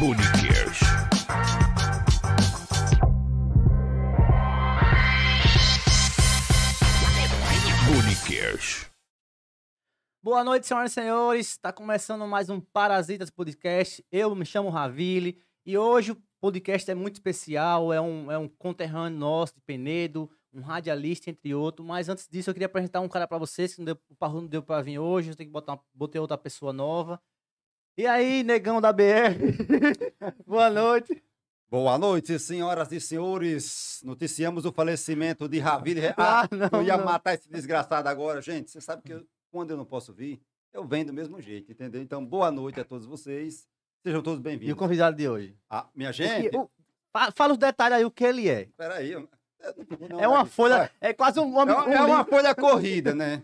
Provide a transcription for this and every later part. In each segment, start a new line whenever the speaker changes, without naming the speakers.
Bonequeiros. Bonequeiros.
Boa noite, senhoras e senhores. Está começando mais um Parasitas Podcast. Eu me chamo Ravile e hoje o podcast é muito especial. É um, é um conterrâneo nosso de Penedo, um radialista, entre outros. Mas antes disso, eu queria apresentar um cara para vocês que não deu- o Parru não deu para vir hoje. Eu tenho que botar, uma- botei outra pessoa nova. E aí, negão da BR? Boa noite.
Boa noite, senhoras e senhores. Noticiamos o falecimento de Ravile. Ah,
Ah, não.
eu ia
não.
matar esse desgraçado agora, gente. Você sabe que eu- quando eu não posso vir, eu venho do mesmo jeito, entendeu? Então, boa noite a todos vocês. Sejam todos
E o
bem-vindos.
convidado de hoje?
Ah, minha
O
gente,
que- o- fa- Fala os detalhes aí, o que ele é.
peraí. eu- eu não vou não,
é uma
Ravile.
folha, é quase um
É,
homem.
uma-
um
é uma
livro.
folha corrida, né?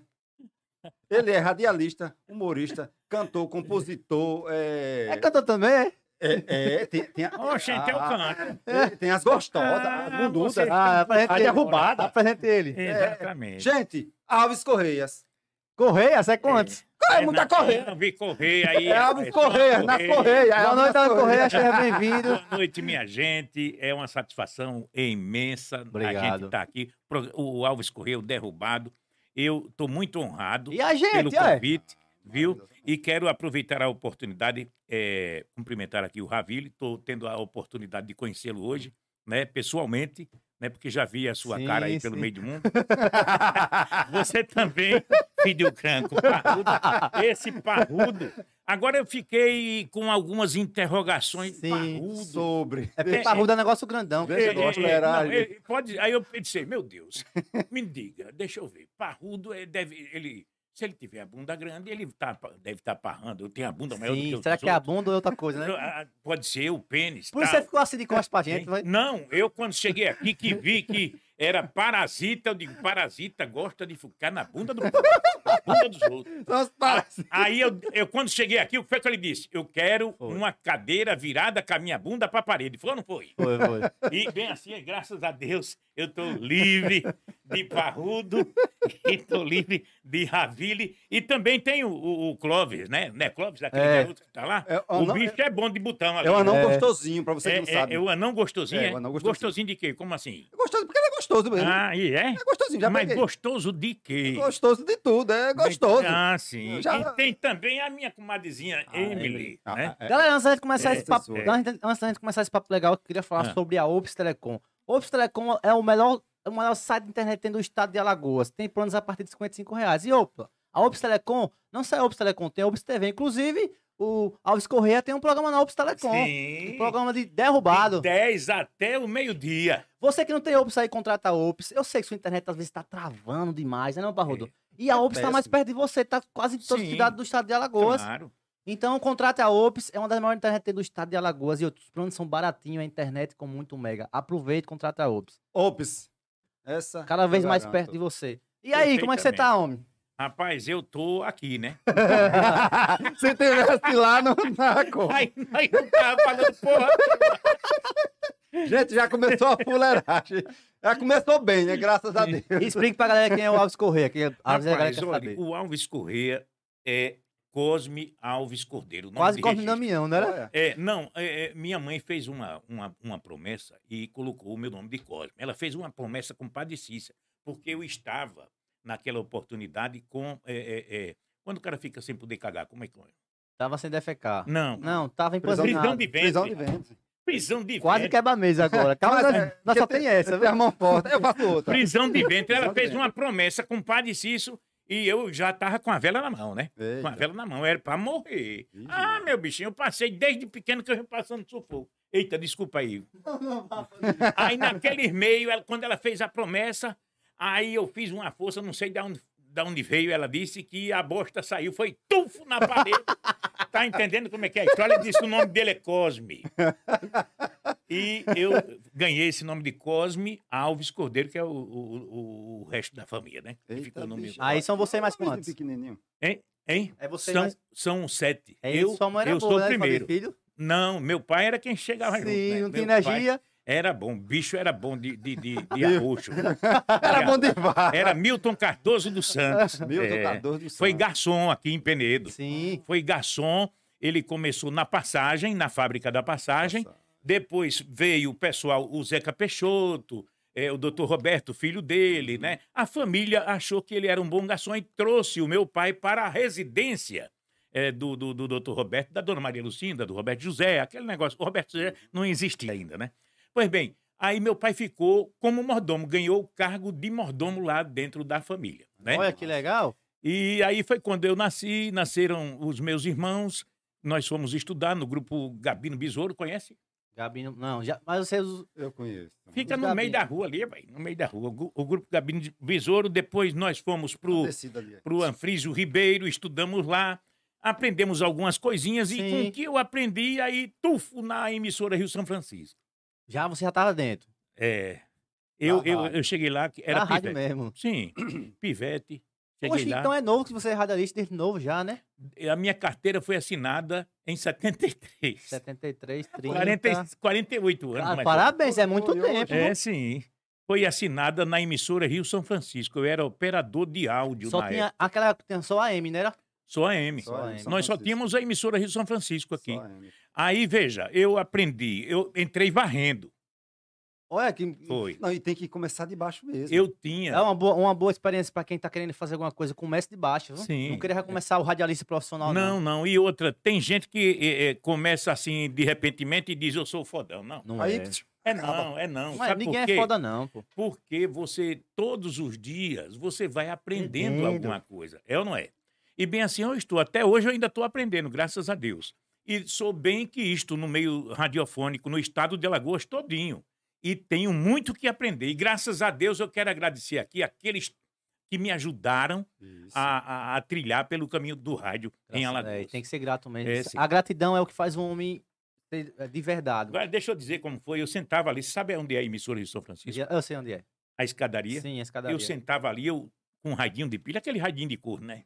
Ele é radialista, humorista, cantor, compositor. É,
É cantor também, é?
é, é, tem, tem a-
Oxe, tem o
a-
canto.
tem- tem as gostosas,
Ah,
as bundudas.
você-
Ah, apresenta
A
ele.
derrubada.
Apresenta ele.
É.
É.
Exatamente.
Gente, Alves Correias.
Correia, você é quantos?
É, muita correia.
Não vi correr aí.
É Alves
rapaz,
Correias,
só
na
correr.
correia. é
Boa noite,
na
Ana Correia,
correia.
seja bem-vindo.
Boa noite, minha gente. É uma satisfação imensa a
Obrigado.
gente estar aqui. Pro- O Alves Correia, o derrubado. Eu estou muito honrado
E a
pelo
gente, é?
convite, viu? E quero aproveitar a oportunidade, é, cumprimentar aqui o Ravile. Estou tendo a oportunidade de conhecê-lo hoje, né? Pessoalmente, né? Porque já vi a sua
Sim,
cara aí pelo
sim.
meio do mundo. Você também, filho do cranco, parrudo. Esse parrudo. Agora eu fiquei com algumas interrogações.
Sim,
parrudo.
Sobre.
É porque parrudo é negócio grandão.
Veja
É,
gosto,
é,
né?
não,
Leralho.
ele- pode, aí eu pensei, meu Deus, me diga, deixa eu ver. Parrudo, ele deve, ele, se ele tiver a bunda grande, ele tá, deve estar parrando. Eu tenho a bunda maior do que
Sim,
os
será que é a
outros.
bunda ou é outra coisa, né?
Ah, Pode ser o pênis.
Por isso
tá.
tal.
você ficou assim de costas pra gente,
Hein?
vai.
Não, eu quando cheguei aqui que vi que era parasita, eu digo, parasita gosta de ficar na bunda do na bunda dos outros.
São as paras.
Aí eu, eu quando cheguei aqui, o que foi que ele disse? Eu quero
Foi.
uma cadeira virada com a minha bunda para a parede. Foi ou não foi?
Foi, foi.
E bem assim, graças a Deus, eu tô livre de parrudo e tô livre de ravile. E também tem o, o, o Clóvis, né? Não é Clóvis, aquele
É.
garoto que tá lá?
É,
o
anão-
bicho é bom de botão ali.
É um anão
É.
gostosinho, pra você que
É,
não
é,
sabe.
é o anão gostosinho,
É,
é?
o anão
gostosinho.
gostosinho.
de quê? Como assim?
Gostoso, porque ele é gostoso mesmo.
Ah, e é?
É gostosinho, já
Mas
peguei. É
gostoso de quê?
Gostoso de tudo, é gostoso.
Ah, sim.
Já-
E tem também a minha comadrezinha,
Ah,
Emily,
Ah,
né?
é.
Galera, antes da gente começar
É,
esse papo,
professor.
antes, antes da gente começar esse papo legal, eu queria falar
Ah.
sobre a Ops Telecom. Ops Telecom é o melhor, é o melhor site de internet dentro do estado de Alagoas. Tem planos a partir de 55 reais. E opa, a Ops Telecom, não só a Ops Telecom, tem a Ops TV. Inclusive, o Alves Correia tem um programa na Ops Telecom.
Sim.
Um programa de derrubado.
De 10 até o meio-dia.
Você que não tem Ops aí, contrata a Ops. Eu sei que sua internet às vezes tá travando demais, né não, Barrodo? E a Ops tá mais
péssimo.
perto de você, tá quase em todos os
É. Sim.
cidades do estado de Alagoas.
Claro.
Então, contrate a Ops, é uma das maiores internet do estado de Alagoas e outros planos são baratinho, a internet com muito mega. Aproveite e contrate a Ops.
Ops. Essa.
Cada vez
eu
mais
garanto.
perto de você. E aí, como é que você
Perfeitamente.
tá, homem?
Rapaz, eu tô aqui, né?
você tivesse lá no Naco.
Aí nós não tava falando porra.
Gente, já começou a fuleiragem. Já começou bem, né? Graças a Deus.
Explique pra galera quem é o Alves Correia, que a
Rapaz,
galera quer
olha,
saber.
o Alves Correia é Cosme Alves Cordeiro. o nome
Quase né?
de
corre
registro.
Damião, não era?
Olha,
É, não, é, é, minha mãe fez uma, uma, uma promessa e colocou o meu nome de Cosme. Ela fez uma promessa com padecícia, porque eu estava naquela oportunidade com. é, é, é, quando o cara fica sem poder cagar, como é que é?
Tava sem defecar.
Não.
Não, tava
Prisão de-
empanzinado.
de ventre.
Prisão de ventre.
Prisão de
Quase é.
ventre.
quebra a mesa agora. Calma,
Mas,
é,
nós- nós
que
só tem essa,
Tem
viu?
a mão forte. Eu faço outra.
Prisão de ventre.
Prisão
Ela
de
fez
ventre.
uma promessa com padecício e eu já estava com a vela na mão, né? Com a
Eita.
vela na mão, era pra morrer.
Ih,
Ah, meu bichinho, eu passei desde pequeno que eu venho passando sufoco. Eita, desculpa aí. Aí naquele meio, ela- quando ela fez a promessa, aí eu fiz uma força, não sei de onde, de onde veio, ela disse que a bosta saiu, foi tufo na parede. Tá entendendo como é que é a história? Ela disse que o nome dele é Cosme. E eu ganhei esse nome de Cosme Alves Cordeiro, que é o, o, o- o resto da família, né? Que
Eita,
ficou o nome.
bicho.
Aí são você e mais
Olha o
quantos?
Pequenininho.
Hein?
É você e
são,
mais-
são sete.
É
eu
isso, sua mãe era
eu
boa,
sou
né,
o
de fazer
primeiro.
filho?
Não, meu pai era quem chegava junto.
Sim,
né?
não tem
Meu pai
energia.
Era bom, o bicho era bom de, de, de, de arroxo.
Era bom de vara.
Era Milton Cardoso dos Santos.
Meu
É.
jogador do
Foi
céu.
garçom aqui em Penedo.
Sim.
Foi garçom Ele começou na passagem, na fábrica da passagem.
Passagem.
Depois veio o pessoal, o Zeca Peixoto, eh, o doutor Roberto, filho dele, né? A família achou que ele era um bom garçom e trouxe o meu pai para a residência eh, do, do, do doutor Roberto, da dona Maria Lucinda, do Roberto José, aquele negócio. O Roberto José não existia ainda, né? Pois bem, aí meu pai ficou como mordomo, ganhou o cargo de mordomo lá dentro da família, né?
Olha que legal.
E aí foi quando eu nasci, nasceram os meus irmãos, nós fomos estudar no grupo Gabino Besouro, conhece?
Gabi, não- não, já, mas você usa-
Eu conheço.
Fica
Os
no meio
Gabino.
da rua ali, velho, no meio da rua. O gru- O grupo Gabino de Besouro, depois nós fomos pro,
Descida ali.
pro Anfrísio Ribeiro, estudamos lá, aprendemos algumas coisinhas e com
Sim.
o que eu aprendi, aí tufo na emissora Rio São Francisco.
já você já tava dentro.
É, eu,
Na
eu,
rádio.
eu cheguei lá, que era né?
na rádio
pivete.
mesmo.
Sim, pivete. Cheguei
Poxa,
lá.
então é novo que você é radialista desde novo já, né?
A minha carteira foi assinada em 73.
73, 30.
40, 48 anos.
Ah,
mais
parabéns, é muito
Oi, oi,
tempo.
É, sim. Foi assinada na emissora Rio São Francisco. Eu era operador de áudio
Só
na
tinha
época.
aquela época tinha só a M, né? Era?
Só a M.
Só a M.
Nós só
Francisco.
tínhamos a emissora Rio São Francisco aqui.
Só M.
Aí, veja, eu aprendi. Eu entrei varrendo.
Olha que
Foi.
Não, e tem que começar de baixo mesmo.
Eu
é
tinha...
uma boa, uma boa experiência pra quem tá querendo fazer alguma coisa, comece de baixo, viu?
Sim.
Não queria já começar o radialista profissional não.
Não, não. E outra, tem gente que eh, eh, começa assim, de repentemente, e diz, eu sou fodão. Não,
Não
Aí,
é.
é não, é não.
Mas
Sabe por
ninguém
quê?
é foda não, pô.
porque você todos os dias você vai aprendendo
Entendo.
alguma coisa, é ou não é? E bem assim eu estou, até hoje eu ainda estou aprendendo, graças a Deus. E sou bem que isto no meio radiofônico, no estado de Alagoas todinho. E tenho muito que aprender. E graças a Deus eu quero agradecer aqui aqueles que me ajudaram
Isso.
Ah, a, a- a trilhar pelo caminho do rádio em
Graças-
Alagoas.
é, tem que ser grato mesmo.
É, sim.
a gratidão é o que faz um homem ser- é, de verdade.
Agora deixa eu dizer como foi. Eu sentava ali, sabe onde é a emissora de São Francisco?
Eu sei onde é.
A escadaria.
Sim, a escadaria.
Eu sentava ali, eu com um radinho de pilha, aquele radinho de cor, né?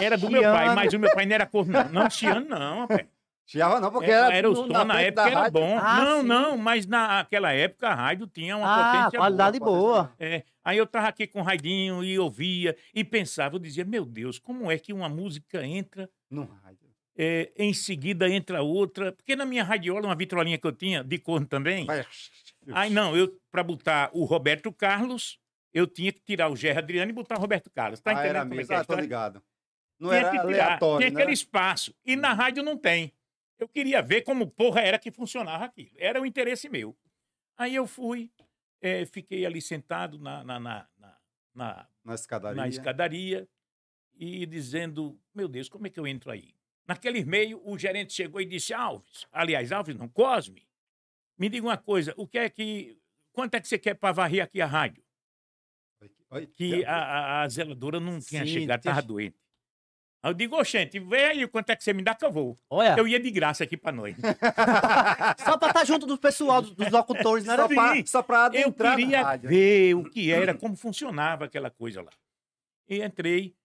Era do meu
Chiano.
pai, mas o meu pai não era cor, não. Não, Chiano, não, rapaz.
Chiava não, porque
Era,
era.
é, era o
tudo
som, na,
frente
época
da
era
rádio.
bom.
Ah,
não,
sim.
não, mas naquela época a rádio tinha uma
Ah,
potência
qualidade
boa,
boa.
potência
boa. É, aí eu tava aqui com o radinho e ouvia e pensava, eu dizia, meu Deus, como é que uma música entra
No rádio.
é, em seguida entra outra? Porque na minha radiola, uma vitrolinha que eu tinha, de cor também,
Vai.
Ai, não, eu para botar o Roberto Carlos, eu tinha que tirar o Gerard Adriano e botar o Roberto Carlos. Tá
ah,
entendendo
era
como é
mesmo.
que é
Ah,
a
tô
história?
ligado. Não
Tinha
era
que tirar,
aleatório,
tinha
né? Uhum.
aquele espaço. E na rádio não tem. Eu queria ver como porra era que funcionava aquilo. Era o interesse meu. Aí eu fui, eh, fiquei ali sentado na- na- na- na- na
Na escadaria.
na escadaria e dizendo: Meu Deus, como é que eu entro aí? Naquele meio, o gerente chegou e disse: Alves, aliás, Alves não, Cosme, me diga uma coisa, o que é que. Quanto é que você quer para varrer aqui a rádio?
Olha
Que a, a- a zeladora não tinha
Sim,
chegado,
tinha-
estava doente. Aí eu digo, ô, gente, vê aí quanto é que você me dá que eu vou.
Olha,
Eu ia de graça aqui para nós.
só pra estar junto do pessoal, dos- dos locutores, né?
Só
Sim.
pra, só pra
Eu
adentrar na
queria
rádio. né?
ver o que era, como funcionava aquela coisa lá. E entrei,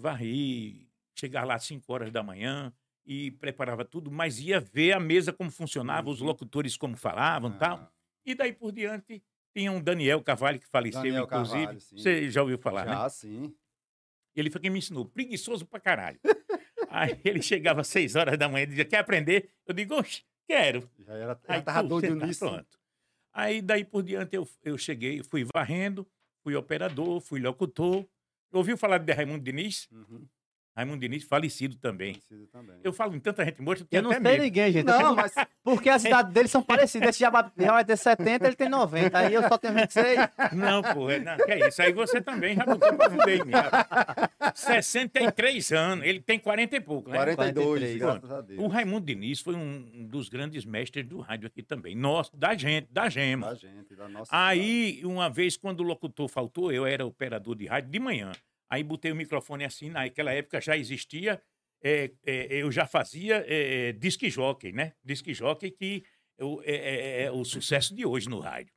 varri, chegar lá às 5 horas da manhã e preparava tudo, mas ia ver a mesa como funcionava, os locutores como falavam e tal.
Uhum. Ah,
E daí por diante tinha um Daniel Carvalho que faleceu,
Daniel
inclusive.
Carvalho, sim.
Você já ouviu falar, né?
Ah, Já, sim.
Ele foi quem me ensinou, preguiçoso pra caralho. Aí ele chegava às 6 horas da manhã e dizia, quer aprender? Eu digo, oxe, quero.
Já era. Já
Aí
tava
tu,
doido
você tá
nisso.
Pronto. Aí daí por diante eu, eu cheguei, fui varrendo, fui operador, fui locutor. Ouviu falar de Raimundo Diniz?
Uhum,
Raimundo Diniz falecido também.
conhecido também.
Eu falo em tanta gente morta, eu tenho
Eu não
até
sei
medo.
ninguém, gente.
Não, mas
Porque as idades deles são parecidas. Esse já ba- já vai ter 70, é ele tem 90. Aí eu só tenho 26.
Não, porra, não, que é isso. Aí você também já botou pra fuder em mim. rapaz. 63 anos, ele tem 40 e Um pouco, né?
42,
43,
graças a Deus.
O Raimundo Diniz foi um um dos grandes mestres do rádio aqui também. Nossa, da gente, da gema.
Da gente, da nossa.
Aí, uma vez, quando o locutor faltou, eu era operador de rádio de manhã. Aí botei o microfone assim, naquela época já existia, é, é, eu já fazia é, é, disque jockey, né? Disque jockey que eu- é, é, é o sucesso de hoje no rádio.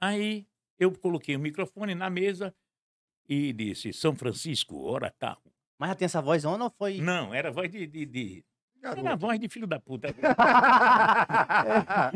Aí eu coloquei o microfone na mesa e disse, São Francisco, hora tal.
Mas já tem essa voz on ou foi.
Não, era voz de... de, de-
cidade.
Era voz de filho da puta.
Meu pai,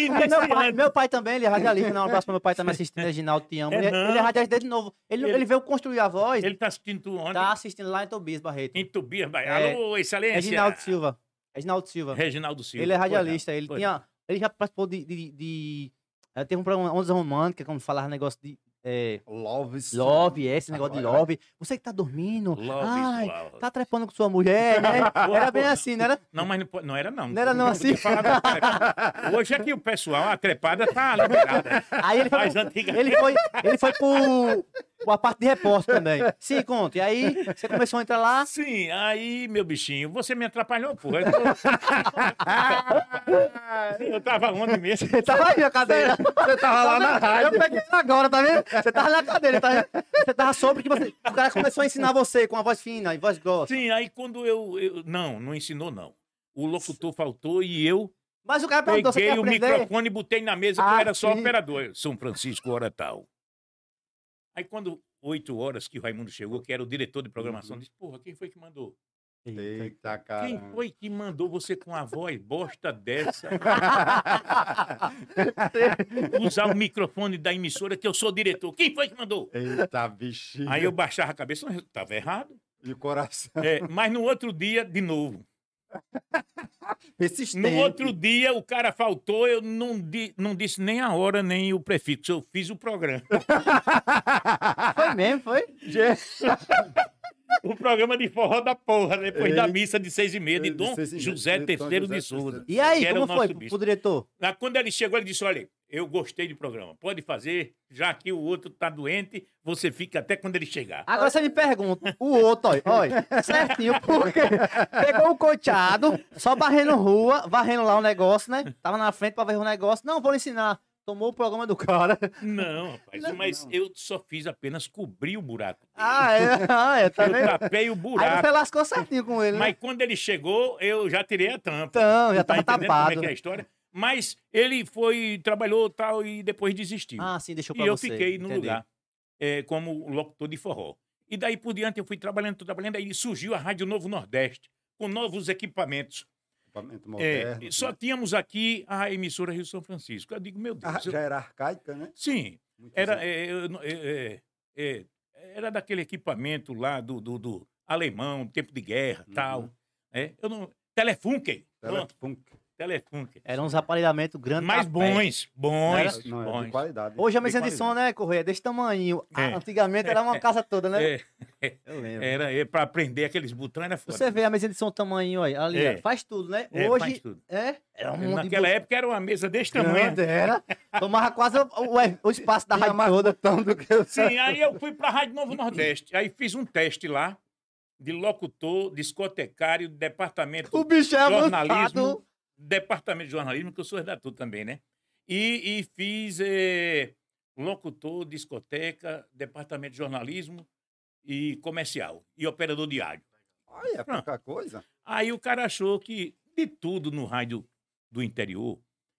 Iniciante.
meu pai também, ele é radialista. Não, um abraço pra meu pai também assistindo, Reginaldo, te amo.
É
ele,
não.
ele é radialista desde novo. Ele,
Ele-
ele, veio construir a voz,
Ele tá assistindo tu ontem.
tá assistindo lá em Tobias Barreto.
Em Tobias, vai.
É.
Alô, excelência.
Reginaldo Silva. Reginaldo Silva.
Reginaldo Silva.
Ele é
Pois
radialista. Ele,
pois é.
tinha, ele já participou de... de, de- eh, teve um programa Ondas Romântica, como falar negócio de... eh,
Love. is-
love, esse negócio de
Agora-
love. Você que tá dormindo.
Love is
ai,
love.
tá trepando com sua mulher, né? Era bem assim, não era?
Não, mas não, po- não era não.
Não era não
podia
assim?
falar da crepa. Hoje é que o pessoal, a crepada tá liberada.
Aí ele foi,
Mas
pro-
antigamente-
ele foi, ele foi pro, pro a parte de repórter também. Sim, conta. E aí você começou a entrar lá.
Sim, Assim, aí, meu bichinho, você me atrapalhou, porra. Eu, tô- eu tava onde mesmo?
Você tava aí na cadeira. Você tava lá na rádio. Eu peguei isso agora, tá vendo? Você tava na cadeira, tá vendo? Você tava sobre que você. O cara começou a ensinar você com a voz fina e voz grossa.
Sim, aí quando eu, eu- Não, não ensinou, não. O locutor faltou e eu
Mas o cara perguntou, então você
peguei
quer
o
aprender?
microfone e botei na mesa, que
Ah,
eu era só
sim.
operador. Eu, São Francisco, hora tal. Aí quando, oito horas que o Raimundo chegou, que era o diretor de programação, disse, porra, quem foi que mandou?
Eita, cara.
Quem foi que mandou você com a voz bosta dessa usar o microfone da emissora que eu sou diretor? Quem foi que mandou?
Eita, bichinho.
Aí eu baixava a cabeça, mas eu tava errado.
De coração.
É, mas no outro dia, de novo.
Persistente.
No outro dia, o cara faltou, eu não, di- não disse nem a hora, nem o prefixo. Eu fiz o programa.
Ah, Foi mesmo, foi?
O programa de forró da porra, depois da
Ei.
missa de seis e meia, de
Ei, de
Dom
seis e meia,
José
de Dom
Terceiro de
José
Souza.
Terceiro.
E aí,
Que era o
como
nosso
foi
bispo.
pro diretor?
Lá, quando ele chegou, ele disse: Olha, eu gostei do programa, pode fazer, já que o outro tá doente, você fica até quando ele chegar.
Agora você me pergunta, o outro, olha, olha, certinho, porque pegou o coteado, só varrendo rua, varrendo lá o negócio, né? Tava na frente pra varrer o negócio. Não, vou lhe ensinar. Tomou o programa do cara.
Não, rapaz, mas eu só fiz apenas cobrir o buraco.
Ah, é, ah, é tá
Eu
vendo?
tapei o
Aí você tá
buraco.
lascou certinho com ele, né?
Mas quando ele chegou, eu já tirei a tampa.
Então, já tava
Tá entendendo como é
tapado.
que é a história? Mas ele foi, trabalhou tal e depois desistiu.
Ah, sim, deixou pra
e eu
você.
fiquei no
entendi.
lugar eh, como locutor de forró. E daí por diante eu fui trabalhando, trabalhando, aí surgiu a Rádio Novo Nordeste, com novos equipamentos.
Equipamento
É,
moderno. né?
e só tínhamos aqui a emissora Rio São Francisco. Eu digo, meu Deus.
Ah,
eu-
já era arcaica, né?
Sim,
Muito
era,
antiga.
é, eu não- é, é, é, era daquele equipamento lá do, do, do alemão, tempo de guerra
Uhum.
tal. É, eu não, telefunken.
Era
pronto,
punk.
Telefunken.
Era um uns aparelhamentos grandes.
Mas
pra pé.
bons, bons,
um Não, era de
bons. é
qualidade.
Hoje a mesa
De
de som, né, Correia? Desse tamanho. Ah,
É.
antigamente era uma casa toda, né?
É,
Eu lembro.
era para aprender aqueles botões era fora.
Você vê a mesa de som tamanho aí, ali,
É.
ó, faz tudo, né?
É, faz
Hoje,
tudo.
é, era um monte de
Naquela época é? era uma mesa desse tamanho.
Grande, era. Tomava quase o, o- o espaço da
Tinha
rádio
mais
toda.
botão do que eu
Sim, aí eu fui para a Rádio Novo Nordeste. Aí fiz um teste lá de locutor, discotecário, departamento,
O bicho é avançado.
jornalismo, departamento de jornalismo, que eu sou redator também, né? E, e fiz eh, locutor, discoteca, departamento de jornalismo e comercial e operador diário.
Olha, é
Não.
pouca coisa.
Aí o cara achou que de tudo no rádio do interior,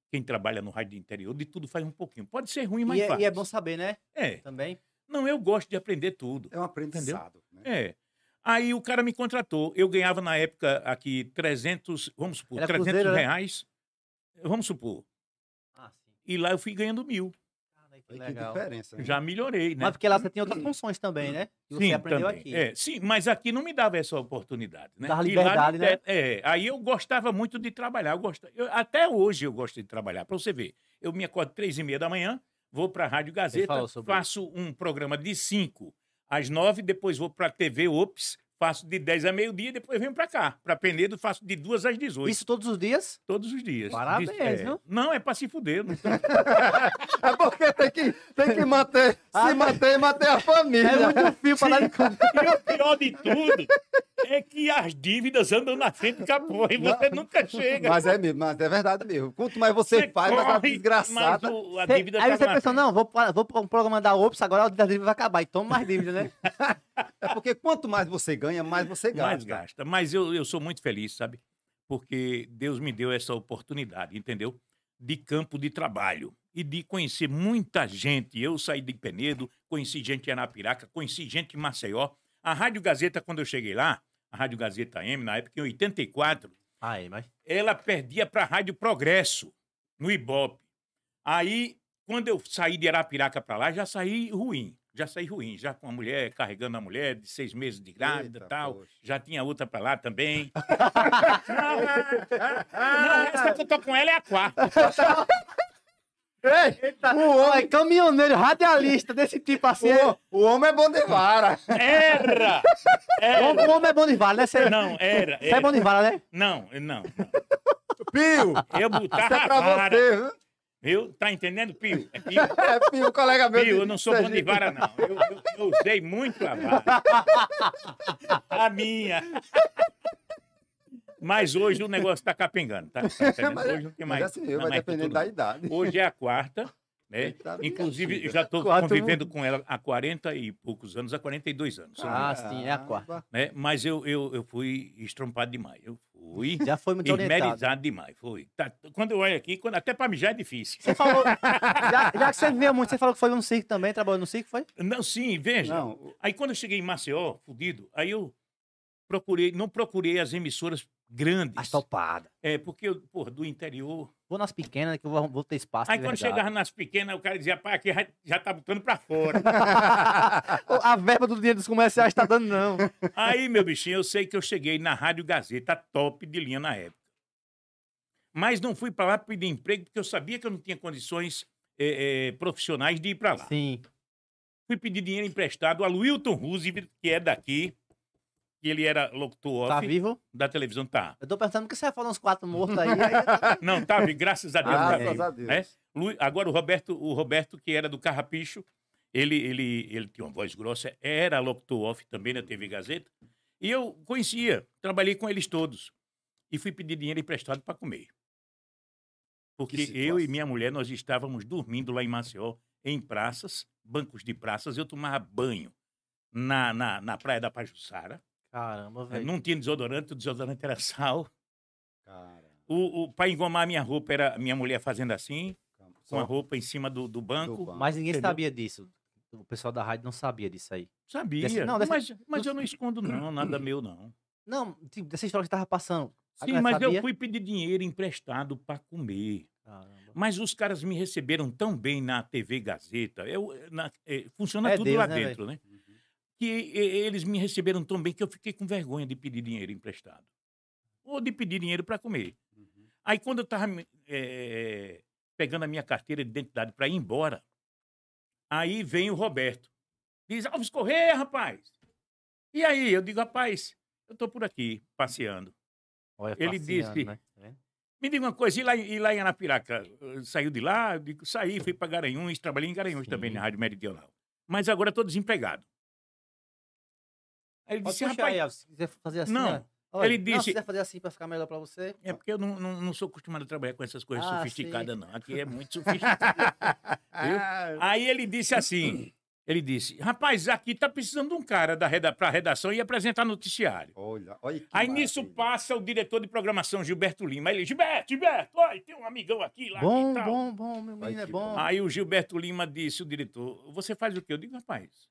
quem trabalha no rádio do interior, de tudo faz um pouquinho. Pode ser ruim, mas
E é,
faz.
e é bom saber, né?
É.
Também.
Não, eu gosto de aprender tudo.
É um aprendizado. Né?
É. Aí o cara me contratou. Eu ganhava na época aqui 300, vamos supor,
Era
300
cruzeiro, né?
reais. Vamos supor.
Ah, sim.
E lá eu fui ganhando mil.
Cara, que
Olha
legal.
Que diferença. né?
Já melhorei, né?
Mas porque lá você tem outras funções também, né? Que você aprendeu
também.
aqui.
É, sim, mas aqui não me dava essa oportunidade. Né?
Dava
E lá
liberdade,
me
né?
de- É, aí eu gostava muito de trabalhar. Eu gosto, eu- até hoje eu gosto de trabalhar, para você ver. Eu me acordo três e meia da manhã, vou para a Rádio Gazeta,
falou sobre
faço um programa de cinco às nove, depois vou para a TV Ops, faço de dez a meio-dia, depois venho para cá, para Penedo, faço de duas às dezoito,
Isso todos os dias?
todos os dias.
Parabéns,
Diz- é,
viu?
Não, é para se fuder. Não
É porque tem que, tem que manter,
Ah,
se manter e manter a família.
É muito fio pra dar de conta.
E o pior de tudo é que as dívidas andam na frente do capô e você nunca chega.
Mas é mesmo, mas é verdade mesmo. Quanto mais você, faz, mais a
corre,
desgraçada.
mas o- a
Aí
dívida tá
você
na
pensa,
frente.
não, vou, pa- vou pro programa da Ops, agora a dívida vai acabar. E toma mais dívida, né?
É porque quanto mais você ganha, mais você gasta.
Mas gasta. Mas eu, eu sou muito feliz, sabe? Porque Deus me deu essa oportunidade, entendeu? De campo de trabalho e de conhecer muita gente. Eu saí de Penedo, conheci gente em Anapiraca, conheci gente em Maceió. A Rádio Gazeta, quando eu cheguei lá, a Rádio Gazeta M, na época, em 84,
Aí, mas.
ela perdia para a Rádio Progresso. no Ibope. Aí, quando eu saí de Arapiraca para lá, já saí ruim. Já saí ruim, já com a mulher, carregando a mulher de seis meses de grávida e
Eita,
tal.
poxa.
Já tinha outra para lá também. não, essa que eu tô com ela é a quarta.
Eita, o homem... é caminhoneiro, radialista desse tipo assim. é-
O, o homem é bom de vara.
Era!
O homem é bom de vale, né? Você
Não, era.
você é bom
era.
de vale, né?
Não, não. não.
Pio,
Eu
isso
botava
é
a
pra
Ah, vara.
você, viu?
Viu? Tá entendendo, Pio? É Pio.
É, Pio, colega meu. é de-
Pio, eu não sou bom de
Sergipe.
vara, não. Eu, eu- eu usei muito a vara. A minha. Mas hoje o negócio tá capengando, tá? Tá entendendo?
Mas,
hoje não tem mais.
mas assim,
não
vai
mais
depender
tudo,
da
não.
idade.
Hoje é a quarta, né?
Tá
Inclusive, eu
brincando.
já estou
Quarta,
convivendo com ela há 40 e poucos anos, há 42 anos. são-
Ah, sim, é a quarta.
né? Mas eu, eu, eu fui estrompado demais. Eu fui
Já foi muito orientado.
esmerizado demais. Foi. Tá- quando eu olho aqui, quando, até para mijar é difícil.
Você falou... já, já que você viveu muito, você falou que foi no circo também, trabalhou no circo, foi?
Não, sim, veja.
Não, o-
Aí quando eu cheguei em Maceió, fudido, aí eu procurei, não procurei as emissoras grandes.
As topadas.
É, porque eu, porra, do interior.
Vou nas pequenas que eu vou, vou ter espaço.
aí
de
quando
verdade.
chegava nas pequenas, o cara dizia, pá, aqui já, já tá botando pra fora.
A verba do dinheiro dos comerciais tá dando, não.
Aí, meu bichinho, eu sei que eu cheguei na Rádio Gazeta, top de linha na época. Mas não fui para lá pedir emprego, porque eu sabia que eu não tinha condições eh, eh, profissionais de ir para lá.
Sim.
Fui pedir dinheiro emprestado a Wilton Roosevelt, que é daqui, que ele era locutor
Tá
off
vivo?
da televisão, tá.
Eu tô pensando que você falou uns quatro mortos aí. aí-
Não, tá, vivo, graças a Deus.
Ah,
tá
graças
vivo,
a Deus.
né? Lu- Agora o Roberto, o Roberto, que era do Carrapicho, ele, ele, ele tinha uma voz grossa, era locutor off também na TV Gazeta. E eu conhecia, trabalhei com eles todos. E fui pedir dinheiro emprestado para comer. Porque
situação.
eu e minha mulher, nós estávamos dormindo lá em Maceió, em praças, bancos de praças. Eu tomava banho na, na, na praia da Pajussara.
Caramba,
Eh,
velho.
Não tinha desodorante, o desodorante era sal.
Cara,
O, o, para engomar a minha roupa, era a minha mulher fazendo assim,
calma.
com a
Só- um
roupa em cima do, do banco.
Do banco.
Mas ninguém
Entendeu?
sabia disso. O pessoal da rádio não sabia disso aí.
Sabia.
Desse- não, desse-
mas, mas eu não escondo, não, nada meu, não.
Não, tipo, dessa história que tava passando. A
Sim,
galera
mas eu
sabia?
fui pedir dinheiro emprestado para comer.
Caramba.
Mas os caras me receberam tão bem na TV Gazeta. Eu, na- eh, funciona
É
tudo
Deus,
lá
né,
dentro, né? Que eh, eles me receberam tão bem que eu fiquei com vergonha de pedir dinheiro emprestado. Ou de pedir dinheiro para comer.
Uhum.
Aí quando eu estava pegando a minha carteira de identidade para ir embora, aí vem o Roberto. Diz, Alves Correia, rapaz! E aí? Eu digo, rapaz, eu estou por aqui, passeando.
Olha,
Ele
passeando,
disse-
né? Tá vendo?
Me diga uma coisa, e lá, em- e lá em Anapiraca? eh, Saiu de lá? Eu digo, saí, fui para Garanhuns, trabalhei em Garanhuns
Sim.
também, na Rádio Meridional. Mas agora estou desempregado. Aí ele
Pode
disse,
puxar
rapaz,
aí, ó, se quiser fazer assim.
Não,
ó. Olha,
ele
Não,
disse-
se quiser fazer assim pra ficar melhor pra você.
É porque eu não, não, não sou acostumado a trabalhar com essas coisas
Ah,
sofisticadas, não. Aqui é muito sofisticado.
É.
Viu? Aí ele disse assim: ele disse, rapaz, aqui tá precisando de um cara da reda, para redação e apresentar noticiário.
Olha, olha que
Aí nisso
maravilha.
passa o diretor de programação, Gilberto Lima. Ele, Gilberto, Gilberto, olha, tem um amigão aqui, lá
Bom,
e tal.
bom, bom, meu menino, é
que
bom.
bom.
Aí o Gilberto Lima disse, o diretor, você faz o quê? Eu digo, rapaz,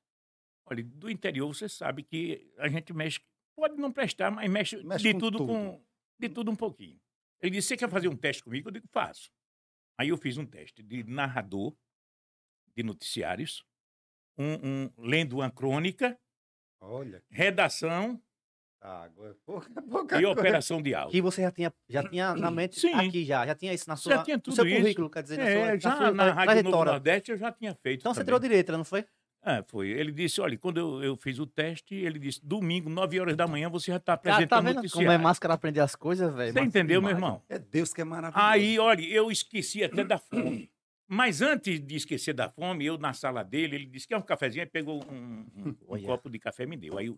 olha, do interior você sabe que a gente mexe, pode não prestar, mas mexe,
Mexe
de
com
tudo,
tudo.
com de tudo um pouquinho. Ele disse, você quer fazer um teste comigo? Eu digo, faço. Aí eu fiz um teste de narrador de noticiários, um, um- lendo uma crônica,
Olha,
redação
tá, agora pouca, pouca
e
coisa.
operação de áudio.
Que você já tinha, já tinha na mente
Sim.
aqui já, já tinha isso na sua,
Já tinha
no
tudo
seu
isso.
currículo, quer dizer, na sua,
É,
na
já
sua
na
tra-
Rádio Novo
trajetória.
Nordeste eu já tinha feito
Então você
também.
tirou de letra, não foi?
É, foi. Ele disse, olha, quando eu, eu fiz o teste, ele disse, domingo, 9 horas da manhã, você já está
Cara, tá
apresentando
vendo
noticiário.
como é máscara aprender as coisas, velho?
Você
Mas-
entendeu, meu
demais.
irmão?
É Deus que é maravilhoso.
Aí, olha, eu esqueci até da fome. Mas antes de esquecer da fome, eu na sala dele, ele disse, quer um cafezinho? Aí pegou um, um- um
Olha.
copo de café e me deu. Aí eu,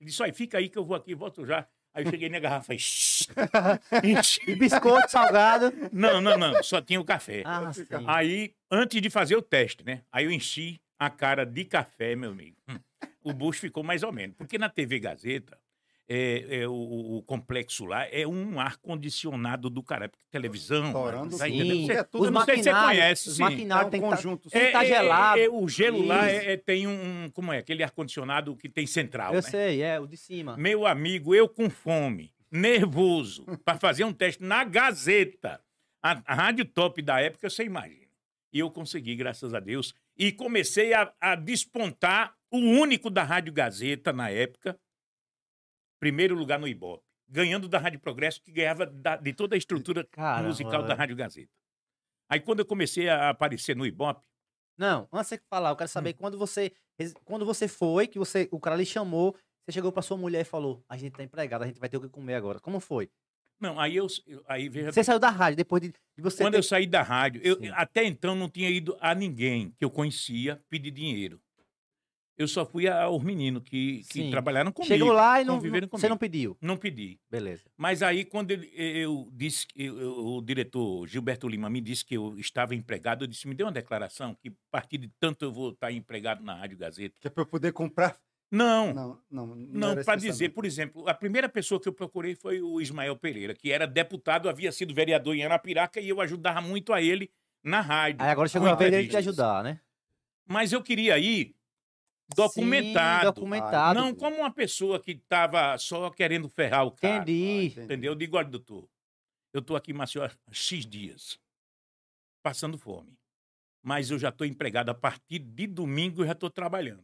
ele disse, olha, fica aí que eu vou aqui, volto já. Aí eu cheguei na garrafa e...
E biscoito salgado.
não, não, não, só tinha o café.
Ah, sim.
Aí, antes de fazer o teste, né? Aí eu enchi a cara de café, meu amigo. Hum. O bucho ficou mais ou menos. Porque na TV Gazeta, é, é o- o, o complexo lá é um ar-condicionado do cara. Porque televisão.
Estourando
tá
tudo.
entendendo?
Sim.
Cê-
É tudo-
eu não sei se você conhece,
os
sim.
é
maquinários
um
tem que tá-
conjunto.
É, tá gelado.
o gelo lá
Isso.
é, é- tem um. Como é? Aquele ar-condicionado que tem central.
Eu
né?
sei, é, o de cima.
Meu amigo, eu com fome, nervoso, para fazer um teste na Gazeta. a, a rádio top da época, você imagina. E eu consegui, graças a Deus. E comecei a, a despontar o único da Rádio Gazeta na época, primeiro lugar no Ibope, ganhando da Rádio Progresso, que ganhava da- de toda a estrutura
Caramba, né?
musical da
velho.
Rádio Gazeta. Aí quando eu comecei a aparecer no Ibope,
Não, antes de você falar, eu quero saber
Hum.
quando você quando você foi, que você o cara lhe chamou, você chegou pra sua mulher e falou: "A gente tá empregado, a gente vai ter o que comer agora". Como foi?
não, aí eu, eu- aí veja
Você saiu da rádio depois de, de você
Quando
ter-
eu saí da rádio, eu
Sim.
até então não tinha ido a ninguém que eu conhecia pedir dinheiro. Eu só fui a- aos meninos que, que
Sim.
trabalharam comigo.
chegou lá e não,
conviveram
você não
comigo.
pediu.
Não pedi.
Beleza.
Mas aí, quando ele- eu disse, que- eu- eu- o diretor Gilberto Lima me disse que eu estava empregado, eu disse: me dê uma declaração que a partir de tanto eu vou estar empregado na Rádio Gazeta.
Que é pra eu poder comprar.
Não, não,
Não, não. Não, era
não
esse
para
pensamento.
dizer, por exemplo, a primeira pessoa que eu procurei foi o Ismael Pereira, que era deputado, havia sido vereador em Arapiraca e eu ajudava muito a ele na rádio.
Aí agora chegou
com
a vez dele te
entrevistas.
ajudar, né?
Mas eu queria ir
Sim,
documentado.
documentado.
não como uma pessoa que estava só querendo ferrar o cara.
Ah,
Entendi.
entendi.
Entendeu? Eu digo, olha, doutor, eu estou aqui em Maceió há X dias, passando fome. Mas eu já estou empregado a partir de domingo, eu já estou trabalhando.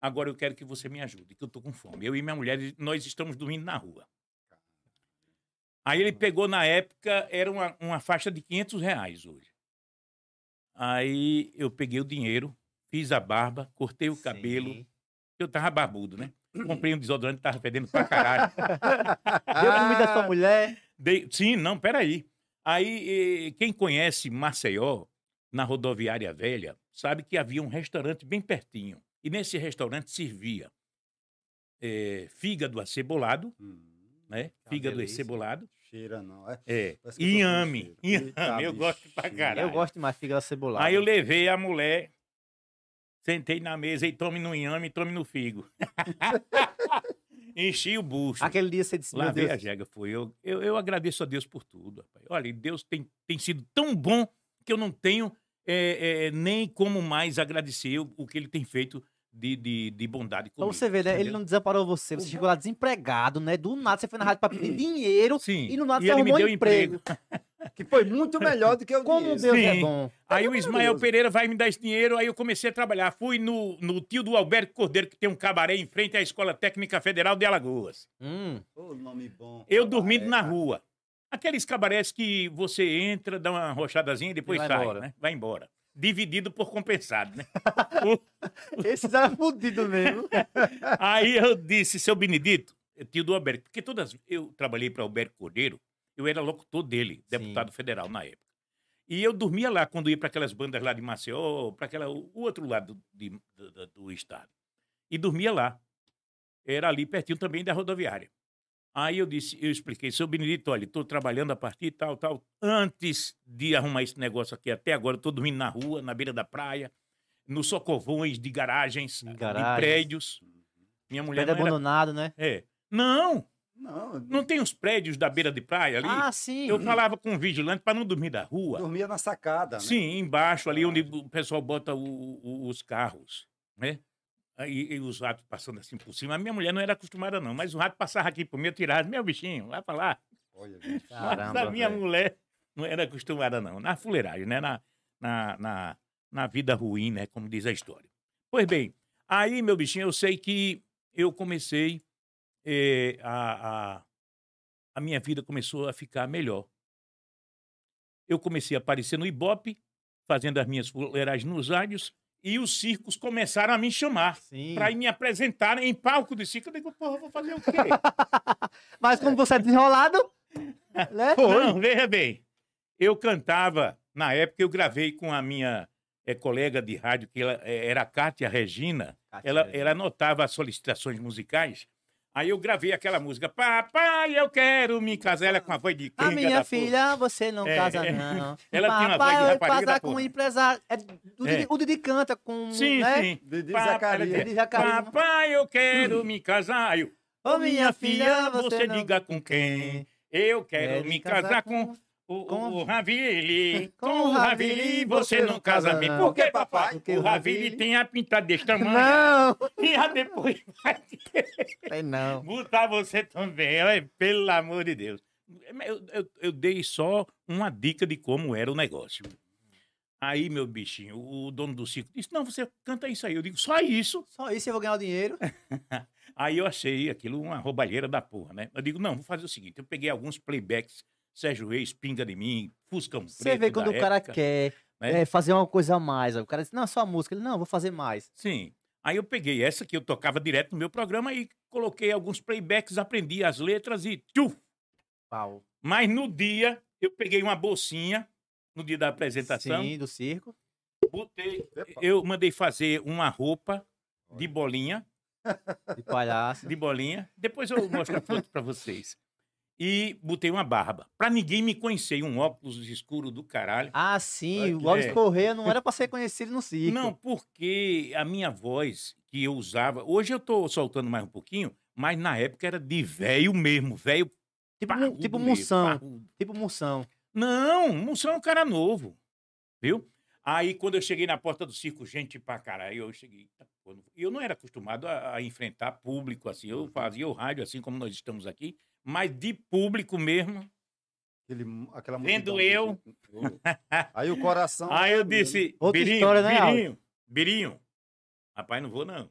Agora eu quero que você me ajude, que eu estou com fome. Eu e minha mulher, nós estamos dormindo na rua. Aí ele pegou, na época, era uma, uma faixa de 500 reais hoje. Aí eu peguei o dinheiro, fiz a barba, cortei o cabelo,
Sim.
eu tava barbudo, né? Comprei um desodorante, tava fedendo pra caralho.
Deu comida à sua
Ah,
mulher.
Dei- Sim, não, peraí. Aí, eh, quem conhece Maceió, na rodoviária velha, sabe que havia um restaurante bem pertinho. E nesse restaurante servia eh, fígado acebolado,
Hum,
né?
uma
Fígado
delícia.
acebolado.
cheira não. É.
É.
Parece que eu tô com
Inhame.
cheiro. Eita,
Inhame, eu gosto pra
bichinho.
caralho.
Eu gosto demais de fígado cebolado.
Aí eu levei a mulher, sentei na mesa e tome no inhame, tome no figo. Enchi o bucho.
Aquele dia você disse,
Lá
meu
veio a
Deus,
Jega, foi. Eu, eu, eu agradeço a Deus por tudo. Rapaz. Olha, e Deus tem, tem sido tão bom que eu não tenho eh, eh, nem como mais agradecer o, o que ele tem feito de, de, de bondade
Pra
comigo.
você ver, né? Ele não desamparou você.
Uhum.
Você chegou lá desempregado, né? Do nada você foi na rádio pra pedir dinheiro
Sim.
e do nada
E
você
ele me
arrumou
deu
um emprego.
Que foi muito melhor do que eu
Como Deus é
Sim.
bom.
Aí o Ismael
maravilhoso.
Pereira vai me dar esse dinheiro, aí eu comecei a trabalhar. Fui no, no tio do Alberto Cordeiro, que tem um cabaré em frente à Escola Técnica Federal de Alagoas.
Hum,
Ô, nome bom. é
Eu dormindo na
Cabaré.
rua. Aqueles cabarés que você entra, dá uma rochadazinha e depois
vai
sai,
embora.
né? Vai embora. Dividido por compensado, né?
esses eram fodidos mesmo.
Aí eu disse, seu Benedito, tio do Alberto, porque todas eu trabalhei para Alberto Cordeiro, eu era locutor dele, deputado federal na época. E eu dormia lá quando ia para aquelas bandas lá de Maceió, para aquela o outro lado de- do, do- do estado. E dormia lá. Era ali pertinho também da rodoviária. Aí eu disse, eu expliquei, seu Benedito, olha, estou trabalhando a partir tal, tal. Antes de arrumar esse negócio aqui, até agora, estou dormindo na rua, na beira da praia, nos socovões de garagens,
Garagens.
de prédios. Minha mulher
Pedro
não era...
abandonado, né?
É. Não,
Não,
não tem os prédios da beira de praia ali?
Ah, sim.
eu falava com o vigilante para não dormir da rua.
dormia na sacada. né?
Sim, embaixo ali onde o pessoal bota o- o- os carros, né? Aí e os ratos passando assim por cima. A minha mulher não era acostumada não, mas o rato passava aqui por mim, eu tirava, meu bichinho, vai pra lá.
Olha, gente.
mas
Caramba,
a minha
velho.
mulher não era acostumada não, na fuleiragem, né? Na, na, na, na vida ruim, né? Como diz a história. Pois bem, aí, meu bichinho, eu sei que eu comecei eh, a, a, a minha vida começou a ficar melhor. Eu comecei a aparecer no Ibope, fazendo as minhas fuleiragens nos rádios, e os circos começaram a me chamar
Sim.
para me apresentar em palco de circo. Eu digo, porra, eu vou fazer o quê?
Mas como você é desenrolado, né?
Não, veja bem. Eu cantava, na época eu gravei com a minha eh, colega de rádio, que ela, eh, era a Cátia Regina,
Ah,
ela, ela anotava as solicitações musicais. Aí eu gravei aquela música, Papai, eu quero me casar. Ela com a voz de
A
quenga da
minha
porra.
filha, você não
É,
casa,
é.
não.
Ela tinha uma voz de
Papai, eu
rapariga da
casar com
porra.
um empresário. É, o, Didi,
É.
o Didi canta com.
Sim,
né?
sim.
Didi
é- Pá,
Zacarias.
Didi Jacaré.
Papai, eu quero me casar. Aí eu,
Ô, minha filha, você, não...
diga com quem? Eu quero me casar com um o,
com-
o Ravili.
com
Com
o
o Ravili, você não casa bem.
não.
Por que, papai?
Porque
o
o
Ravili
Ravili-
tem a pintada desse tamanho.
Não,
E a depois vai
tem não.
botar você também. olha, Pelo amor de Deus. Eu, eu, eu dei só uma dica de como era o negócio. Aí, meu bichinho, o dono do circo disse: Não, você canta isso aí. Eu digo: Só isso.
Só isso eu vou ganhar o dinheiro.
É Aí eu achei aquilo uma roubalheira da porra, né? Eu digo: Não, vou fazer o seguinte. Eu peguei alguns playbacks, Sérgio Reis, Pinga de Mim, Fuscão Preto.
Você vê quando
da
o cara
época.
quer
né?
é, fazer uma coisa a mais. O cara diz, não, só a música. Ele, não, vou fazer mais.
Sim. Aí eu peguei essa que eu tocava direto no meu programa e coloquei alguns playbacks, aprendi as letras e tchuf,
Pau.
Mas no dia, eu peguei uma bolsinha, no dia da apresentação,
Sim, do circo.
botei,
Epa.
eu mandei fazer uma roupa de bolinha,
De palhaço.
de bolinha. Depois eu mostro a foto pra vocês. E botei uma barba. Pra ninguém me conhecer, um óculos escuro do caralho.
Ah,
Olha
sim. O
que
Alves
ideia.
Correia não era pra ser conhecido no circo.
é. Não, porque a minha voz que eu usava, hoje eu tô soltando mais um pouquinho, mas na época era de velho mesmo, velho
Tipo, mu-
parrudo
tipo
mesmo,
Munção.
parrudo.
Tipo Munção.
Não, Munção é um cara novo. Viu? Aí, quando eu cheguei na porta do circo, gente pra caralho, eu cheguei. "Eita, pô, não-" Eu não era acostumado a, a enfrentar público assim. Eu fazia o rádio assim como nós estamos aqui, mas de público mesmo.
Aquele, aquela
Vendo
multidão,
eu.
gente. Aí o coração.
Aí eu disse:
Outra
Birinho,
história, né, Aldo?
Birinho, Birinho. Rapaz, não vou não.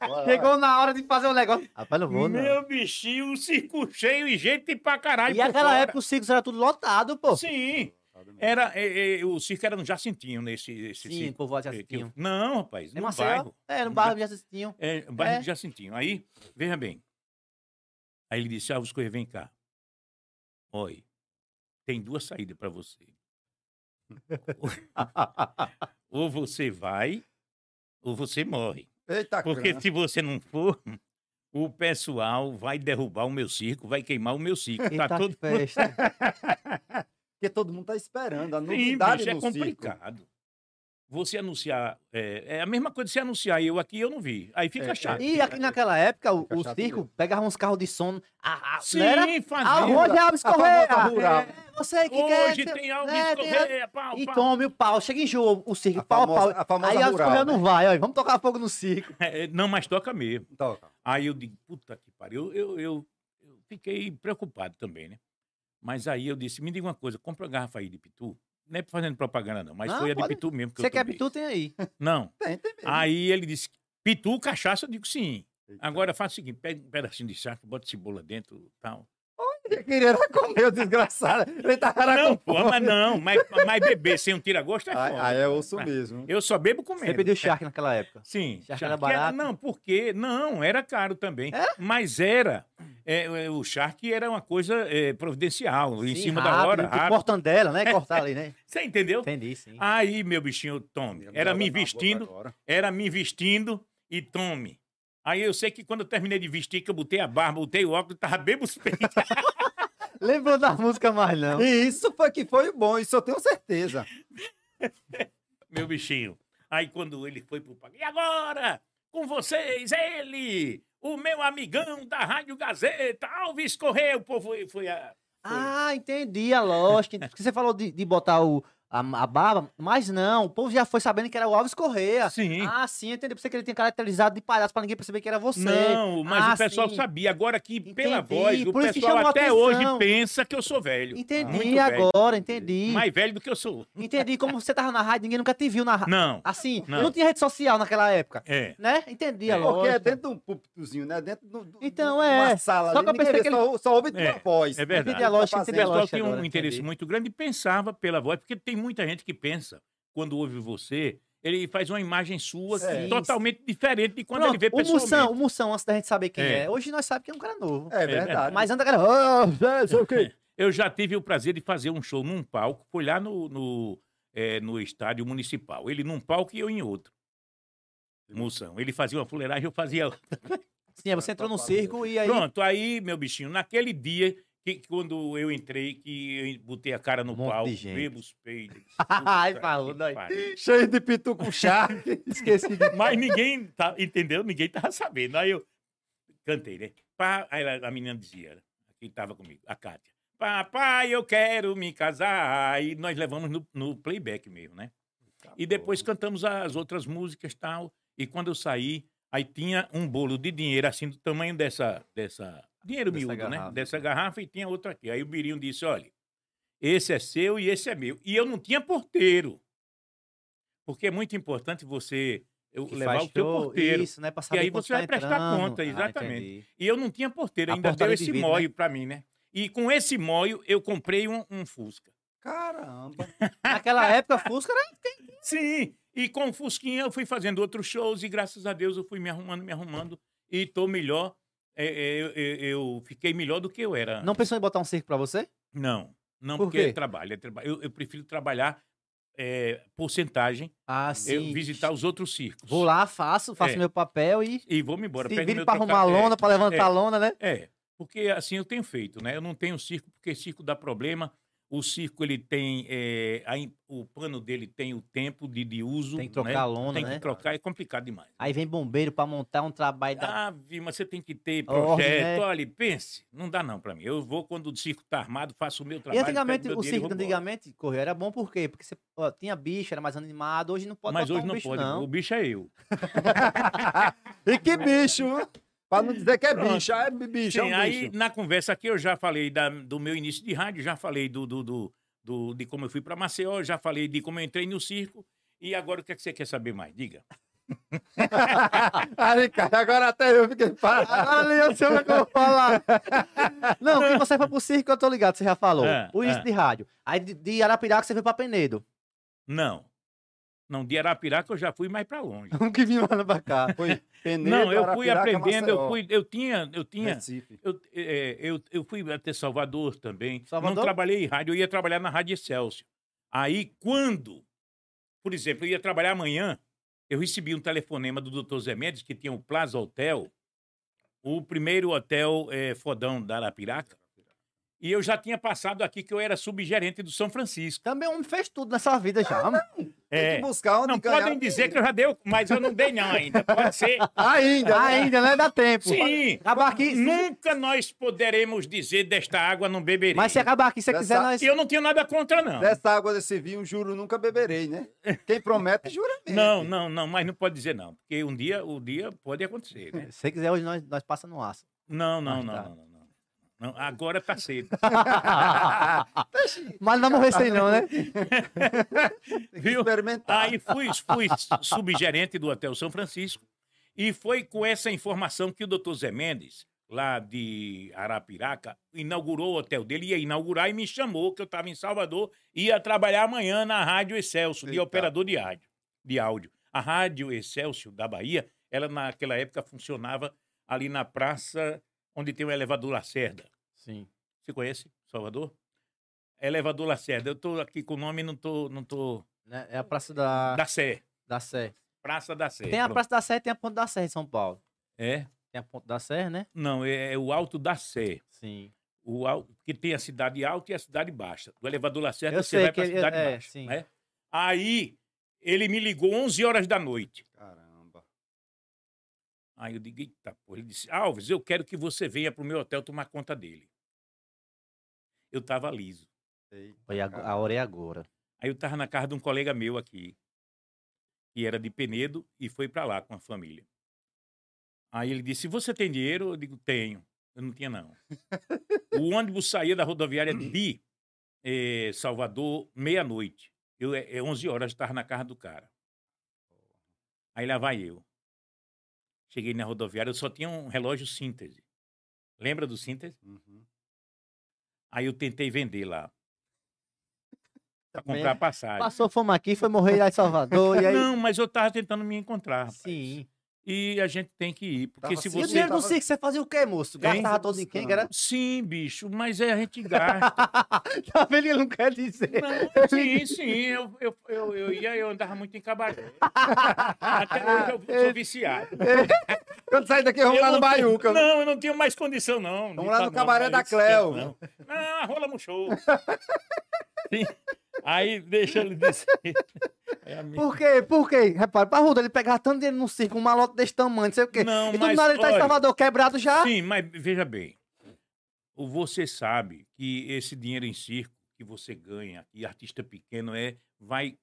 Olha lá.
Chegou na hora de fazer o negócio. Rapaz, não vou, não.
Meu bichinho, um circo cheio e gente pra caralho.
E
por
aquela
fora.
época os circos era tudo lotado, pô.
Sim. Era, é, é, o circo era no Jacintinho, nesse esse
Sim, o
circo.
povo já
que- que eu-
assistiam.
Não, rapaz,
É
no
Maceió?
bairro.
É, no
No
bairro já assistiam.
É, o bairro
É.
de Jacintinho. Aí, veja bem. Aí ele disse: Alves Correia, vem cá. Olha, tem duas saídas para você. Ou você vai, ou você morre.
Eita,
Porque
crã.
se você não for, o pessoal vai derrubar o meu circo, vai queimar o meu circo. Tá
Eita,
todo.
festa.
Porque todo mundo tá esperando. A
Sim,
novidade
bicho, é
no circo.
complicado. Você anunciar. É, é a mesma coisa de você anunciar eu aqui, eu não vi. Aí
É,
fica
é.
chato.
E aqui naquela época, o,
Fica
o
chato
circo
mesmo.
pegava uns carros de som. A, a,
Sim,
não era?
fazia.
Aonde é Alves
A famosa
Correia?
rural.
É, você que quer.
Hoje
você-
tem Alves
né, tem a-
Correia, é, pau,
E
pau.
tome o pau. Chega em jogo, o circo,
A
pau,
famosa-
pau.
a famosa
Aí Alves
rural,
Correia
né?
não vai, ó. Vamos tocar fogo no circo.
É, não, mas toca mesmo.
Então, cara,
Aí eu digo, puta que pariu. Eu, eu, eu, eu fiquei preocupado também, né? Mas aí eu disse, me diga uma coisa, compra uma garrafa aí de pitu. Não é fazendo propaganda, não, mas
Não,
foi a
Ah, pode.
de pitu mesmo que
Você
eu
quer
tomei.
pitu, tem aí.
Não.
tem, tem mesmo.
Aí ele disse, pitu, cachaça? Eu digo, sim.
Eita.
Agora faça o seguinte, pega um pedacinho de saco, bota cebola dentro tal.
Ele queria era comer, o desgraçado. Ele tava era com
não, pô,
fome.
mas não. Mas, mas beber sem um tira-gosto é
Aí,
foda.
aí é osso mesmo.
Eu só bebo comendo.
Você pediu Shark naquela época.
Sim.
Charque
charque
era barato?
não, por quê? Não, era caro também. Mas era. é, é, o charque era uma coisa é, providencial, em
Sim,
cima da
rápido,
hora.
Tipo
rápido.
mortandela, né? Cortar ali, né?
Você entendeu?
Entendi, sim.
Aí, meu bichinho, tome. Era me vestindo, era me vestindo e tome. Aí eu sei que quando eu terminei de vestir, que eu botei a barba, botei o óculos, tava bem suspeito.
Lembrou da música mais, não.
E isso foi que foi bom, isso eu tenho certeza.
meu bichinho. Aí quando ele foi pro palco, e agora? Com vocês, ele, o meu amigão da Rádio Gazeta, Alves Correia, o povo foi a...
Ah, entendi a lógica. Porque você falou de, de botar o, a, a barba, mas não. O povo já foi sabendo que era o Alves Correia.
Sim.
Ah, sim, entendi. Por isso que ele tinha caracterizado de palhaço pra ninguém perceber que era você.
Não, mas
Ah,
o pessoal
sim.
sabia. Agora que pela
Entendi,
voz, o
por isso que
pessoal
chamou
até
atenção.
hoje pensa que eu sou velho.
Entendi
Muito
agora, entendi.
Mais velho do que eu sou.
Entendi como você tava na rádio, ninguém nunca te viu na rádio.
Não.
Assim,
Não.
não. tinha rede social naquela época,
É.
né? Entendi a
É.
Porque é
lógica.
dentro de um púlpitozinho, né? Dentro do, do,
Então,
do- de
é.
uma sala
Só
ali,
que eu
ninguém
pensei
vê,
que
só, só ouve tua
É,
voz.
é verdade.
Entendi
Entendi a lógica,
Tá
entendi a
O pessoal
lógica
tem um
agora,
interesse
entendi.
muito grande e pensava pela voz, porque tem muita gente que pensa, quando ouve você, ele faz uma imagem sua que é
Sim.
totalmente diferente de quando
Pronto,
ele vê
o
pessoalmente.
Moção, o Moção, antes da gente saber quem
É.
é. Hoje nós sabemos que é um cara novo.
É
verdade.
verdade.
Mas antes a galera... "Ah, é, sei o quê."
Eu já tive o prazer de fazer um show num palco, foi lá no, no, é, no estádio municipal. Ele num palco e eu em outro. Moção. Ele fazia uma fuleiragem, eu fazia
Sim, aí você entrou no circo e aí...
Tá, Pronto, aí, meu bichinho, naquele dia que que quando eu entrei, que eu botei a cara no
Um monte
palco,
de gente.
bebo os peidos.
Ai,
puta
falou,
que
daí.
pariu.
Cheio de pitu com charque.
Esqueci de...
Mas ninguém, tá, entendeu? Ninguém tava sabendo. Aí eu cantei, né? Pá, aí ela- a menina dizia, que tava comigo, a Kátia. Papai, eu quero me casar. E nós levamos no, no playback mesmo, né?
Tá
E depois cantamos as outras músicas e tal. E quando eu saí, aí tinha um bolo de dinheiro assim do tamanho dessa, dessa dinheiro
Dessa
miúdo, né?
garrafa. é.
Dessa garrafa e tinha outra aqui. Aí o Birinho disse: olha, esse é seu e esse é meu. E eu não tinha porteiro. Porque é muito importante você eu
Que
levar
faz
o teu
show,
porteiro.
Isso, né? Pra saber
aí
quanto
você vai
tá
prestar
entrando.
conta,
Ah,
exatamente.
entendi.
E eu não tinha porteiro,
A
ainda deu
portaria de
esse
vidro,
móio pra mim, né? E com esse móio eu comprei um, um Fusca.
Caramba.
Naquela época, Fusca né, era...
Sim, e com o Fusquinha eu fui fazendo outros shows e graças a Deus eu fui me arrumando, me arrumando e tô melhor. É, é, Eu, eu- eu fiquei melhor do que eu era.
Não pensou em botar um circo pra você?
não, não
Por
porque
quê?
é trabalho. é traba- Eu, eu prefiro trabalhar é, porcentagem,
Ah,
eu
sim.
visitar os outros circos.
Vou lá, faço, faço
É.
meu papel e...
E vou me embora.
se
pego
vire
meu
pra arrumar a
troca- é,
lona, pra levantar
é.
a lona, né?
É, porque assim eu tenho feito, né? Eu não tenho circo, porque circo dá problema. O circo, ele tem. eh, a im- o pano dele tem o tempo de, de uso.
Tem que trocar
né?
a lona,
Tem
né?
que trocar, é complicado demais.
Aí vem bombeiro pra montar um trabalho da...
Ah, Vi, mas você tem que ter
A ordem,
projeto.
né?
Olha, pense. Não dá não pra mim. Eu vou quando o circo tá armado, faço o meu
E
trabalho.
antigamente,
pego meu
o
dinheiro e
circo
vou embora.
antigamente, correu, era bom por quê? Porque você ó, tinha bicho, era mais animado, hoje não pode
Mas
botar
hoje
um
não
bicho,
pode.
não.
O bicho é eu.
e que bicho, viu? Pra não dizer que é
Pronto.
bicho. É bicho, é
Sim,
um
aí
bicho.
na conversa aqui eu já falei da- do meu início de rádio, já falei do, do, do- do- de como eu fui para Maceió, já falei de como eu entrei no circo. E agora o que, é que você quer saber mais? Diga.
Aí, cara, agora até eu fiquei parado.
Agora nem eu sei o que eu vou falar. Não, quando você foi pro circo, eu tô ligado, você já falou.
É,
o início
é.
de rádio. Aí de, de Arapiraca você veio pra Penedo.
Não. Não, de Arapiraca eu já fui mais para longe.
Um que vinha lá pra cá.
Foi Penedo,
Não, eu fui
Arapiraca,
aprendendo, eu
Maceió,
fui, eu tinha, eu tinha,
Recife.
eu, é, eu, eu fui até Salvador também.
Salvador?
Não trabalhei em rádio, eu ia trabalhar na Rádio Excelsior. Aí, quando, por exemplo, eu ia trabalhar amanhã, eu recebi um telefonema do Dr. Zé Mendes, que tinha o Plaza Hotel, o primeiro hotel eh, fodão da Arapiraca. E eu já tinha passado aqui que eu era subgerente do São Francisco.
Também um fez tudo nessa vida já. mano.
Tem
É.
que buscar onde
Não
ganhar um
podem
o
dizer que eu já dei, mas eu não dei não ainda. Pode ser.
Ainda, né?
Ainda, né? Dá tempo.
Sim.
Acabar aqui.
Nunca nós poderemos dizer desta água não beberei.
Mas se acabar aqui, se você
Dessa-
quiser, nós.
Eu não tenho nada contra, não.
Dessa água desse vinho, juro, nunca beberei, né? Quem promete, jura mesmo.
Não, não, não, mas não pode dizer não, porque um dia, o dia pode acontecer, né?
Se você quiser, hoje nós, nós passa no aço.
Não, não,
Mas
não,
tá.
não, não, não. Não, agora tá cedo.
Mas não morrer sem não, né?
Tem que
Viu?
experimentar.
Aí fui, fui subgerente do Hotel São Francisco e foi com essa informação que o Dr. Zé Mendes, lá de Arapiraca, inaugurou o hotel dele, ia inaugurar e me chamou, que eu estava em Salvador, ia trabalhar amanhã na Rádio Excelso, de
Eita.
operador de áudio, de áudio. A Rádio Excelso da Bahia, ela naquela época funcionava ali na praça onde tem o elevador Lacerda.
Sim.
Você conhece Salvador? Elevador Lacerda. Eu tô aqui com o nome e não tô, não tô...
Né? É a Praça da,
Da Sé.
da Sé.
Praça da Sé.
Tem a
pronto.
Praça da Sé e tem a Ponte da Sé em São Paulo.
É?
Tem a Ponte da Sé, né?
Não, é, é o Alto da Sé.
Sim.
O al... Que tem a cidade alta e a cidade baixa. Do elevador Lacerda,
Eu
você
sei
vai
que
para a
ele-
cidade
é,
baixa.
sim.
né? Aí, ele me ligou 11 horas da noite.
Caramba.
Aí eu digo, eita, porra. Ele disse, Alves, eu quero que você venha pro meu hotel tomar conta dele. Eu tava liso.
Eita,
Foi ago-
cara.
a hora é agora.
Aí eu tava na casa de um colega meu aqui, que era de Penedo e foi para lá com a família. Aí ele disse: Você tem dinheiro? Eu digo: Tenho. Eu não tinha, não. o ônibus saía da rodoviária de eh, Salvador meia-noite. Eu, é, é 11 horas, estava na casa do cara. Aí lá vai eu. Cheguei na rodoviária, eu só tinha um relógio síntese. Lembra do síntese?
Uhum.
Aí eu tentei vender lá. Pra
Também
comprar passagem.
Passou fome aqui, foi morrer lá em Salvador. e aí.
Não, mas eu tava tentando me encontrar. rapaz.
Sim.
E a gente tem que ir. Porque
Tava
se
sem
E o
você.
dinheiro do
tava-
circo, você fazia o quê, moço?
Hein?
Gastava todo em quem? que Era...
Sim, bicho, mas é a gente gasta.
tá vendo? Ele não quer dizer.
Não, sim, sim. Eu, eu, eu, eu ia, eu andava muito em cabaré. Até hoje eu sou viciado.
Quando sair daqui, vamos
Eu
lá no
não tenho-
Baiuca.
Não, eu não tenho mais condição, não.
Vamos
De
lá
tá
no
bom,
cabaré
aí
da
eu
Cleo.
esqueço, Não, não rola um show. Sim. Aí deixa ele dizer. É a minha-
Por quê? Por quê? Repara, parrudo, ele pegava tanto dinheiro no circo, um malote desse tamanho, não sei o quê.
Não,
e do
mas,
nada ele tá em
olha,
Salvador quebrado já.
Sim, mas veja bem. O- Você sabe que esse dinheiro em circo que você ganha, e artista pequeno é, vai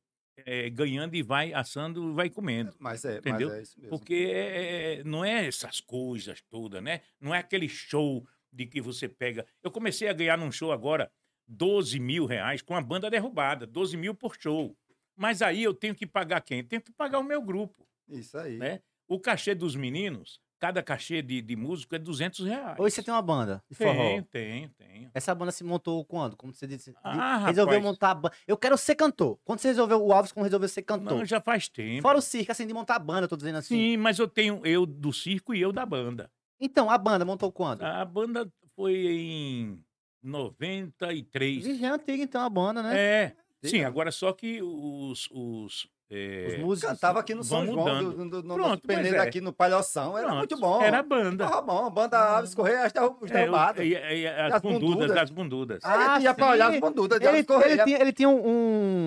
é, ganhando e vai assando e vai comendo.
Mas é,
Entendeu?
mas é isso mesmo.
Porque é, é, não é essas coisas todas, né? Não é aquele show de que você pega. Eu comecei a ganhar num show agora 12 mil reais com a banda derrubada, 12 mil por show. Mas aí eu tenho que pagar quem? Tenho que pagar o meu grupo.
Isso aí.
Né? O cachê dos meninos, cada cachê de, de músico é 200 reais.
Hoje você tem uma banda de forró.
Tenho, tenho, tenho.
Essa banda se montou quando? Como você disse? de-
Ah,
resolveu
rapaz.
montar a banda. Eu quero ser cantor. Quando você resolveu, o Alves como resolveu ser cantor?
Não, já faz tempo.
Fora o circo, assim, de montar a banda, eu tô dizendo assim.
Sim, mas eu tenho eu do circo e eu da banda.
Então, a banda montou quando?
A banda foi em 93.
Já é antiga, então, a banda, né?
É. Sim,
Diga.
agora só que os. os é,
Os músicos.
Cantava aqui no São
Vamos
João,
dando.
do, do, do, no
Pronto,
nosso
mas
Peneira
é.
aqui no Palhoção. Era
pronto,
muito bom.
Era a banda.
Tava bom. Banda Aves Correia, as derru- os
É,
derrubados.
o- e- e- as,
As
bundudas,
bundudas.
as bundudas.
Ah,
Ah, ele ia pra
sim.
olhar as bandudas de
Ele,
Aves Correia.
ele tinha, ele tinha um.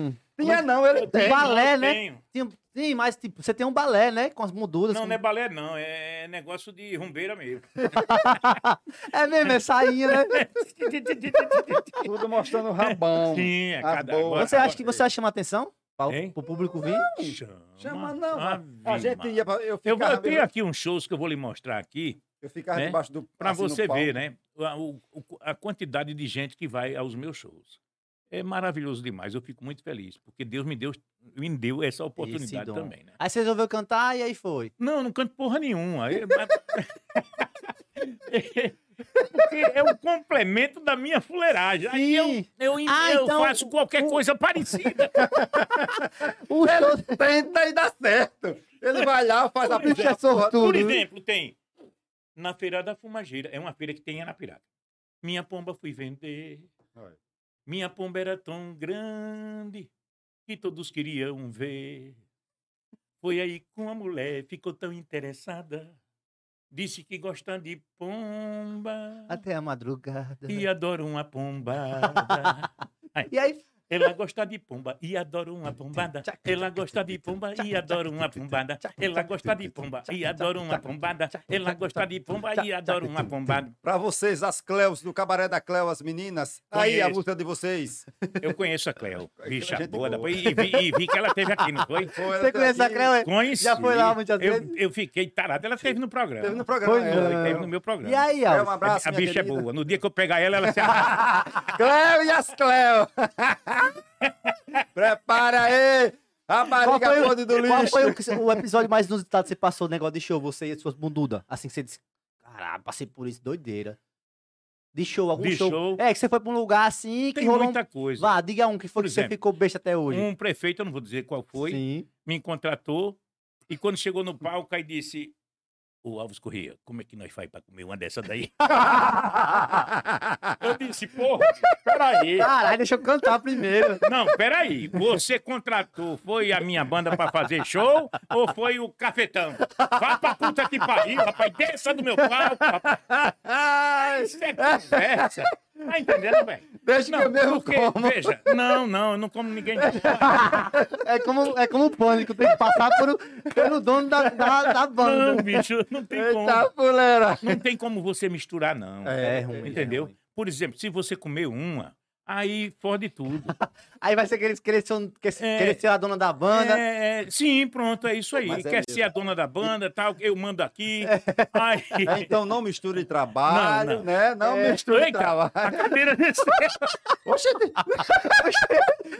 um-
é
Tinha não, ele tem.
balé,
eu
né?
tenho.
tinha- sim, mas tipo, você tem um balé, né? Com as muduras.
Não,
com-
assim.
não é balé, não. É negócio de rumbeira mesmo.
é mesmo, é sainha, né?
Tudo mostrando o rabão.
Sim, é
Ah,
cada
boa.
agora-
Você acha que você vai chamar atenção? Pra,
Hein?
pro público vir?
Chama,
é Chama não.
Ave
A gente
Maria.
ia pra, eu
Eu, vou-
ficava,
eu tenho aqui uns shows que eu vou lhe mostrar aqui,
eu ficava
né?
debaixo do
para
assim, no
você
palco.
ver, né? A, o- o- a quantidade de gente que vai aos meus shows. É maravilhoso demais, eu fico muito feliz, porque Deus me deu, me deu essa oportunidade
dom.
também, né?
Aí você resolveu cantar e aí foi.
Não, não canto porra nenhuma. Eu- mas- Porque é o complemento da minha fuleiragem. Aí eu,
Sim.
eu, in-
Ah,
eu
então
faço qualquer coisa parecida.
O show.
Tenta e dá certo. Ele vai lá, faz a
Por exemplo,
bicha sortuda.
Por exemplo, tem na Feira da Fumageira, é uma feira que tem em Anapirata. Minha pomba fui vender.
Olha.
Minha pomba era tão grande que todos queriam ver. Foi aí com a mulher, ficou tão interessada. Disse que gosta de pomba
Até a madrugada.
e adora uma pombada.
E aí,
Ela gosta de pomba e adora uma pombada. Ela gosta de pomba e adora uma pombada. Ela gosta de pomba e adora uma pombada. Ela gosta de pomba e adora uma pombada.
Pra vocês, as Cleus, do Cabaré da Cleo, as meninas. Tá Aí a
Conheço.
música de vocês.
Eu conheço a Cleo, bicha
Gente boa.
boa. depois- E vi, e vi que ela esteve aqui, não foi?
Pô, ela
você
tá
conhece a é?
aqui,
Creu?
Conheci.
Já foi lá muitas
eu,
vezes?
Eu fiquei tarado. Ela esteve no programa.
Teve no
Foi,
programa.
Ela
ela.
não.
esteve no meu programa.
E aí,
Creu, um
Alves?
abraço,
a
minha
bicha é
querida.
boa. No dia que eu pegar ela, ela se arrasta.
Cleo e as Cleo. Prepara aí. A
Qual
barriga
foi,
podre do
o, qual
lixo.
foi o, que você- o episódio mais inusitado que você passou, o negócio de show, você e as suas bundudas? Assim que você disse, caralho, passei por isso, doideira. De show, algum
De
show.
show.
É, que você foi pra um lugar assim que
Tem
rolou
muita
um...
coisa.
Vá, diga um que foi
Por
que você
exemplo,
ficou besta até hoje.
Um prefeito, eu não vou dizer qual foi,
Sim.
me contratou e quando chegou
Hum.
no palco aí disse o Alves Corrêa, como é que nós faz pra comer uma dessa daí? Eu disse, porra, peraí.
Caralho, deixa eu cantar primeiro.
Não, peraí. Você contratou, foi a minha banda pra fazer show ou foi o Cafetão? Vá pra puta que pariu, rapaz. Desça do meu palco, rapaz. Isso é conversa. Tá entendendo, velho?
Deixa que eu mesmo
porque,
como.
Veja, não, não, eu não como ninguém.
É como, é como o pânico, tem que passar pelo, pelo dono da, da, da
Não,
banda.
bicho, não tem como.
Eita, fuleira.
Não tem como você misturar, não.
É ruim, é
Entendeu?
ruim.
Por exemplo, se você comer uma, aí fode tudo.
Aí vai ser que eles querer ser, um- que-
É.
querer ser a dona da banda.
É, é, sim, pronto, é isso aí.
Mas é
Quer
mesmo.
ser a dona da banda, tal, eu mando aqui. Aí...
É, Então não misture trabalho,
Não, não.
né? Não
É,
misture
eita,
trabalho.
a cadeira desse.
Oxente.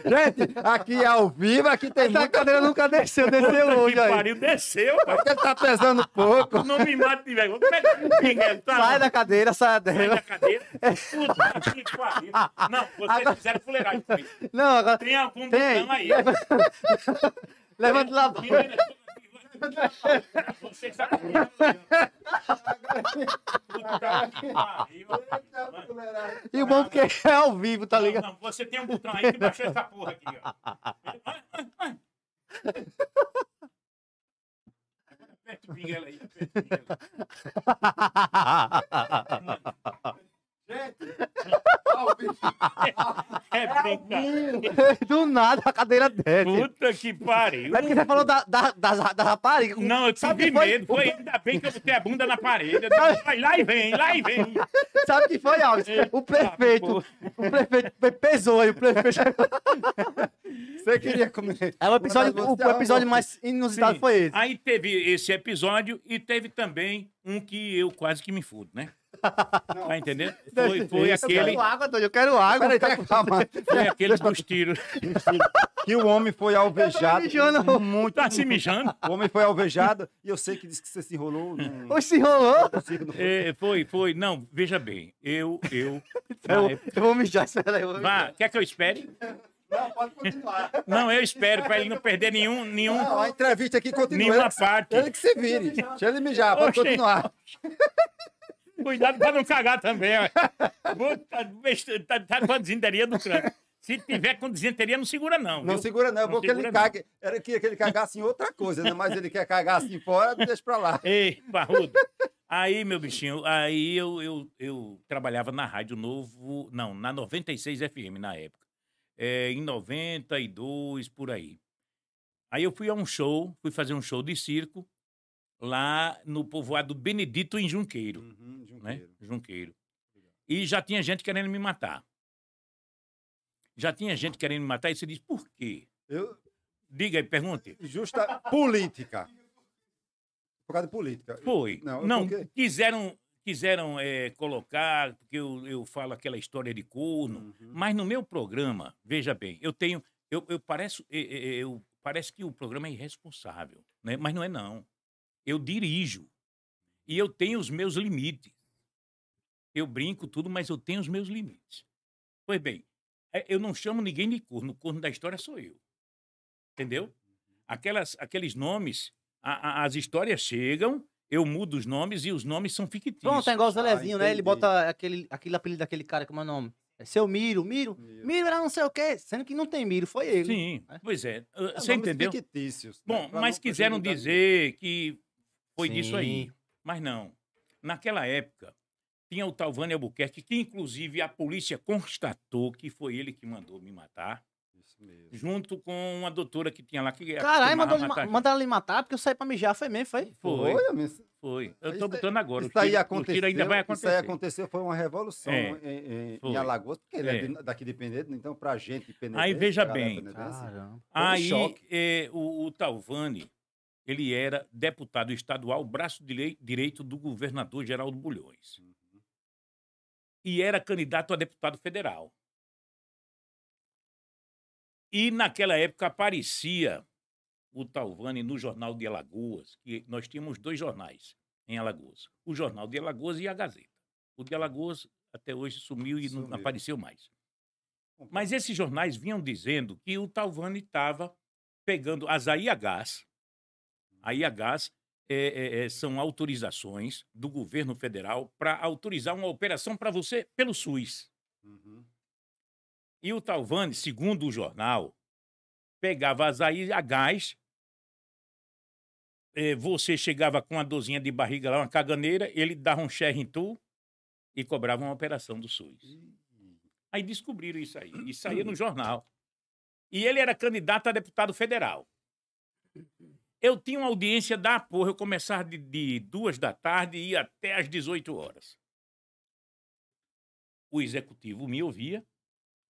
Gente, aqui é ao vivo, aqui tem
Essa
muita...
cadeira nunca desceu, desceu
Puta
hoje
que
aí.
pariu, desceu. pai.
Porque ele tá pesando pouco.
Não me mate, velho. Vou pegar o Miguel, tá?
Sai da cadeira, sai
Sai
dela.
da cadeira. Puta que pariu. Não, vocês fizeram fuleiragem comigo.
Não, agora.
Tem algum
Tem.
botão aí.
Levanta lá.
Você está com medo. Puta que pariu.
E o bom porque é ao vivo, tá ligado?
Não, não, você tem um botão aí que baixou essa porra aqui, ó. Vai, vai, vai. Aperta o pinguela aí, aperta o pinguela. É brincadeira.
Do nada a cadeira desce.
Puta que pariu.
É porque você falou da, da, das- da rapariga.
Não, eu
Sabe
tive
que foi?
medo. Foi ainda bem que eu botei a bunda na parede. Eu disse, Vai lá e vem, lá e vem.
Sabe que foi, Alves? O prefeito. O prefeito pe- pesou aí. O prefeito.
Você queria comer.
É um o episódio, o episódio mais inusitado
Sim.
foi esse.
Aí teve esse episódio e teve também um que eu quase que me fudo, né? Tá entendendo? Foi, foi
Eu
aquele,
quero água, Tony, eu quero água.
Peraí, tá calma.
foi aquele dos tiros.
Que o homem foi alvejado.
mijando.
Muito.
Tá se mijando?
O homem foi alvejado e eu sei que disse que você se enrolou. né? Não, não
Oxe, se enrolou.
consigo, não.
É, foi, foi. Não, veja bem. Eu, eu.
Eu, eu vou mijar, espera aí. eu vou mijar.
Vá, quer que eu espere?
Não, pode continuar.
Não, eu espero, para ele não perder nenhum, nenhum,
Não, a entrevista aqui continua.
nenhuma
Ele que- Ele
parte.
que se vire. Deixa ele mijar, pode
Oxe.
continuar.
Cuidado para não cagar também. ó. Vou- Tá, besta- tá, tá com a desenteria do crânio. Se tiver com desenteria, não segura, não.
Não
viu?
segura, não. É
Não
bom que ele
segura,
cague. Era que que ele cagasse em outra coisa, né? Mas ele quer cagar assim fora, deixa pra lá.
Ei, Barrudo. Aí, meu bichinho, aí eu, eu, eu trabalhava na Rádio Novo, não, na 96 FM na época. É, em 92, por aí. Aí eu fui a um show, fui fazer um show de circo lá no povoado Benedito, em Junqueiro,
Uhum,
né?
Junqueiro.
Junqueiro. E já tinha gente querendo me matar. Já tinha gente querendo me matar e você diz, por quê?
Eu,
Diga aí, pergunte.
justa política. Por causa de política.
Foi.
Não,
Não,
eu coloquei.
quiseram, quiseram eh, colocar, porque eu, eu falo aquela história de corno.
Uhum.
Mas no meu programa, veja bem, eu tenho. Eu, eu pareço, eh, eh, eu, parece que o programa é irresponsável, né? mas não é não. Eu dirijo. E eu tenho os meus limites. Eu brinco tudo, mas eu tenho os meus limites. Pois bem, eh, eu não chamo ninguém de corno. O corno da história sou eu. Entendeu? Aquelas, aqueles nomes, a- a- as histórias chegam, eu mudo os nomes e os nomes são fictícios.
Pronto, é igual o Zelezinho,
Ah,
né? Ele
entendi.
bota aquele, aquele apelido daquele cara, como é o nome? É seu Miro, Miro.
Meu.
Miro era não sei o quê, sendo que não tem Miro, foi ele.
Sim,
né?
pois é.
É,
Ah, Você
nomes
entendeu?
fictícios, né?
Bom,
Pra
mas
não
quiseram
prejudicar
dizer que foi disso aí.
Sim.
Mas não. Naquela época, tinha o Talvani Albuquerque, que inclusive a polícia constatou que foi ele que mandou me matar,
ninguém. Isso mesmo.
junto com uma doutora que tinha lá. que
Caralho,
costumava
mandou ele ma-
matar-
mandaram ele matar porque eu saí pra mijar, foi mesmo, foi?
Foi,
Olha, mas
foi. Eu
Ah, Isso
tô
aí-
botando agora. O
Isso aí
tiro-
aconteceu.
O tiro ainda vai acontecer.
Isso aí aconteceu, foi uma revolução
É,
em, em- em
foi.
Alagoas, porque ele é,
É.
de- daqui de Penedo, então pra gente Penedo.
Aí, veja bem.
Caramba.
Aí
um choque.
eh, o, o Talvani, ele era deputado estadual, braço direi- direito do governador Geraldo Bulhões.
Uhum.
E era candidato a deputado federal. E naquela época aparecia o Talvani no Jornal de Alagoas, que nós tínhamos dois jornais em Alagoas, o Jornal de Alagoas e a Gazeta. O de Alagoas até hoje sumiu e não
Sumiu.
apareceu mais.
é um
Mas esses jornais vinham dizendo que o Talvani estava pegando as AIHs. AIHs é, é, é, são autorizações do governo federal para autorizar uma operação para você pelo SUS.
Uhum.
E o Talvani, segundo o jornal, pegava as AIHs, eh, você chegava com uma dorzinha de barriga lá, uma caganeira, ele dava um share em tu e cobrava uma operação do SUS. Aí descobriram isso aí. Isso saía no jornal. E ele era candidato a deputado federal. Eu tinha uma audiência da porra. Eu começava de, de duas da tarde e ia até às 18 horas. O executivo me ouvia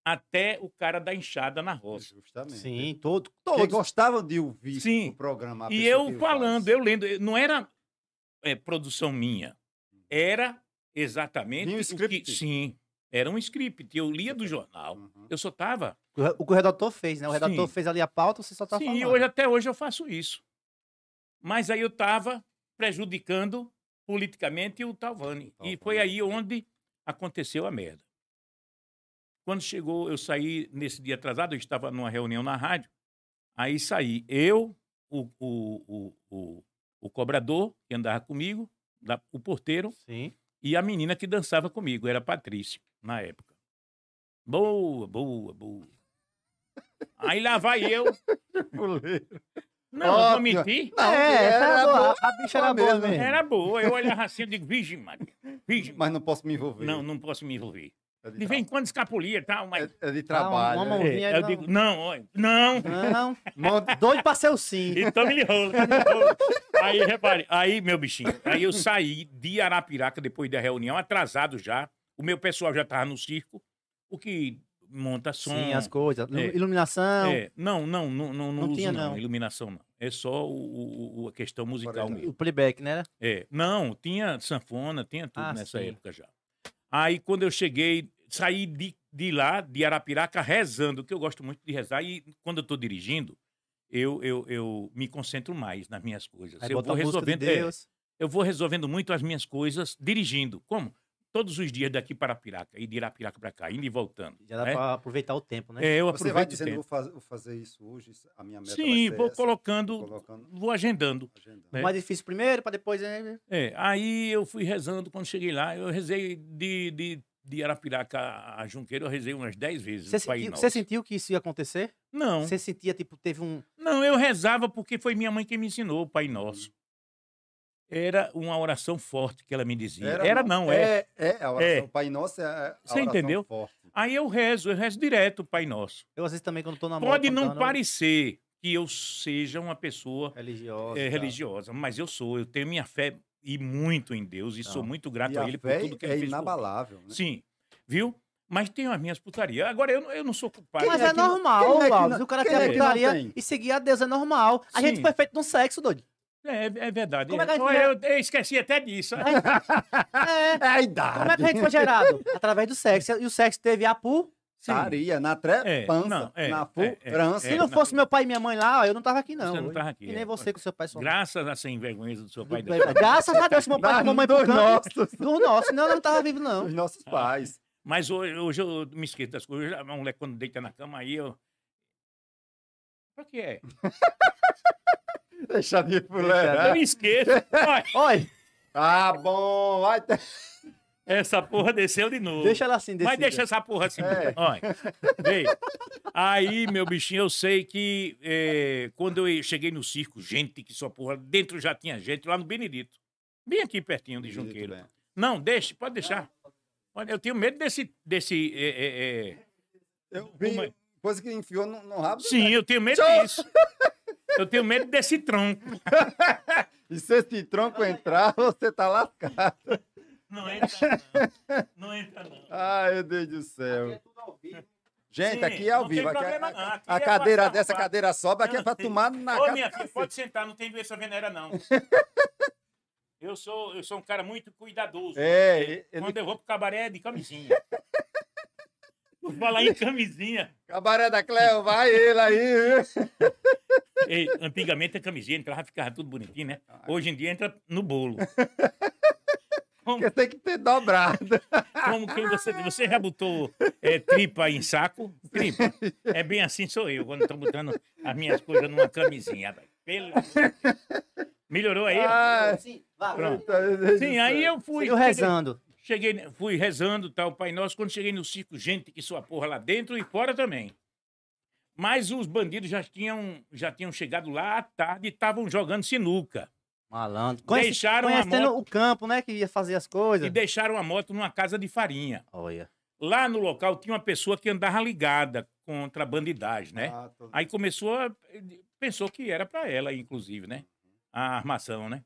até o cara da enxada na roça.
Justamente.
Sim, todo,
Porque
todos.
gostavam de ouvir
Sim.
o programa. a
E
pessoa que
eu
o
falando,
faz.
eu lendo. eu- Não era é, produção minha. Era exatamente
Vinha um
o que...
script.
Sim, era um script. Eu lia do jornal.
Uhum.
Eu só estava
O que o redator fez, né? O redator
Sim.
fez ali a pauta, você só tá
Sim,
falando.
e hoje, até hoje eu faço isso. Mas aí eu estava prejudicando politicamente o Talvani. E
Talvani.
foi
né?
aí onde aconteceu a merda. Quando chegou, eu saí nesse dia atrasado, eu estava numa reunião na rádio. Aí saí eu, o, o, o, o, o cobrador que andava comigo, da- o porteiro,
Sim.
e a menina que dançava comigo, era a Patrícia, na época. Boa, boa, boa. Aí lá vai eu. Não, eu vou
Óbvio.
mentir.
Não,
é,
porque
essa
era
era boa.
boa,
A bicha
boa
era boa
mesmo.
mesmo.
Era boa. Eu olhava assim e digo, virgem, Maria. Virgem.
Mas não posso me envolver.
Não, não posso me envolver.
É de,
De vez em quando escapulia e tal, mas.
tra- é de
Dá uma-
trabalho.
uma
é.
mão- Novinha,
É, eu
não.
digo, não, olha, não.
Não, doido pra ser o sim.
E tome-lhe rolo, tome-lhe rolo. Aí, repare, aí, meu bichinho, aí eu saí de Arapiraca depois da reunião, atrasado já. O meu pessoal já estava no circo, o que monta som.
Sim, as coisas. Ilu-
É.
Iluminação.
É, não, não, não, não, não,
Não
uso,
tinha,
não.
não.
Iluminação não. É só o- o- o- a questão musical
Aparelho.
mesmo.
O playback, né?
É, não, tinha sanfona, tinha tudo
Ah,
nessa
sim.
época já. Aí quando eu cheguei, saí de, de lá, de Arapiraca, rezando, que eu gosto muito de rezar. E quando eu estou dirigindo, eu, eu, eu me concentro mais nas minhas coisas.
Aí
eu
bota
vou
a música de
resolvendo. é,
Deus.
eu vou resolvendo muito as minhas coisas dirigindo. Como? Todos os dias daqui para Arapiraca e de Arapiraca para cá, indo e voltando.
Já dá
né?
pra aproveitar o tempo, né?
É, eu
Você vai
aproveito o
dizendo, vou
tempo.
faz- vou fazer isso hoje, isso- a minha meta
Sim,
vai ser
vou
essa,
colocando,
colocando
vou agendando.
agenda.
O mais difícil primeiro, pra depois... né?
É, aí eu fui rezando quando cheguei lá. Eu rezei de, de, de Arapiraca a Junqueira, eu rezei umas 10 vezes.
Você
o Pai
sentiu,
Nosso.
você sentiu que isso ia acontecer?
Não,
Você sentia, tipo, teve um...
não, eu rezava porque foi minha mãe quem me ensinou o Pai
Hum.
Nosso. Era uma oração forte que ela me dizia. Era, não, é.
é. É, a oração.
É.
Pai Nosso é a a
Você
oração
entendeu?
forte.
Aí eu rezo, eu rezo direto o Pai Nosso.
Eu, às vezes, também, quando tô na moto,
Pode não
andando,
parecer que eu seja uma pessoa
Religiosa.
é,
e tal.
religiosa, mas eu sou. Eu tenho minha fé e muito em Deus e sou
Não.
muito grato
E
a
a
Ele por
fé
tudo que
é
Ele fez. por mim.
inabalável, né?
Sim, viu? Mas tenho as minhas putarias. Agora, eu, não- eu não sou culpado.
Mas
Quem
é,
é que não-
normal,
quem é que
Alves.
não-
O cara
quem
tem a
é que não
putaria
tem?
e seguir a Deus é normal. A gente
Sim.
foi feito num sexo, doido.
É, é verdade.
Como é que a gente
Olha,
vai-
eu, eu esqueci até disso.
É.
É a idade.
Como é que a gente foi gerado? Através do sexo. E o sexo teve a pu.
Estaria na
É,
trepança,
não, é,
na
é, é,
frança.
é.
Se não fosse meu pai e minha mãe lá, ó, eu não tava aqui, não.
Você não
hoje.
tava aqui,
E nem
é.
você com seu pai só.
Graças a sem vergonha do seu pai. e da sua mãe.
Graças a Deus, meu pai e
Da-
minha mãe
dos
pro canto.
nossos,
Do nosso, não, eu não tava vivo, não.
dos nossos
Ah.
pais.
Mas hoje, hoje eu me esqueço das coisas. Eu já- Um moleque, quando deita na cama, aí eu... Pra que é?
Deixa de
É,
Eu
fuleira.
me esqueço. Olha,
Olha,
né? Ah, bom. Vai ter...
essa porra desceu de novo.
deixa ela assim, desse
Mas deixa essa porra assim.
É.
Olha. Vê. Aí, meu bichinho, eu sei que eh, quando eu cheguei no circo, gente que só porra, dentro já tinha gente, lá no Benedito. Bem aqui pertinho de Junqueiro.
Tudo bem.
Não, deixe, pode deixar. Olha, eu tenho medo desse. desse eh, eh, eh,
Eu vi
Como é?
coisa que enfiou no, no rabo.
Sim, eu tenho medo
Tchau.
disso. Eu tenho medo desse tronco.
E se esse tronco
é.
entrar, você tá lascado.
Não entra, não. Não entra, não.
Ai, meu Deus do céu. Gente,
Sim,
aqui é ao
não tem
vivo. aqui é-
problema não,
a,
aqui
a
é
cadeira
passar,
dessa
passar.
cadeira sobe, aqui é pra
Não, sim.
tomar na tá assim.
Ô,
cara.
minha filha, pode sentar, não tem doença venera, não. Eu sou, eu sou um cara muito cuidadoso.
É, e- ele...
Quando eu vou pro cabaré é de camisinha. Vou falar em camisinha.
cabaré da Cleo, vai ele aí.
Ei, antigamente a camisinha entrava, ficava tudo bonitinho, né?
Ah,
Hoje em dia entra no bolo. Como,
Porque tem que ter dobrado.
como que você, você já botou é, tripa em saco? Tripa. É bem assim sou eu, quando estou botando as minhas coisas numa camisinha. velho. Pelo... Melhorou aí?
Ai,
Pronto.
Ah, meu Deus do
Sim, aí
céu.
eu fui.
Ah, é. Eu rezando.
Cheguei, fui rezando, tal, Pai Nosso. Quando cheguei no circo, gente que sua porra lá dentro e fora também. Mas os bandidos já tinham, já tinham chegado lá à tarde e estavam jogando sinuca.
Malandro.
Deixaram a
conhecendo
moto-
o campo, né? Que ia fazer as
E
coisas.
deixaram a moto numa casa de farinha.
Olha.
Lá no local tinha uma pessoa que andava ligada contra a bandidagem, né?
Ah, tô-
Aí começou a... Pensou que era pra ela, inclusive, né? A armação, né?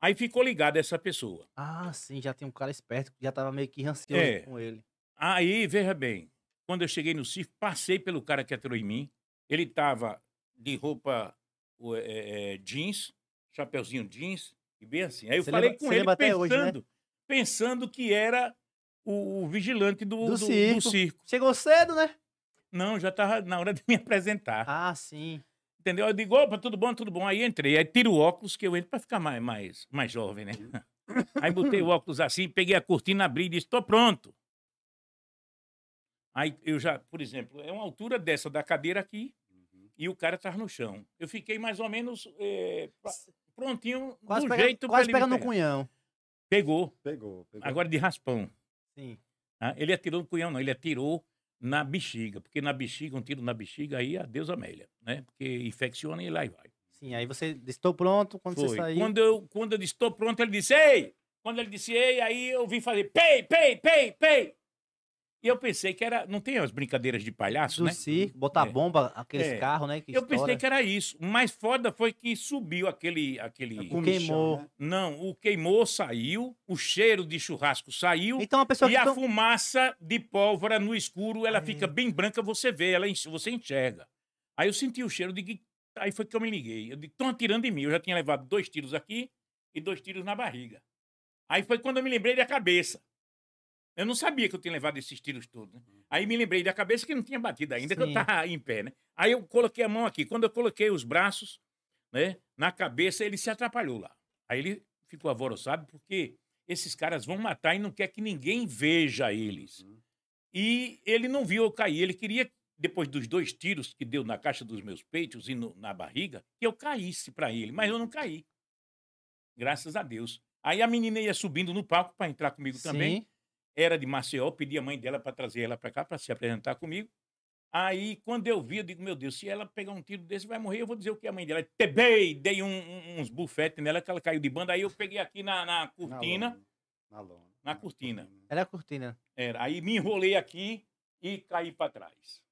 Aí ficou ligada essa pessoa.
Ah, sim, já tem um cara esperto que já tava meio que ansioso
É.
com ele.
Aí, veja bem, quando eu cheguei no circo, passei pelo cara que atirou em mim. Ele tava de roupa o- é, é, jeans, chapeuzinho jeans, e bem assim. Aí eu
Você
falei
lembra-
com
você
ele
lembra até
pensando,
hoje, né?
pensando que era o, o vigilante do,
Do
do- do circo.
circo. Chegou cedo, né?
Não, já tava na hora de me apresentar.
Ah, sim.
Entendeu? Eu digo, opa, tudo bom, tudo bom. Aí entrei. Aí tiro o óculos, que eu entro pra ficar mais, mais, mais jovem, né? Aí botei o óculos assim, peguei a cortina, abri e disse, tô pronto. Aí eu já, por exemplo, é uma altura dessa da cadeira aqui
Uhum.
e o cara tava no chão. Eu fiquei mais ou menos eh, pra- prontinho,
Quase
do
pegando,
jeito pra
quase
ele me
pegando no
pegar.
cunhão.
Pegou,
Pegou, pegou.
agora de raspão.
Sim.
tá? Ele atirou no cunhão, não, ele atirou na bexiga, porque na bexiga, um tiro na bexiga, aí adeus Amélia, né? Porque infecciona e lá e vai.
Sim, aí você disse, estou pronto, quando você
Foi.
saiu.
Quando eu, quando eu disse, estou pronto, ele disse, ei! Quando ele disse, ei, aí eu vim fazer, pei, pei, pei, pei. E eu pensei que era. Não tem as brincadeiras de palhaço,
Do
né?
circo, botar
É.
bomba, aqueles
É.
carros, né? Que
Eu pensei
estoura.
que era isso. O mais foda foi que subiu aquele. aquele...
O queimou.
né?
Não, o queimou saiu, o cheiro de churrasco saiu.
Então a pessoa
E
que. Hum.
a
tão-
fumaça de pólvora no escuro, ela
Ai.
fica bem branca, você vê, ela, enx- você enxerga. Aí eu senti o cheiro de. gui- Aí foi que eu me liguei. Eu disse, estão atirando em mim. Eu já tinha levado dois tiros aqui e dois tiros na barriga. Aí foi quando eu me lembrei da cabeça. Eu não sabia que eu tinha levado esses tiros todos. né? Aí me lembrei da cabeça que não tinha batido ainda, que eu
Uhum. Sim.
estava em pé, né? Aí eu coloquei a mão aqui. Quando eu coloquei os braços né, na cabeça, ele se atrapalhou lá. Aí ele ficou alvoroçado porque esses caras vão matar e não quer que ninguém veja eles.
Uhum.
E ele não viu eu cair. Ele queria, depois dos dois tiros que deu na caixa dos meus peitos e no- na barriga, que eu caísse para ele, mas eu não caí. Graças a Deus. Aí a menina ia subindo no palco para entrar comigo também
Sim.
era de Maceió, pedi a mãe dela para trazer ela para cá para se apresentar comigo. Aí, quando eu vi, eu digo, meu Deus, se ela pegar um tiro desse, vai morrer. Eu vou dizer o que a mãe dela. é." Tebei! Dei um- um- uns bufetes nela, que ela caiu de banda. Aí eu peguei aqui na, na é cortina.
Na lona. né?
Na cortina.
Era a é cortina.
Era, aí me enrolei aqui e caí para trás.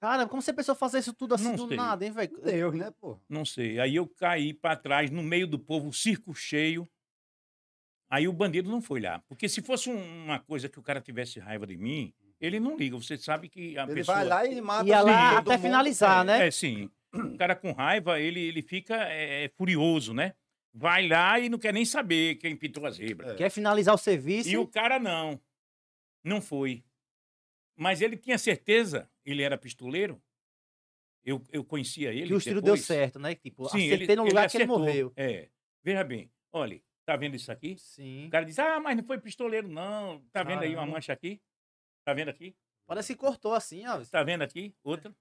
Cara, como você pensou fazer isso tudo assim
Não
do
sei.
nada, hein, velho?
Deus, né, pô?
Não sei. Aí eu caí para trás, no meio do povo, o circo cheio. Aí o bandido não foi lá. Porque se fosse um- uma coisa que o cara tivesse raiva de mim, ele não liga. Você sabe que a
Ele
pessoa...
vai lá e mata
Ia
os
lá
filhos
até
do mundo.
finalizar, né?
É, sim. O cara com raiva, ele, ele fica é, é, furioso, né? Vai lá e não quer nem saber quem pintou as zebra.
É.
Quer finalizar o serviço.
E o cara não. Não foi. Mas ele tinha certeza, ele era pistoleiro. Eu, eu conhecia ele.
que o tiro deu
depois.
certo, né? Tipo,
Sim,
acertei no lugar que ele
acertou.
morreu.
É. Veja bem, olha, tá vendo isso aqui?
Sim.
O cara diz: ah, mas não foi pistoleiro, não. Tá vendo aí uma
Caramba.
mancha aqui? Tá vendo aqui?
Parece que cortou assim, ó.
Tá vendo aqui? Outra.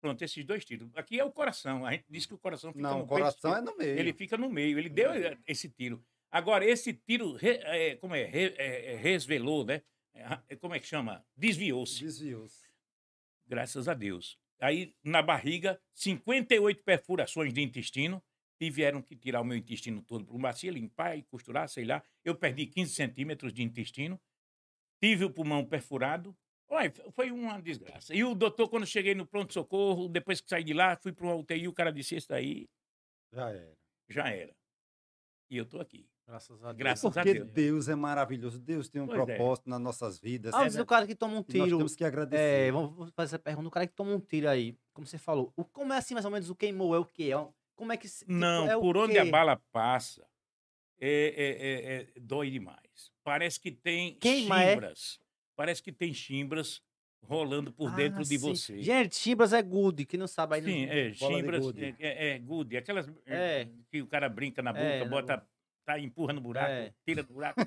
Pronto, esses dois tiros. Aqui é o coração. A gente diz que o coração fica
Não,
no
o
peito
coração
esquerdo.
é no meio.
Ele fica no meio. Ele deu eh, esse tiro. Agora, esse tiro, re- eh, como é? Re- eh, eh, resvelou, né? Eh, ra- eh, Como é que chama? Desviou-se.
desviou-se.
Graças a Deus. Aí, na barriga, 58 perfurações de intestino. Tiveram que tirar o meu intestino todo para o bacia, limpar e costurar, sei lá. Eu perdi 15 centímetros de intestino. Tive o pulmão perfurado. Olha, f- foi uma desgraça. E o doutor, quando eu cheguei no pronto-socorro, depois que saí de lá, fui para uma UTI, o cara disse, esse daí
Já era.
já era. E eu estou aqui.
Graças a Deus.
Graças a
Porque
Deus.
Deus é maravilhoso. Deus tem um
Pois é.
propósito nas nossas vidas.
Ah, mas
né?
o cara que toma um
E nós
tiro.
temos que
É,
agradecer.
vamos vamos fazer essa pergunta. O cara que toma um tiro aí, como você falou, o, como é assim mais ou menos o queimou? É o quê? É um- como é que. se- tipo,
Não,
é o
por onde
quê?
a bala passa, é, é- é- é- dói demais. Parece que tem
Queima, é?
chimbras. Parece que tem chimbras rolando por
Ah,
dentro de
sim.
você.
Gente, Chimbras é good, que não sabe aí.
Sim,
não...
bola
é,
de
chimbras,
gude.
é, é, é gude, aquelas
É.
eh, que o cara brinca na boca,
É, na
bota, tá, empurra no buraco,
É.
tira do buraco,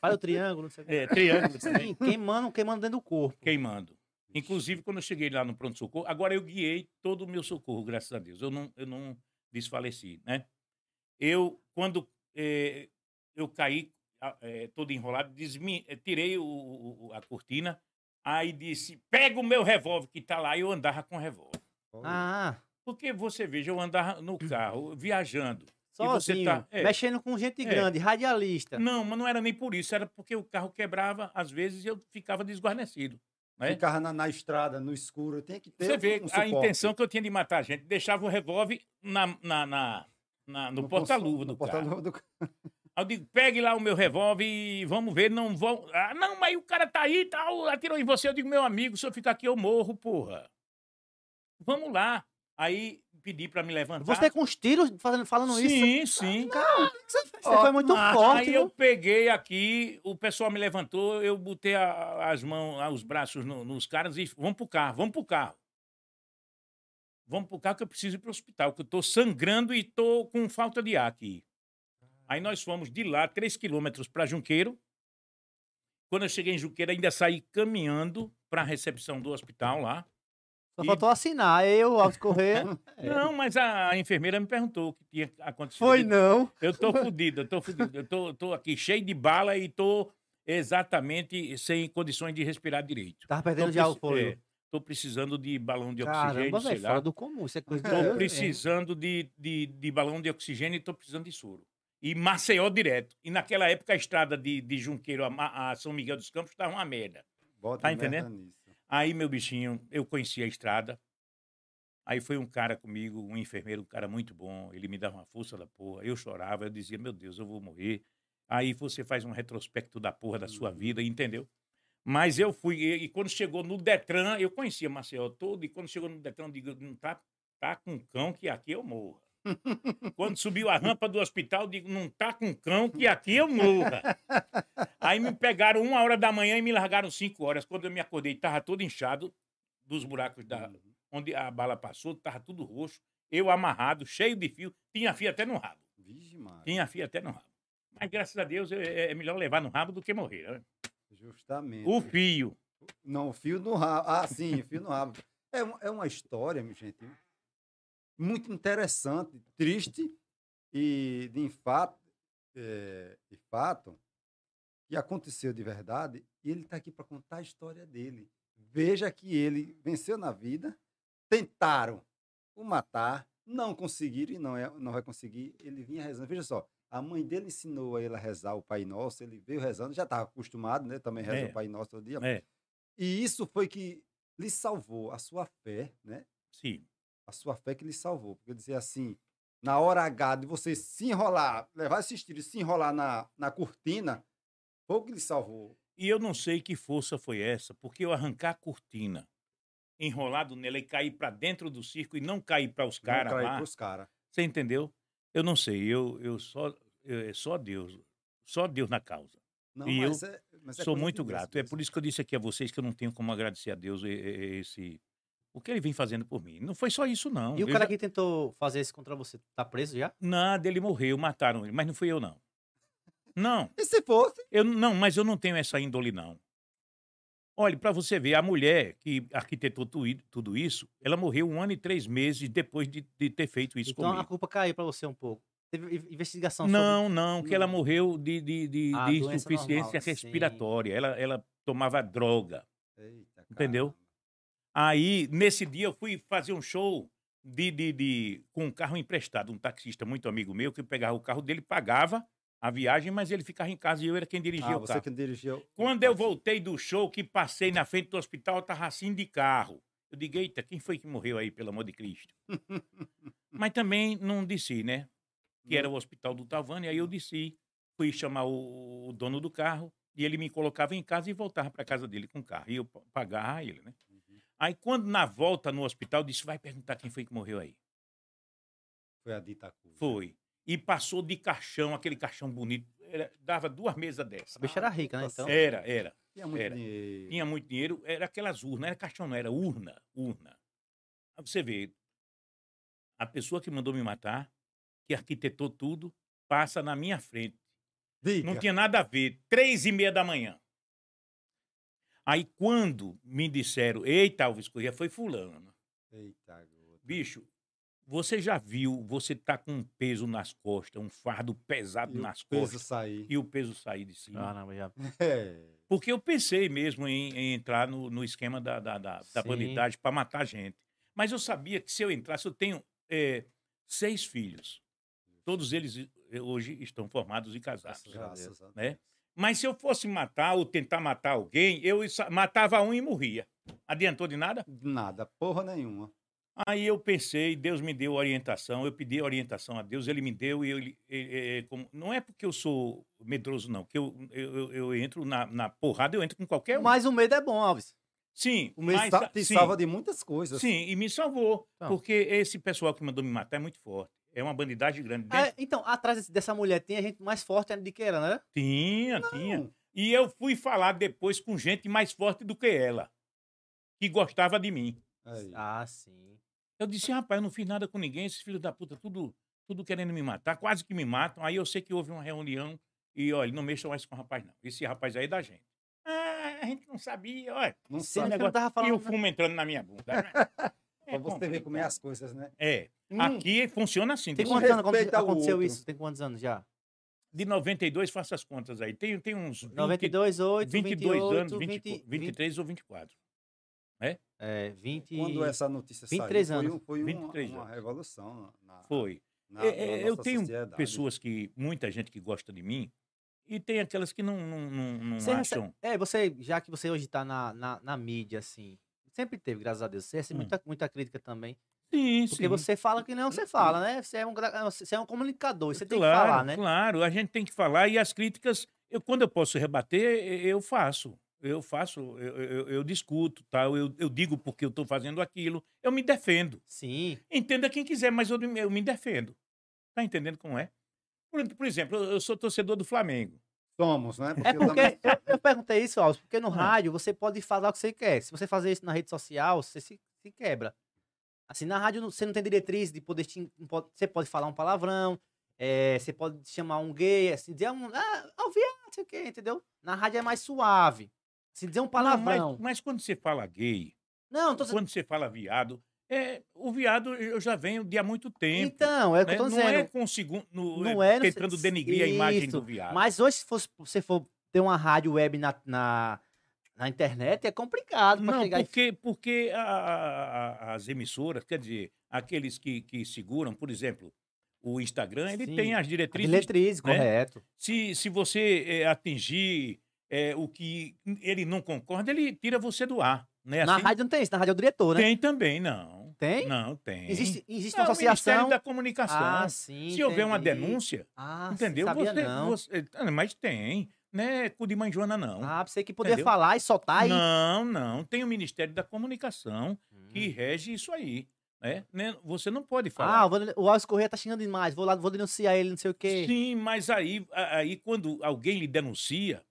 Faz o triângulo, não sei o quê.
é, triângulo também,
Sim, queimando, queimando dentro do corpo.
queimando. Inclusive, quando eu cheguei lá no pronto-socorro, agora eu guiei todo o meu socorro, graças a Deus. Eu não, eu não desfaleci, né? Eu, quando eh, eu caí a- eh, todo enrolado, desmi- eh, tirei o- o- o- a cortina, aí disse, pega o meu revólver que tá lá, e eu andava com revólver.
Ah,
Porque você veja, eu andava no carro, viajando. E você
sozinho.
tá- é.
Mexendo com gente
É.
grande, radialista.
Não, mas não era nem por isso, era porque o carro quebrava, às vezes eu ficava desguarnecido. né?
Ficar na, na estrada, no escuro, tem que ter
Você vê
um
a
suporte.
intenção que eu tinha de matar a gente. Deixava o revólver na, na, na- na- no, porta-luva
No
do carro.
porta-luva do carro.
Aí eu digo, pegue lá o meu revólver e vamos ver, não vão... Ah, não, mas o cara tá aí e tal, atirou em você. Eu digo, meu amigo, se eu ficar aqui eu morro, porra. Vamos lá. Aí pedi pra me levantar.
Você com os tiros fazendo, falando isso.
tá. Sim, sim.
Cara, você, você foi muito
Ah,
forte, né?
Aí
viu?
eu peguei aqui, o pessoal me levantou, eu botei a- as mãos, a- os braços no- nos caras e vamos pro carro, vamos pro carro. Vamos pro carro que eu preciso ir pro hospital, que eu tô sangrando e tô com falta de ar aqui. Aí nós fomos de lá, três quilômetros para Junqueiro. Quando eu cheguei em Junqueiro, ainda saí caminhando para a recepção do hospital lá.
Só
E-
faltou assinar. Eu, ao correr. É.
Não, mas a, a enfermeira me perguntou o que tinha acontecido.
foi
Eu
não.
Eu tô fudido, eu tô fudido. Eu tô, tô aqui cheio de bala e tô exatamente sem condições de respirar direito.
Tava
Tô
perdendo já o
preci-
fôlego.
é, tô precisando de balão de
Caramba,
oxigênio, sei
velho,
lá.
fora do comum. Isso é coisa de
Tô
Deus,
precisando de, de, de balão de oxigênio e tô precisando de soro. E Maceió direto. E naquela época a estrada de, de Junqueiro a, Ma- a São Miguel dos Campos estava uma merda.
Bota
Tá
merda
entendendo?
nisso.
Aí, meu bichinho, eu conheci a estrada. Aí foi um cara comigo, um enfermeiro, um cara muito bom. Ele me dava uma força da porra. Eu chorava, eu dizia, meu Deus, eu vou morrer. Aí você faz um retrospecto da porra da sua vida, entendeu? Mas eu fui, e, e quando chegou no Detran, eu conhecia Maceió todo, e quando chegou no Detran, eu digo, não tá, tá com cão que aqui eu morra. quando subiu a rampa do hospital, eu digo, não tá com cão que aqui eu morra. Aí me pegaram uma hora da manhã e me largaram cinco horas. Quando eu me acordei, estava todo inchado dos buracos da,
Uhum.
onde a bala passou, estava tudo roxo. Eu amarrado, cheio de fio, tinha fio até no rabo.
Vixe, Maria.
Tinha fio até no rabo. Mas graças a Deus eu- é é melhor levar no rabo do que morrer. né?
Justamente.
O fio.
Não, fio no rabo. Ah, sim, fio no rabo. É, um- é uma história, minha gente, muito interessante, triste e de infato, é, de fato, que aconteceu de verdade. E ele está aqui para contar a história dele. Veja que ele venceu na vida, tentaram o matar, não conseguiram e não, é, não vai conseguir. Ele vinha rezando. Veja só, a mãe dele ensinou a ele a rezar o Pai Nosso, ele veio rezando, já estava acostumado, né? Também reza
É.
o Pai Nosso todo dia.
É,
E isso foi que lhe salvou a sua fé, né?
sim.
A sua fé que lhe salvou. Porque dizer assim, na hora H de você se enrolar, levar esses tiros, se enrolar na, na cortina, foi o que lhe salvou.
E eu não sei que força foi essa, porque eu arrancar a cortina, enrolado nela e cair para dentro do circo e não cair para os caras
Não,
lá.
Os caras.
Você entendeu? Eu não sei, eu, eu só, eu- é só Deus, só Deus na causa.
Não,
E eu
é, mas é
Sou
coisa
muito
de Deus
grato. É
mesmo.
por isso que eu disse aqui a vocês que eu não tenho como agradecer a Deus e- e- esse o que ele vem fazendo por mim. Não foi só isso não.
E o
Eu
cara
já-
que tentou fazer isso contra você, tá preso já?
nada, ele morreu, mataram ele, mas não fui eu não. Não,
E se fosse?
eu não, mas eu não tenho essa índole não. Olha, para você ver, a mulher que arquitetou tu- tudo isso, ela morreu um ano e três meses depois de, de ter feito isso
então
comigo.
a culpa caiu pra você um pouco. Teve i- investigação sobre...
Não, não, que ela
Não.
morreu de, de, de,
Ah,
de
doença
insuficiência
normal, sim.
respiratória. Ela, ela tomava droga.
Eita, Ah, cara.
Entendeu? Aí, nesse dia, eu fui fazer um show de, de, de- com um carro emprestado. Um taxista muito amigo meu que pegava o carro dele, pagava a viagem, mas ele ficava em casa e eu era quem dirigia
Ah,
o
você
carro.
que dirigiu.
Quando eu voltei do show, que passei na frente do hospital, eu tava assim de carro. Eu digo, eita, quem foi que morreu aí, pelo amor de Cristo? Mas também não disse, né? Que era o hospital do Tavani, aí eu disse, fui chamar o, o dono do carro, e ele me colocava em casa e voltava para casa dele com o carro. E eu pa- pagava a ele, né? Aí quando na volta no hospital, eu disse, vai perguntar quem foi que morreu aí.
Foi a dita curva.
Foi. E passou de caixão, aquele caixão bonito. Era- dava duas mesas
A
dessas.
bicha era rica, né?
Tá
Então,
Era, era.
Tinha muito
Era.
dinheiro.
tinha muito dinheiro, era aquelas urnas, não era caixão, não, era urna, urna. Aí você vê, a pessoa que mandou me matar, que arquitetou tudo, passa na minha frente.
Diga.
Não tinha nada a ver, três e meia da manhã. Aí quando me disseram, eita, Alves Corrêa, foi fulano.
Eita, gota.
Bicho, você já viu, você tá com um peso nas costas, um fardo pesado
E o
nas
peso
costas,
sair.
e o peso sair de cima.
Caramba, já.
É.
Porque eu pensei mesmo em, em entrar no, no esquema da, da, da, da
Sim.
bandidagem para matar gente. Mas eu sabia que se eu entrasse, eu tenho eh, seis filhos. Todos eles eh, hoje estão formados e casados.
Graças a
Graças a Deus.
Né? Mas se eu fosse matar ou tentar matar alguém, eu sa- matava um e morria. Adiantou de nada?
Nada, porra nenhuma.
Aí eu pensei, Deus me deu orientação, eu pedi orientação a Deus, ele me deu e eu, ele- é- é- é como- não é porque eu sou medroso, não, que eu, eu, eu- eu entro na, na porrada, eu entro com qualquer um.
Mas o medo é bom, Alves.
Sim,
O mês
mas
sa-
tá-
te
sim,
salva Então. de muitas coisas.
sim, e me salvou.
Tá.
Porque esse pessoal que mandou me matar é muito forte. É uma bandidagem grande.
Ah,
é?
Dentro-
então, atrás desse- dessa mulher tem a gente mais forte ainda de que ela, né?
Tinha, tinha.
Não.
E eu fui falar depois com gente mais forte do que ela, que gostava de mim.
Aí.
Ah, sim.
Eu disse, rapaz, eu não fiz nada com ninguém, esses filhos da puta, tudo, tudo querendo me matar, quase que me matam. Aí eu sei que houve uma reunião e, olha, não mexam mais com o rapaz, não. Esse rapaz aí é da gente. Ah, a gente não sabia, olha.
Não
Sim,
sabe
né? não tava falando,
E o
né?
fumo entrando na minha bunda. né?
pra você ver como é
complicado.
as coisas, né?
É.
Hum.
Aqui funciona assim.
Tem
desse
quantos anos
respeito
aconte-
ao
aconteceu
outro.
isso? Tem quantos anos já?
De 92, faça as contas aí. Tem, tem uns 20,
92, 8,
22
28,
anos, 20,
20,
23 ou 24.
É, 20...
Quando essa notícia
23
saiu,
anos.
foi, um, foi uma-
23
uma,
anos.
revolução na, na,
Ah,
Foi.
na-
É,
na
é, eu
nossa
tenho
sociedade.
pessoas que, muita gente que gosta de mim, E tem aquelas que não, não, não, não
Você recebe-
acham.
É, você, já que você hoje tá na, na, na mídia, assim, sempre teve, graças a Deus. Você recebe
Hum.
muita, muita crítica também.
Sim,
Porque você fala que não, você fala, né? Você é um, gra- você é um comunicador, você tem
Claro,
que falar, né?
Claro, a gente tem que falar e as críticas, eu, quando eu posso rebater, e- eu faço. Eu faço, eu, eu- eu discuto, tal, eu, eu digo porque eu estou fazendo aquilo, eu me defendo.
Sim,
Entenda quem quiser, mas eu, eu me defendo. Tá entendendo como é? Por, por exemplo, eu eu sou torcedor do Flamengo.
Somos, né?
É
eu
porque
também-
eu, eu perguntei isso, Alves, porque
Ah.
no rádio você pode falar o que você quer. Se você fazer isso na rede social, você se, se quebra. Assim, na rádio não- você não tem diretriz de poder. te- não pode- Você pode falar um palavrão, eh, você pode chamar um gay, assim, dizer um. Ah, alviado, não sei o quê, entendeu? Na rádio é mais suave. Se dizer um
Não, mas,
palavrão.
mas quando você fala gay,
Não, tô
quando você fala viado, é, o viado eu já venho de há muito tempo.
Então, é o que
né?
eu tô
Não
dizendo.
é com o segundo. no-
Não é, não sei-
tentando denigrir a imagem
Isso,
do viado.
Mas hoje, se fosse, você for ter uma rádio web na, na, na internet, é complicado pra
Não,
chegar e-
porque, porque a- a- a- as emissoras, quer dizer, aqueles que, que seguram, por exemplo, o Instagram, ele
Sim,
tem as
a
diretrizes.
diretriz,
né?
correto.
Se, se você eh, atingir eh, o que ele não concorda, ele tira você do ar. Né?
Na
Assim,
rádio não tem isso, na rádio é o diretor, né?
tem também, não.
Tem?
Não, tem.
Existe, existe
é
uma
o Ministério
associação.
da Comunicação.
Ah, sim.
se houver uma
entendi.
denúncia,
Ah, sim,
entendeu?
Sabia
você,
não.
você- ah, Mas tem. Não é cu de mãe Joana, não.
Ah, pra você que poder
Entendeu?
falar e soltar aí.
Não, não. Tem o Ministério da Comunicação.
Hum.
que rege isso aí. Né? Né? Você não pode
Ah,
falar.
o, Vandele- o Alves Correia tá xingando demais. Vou lá, vou denunciar ele, não sei o quê.
Sim, mas aí, a- aí quando alguém lhe denuncia,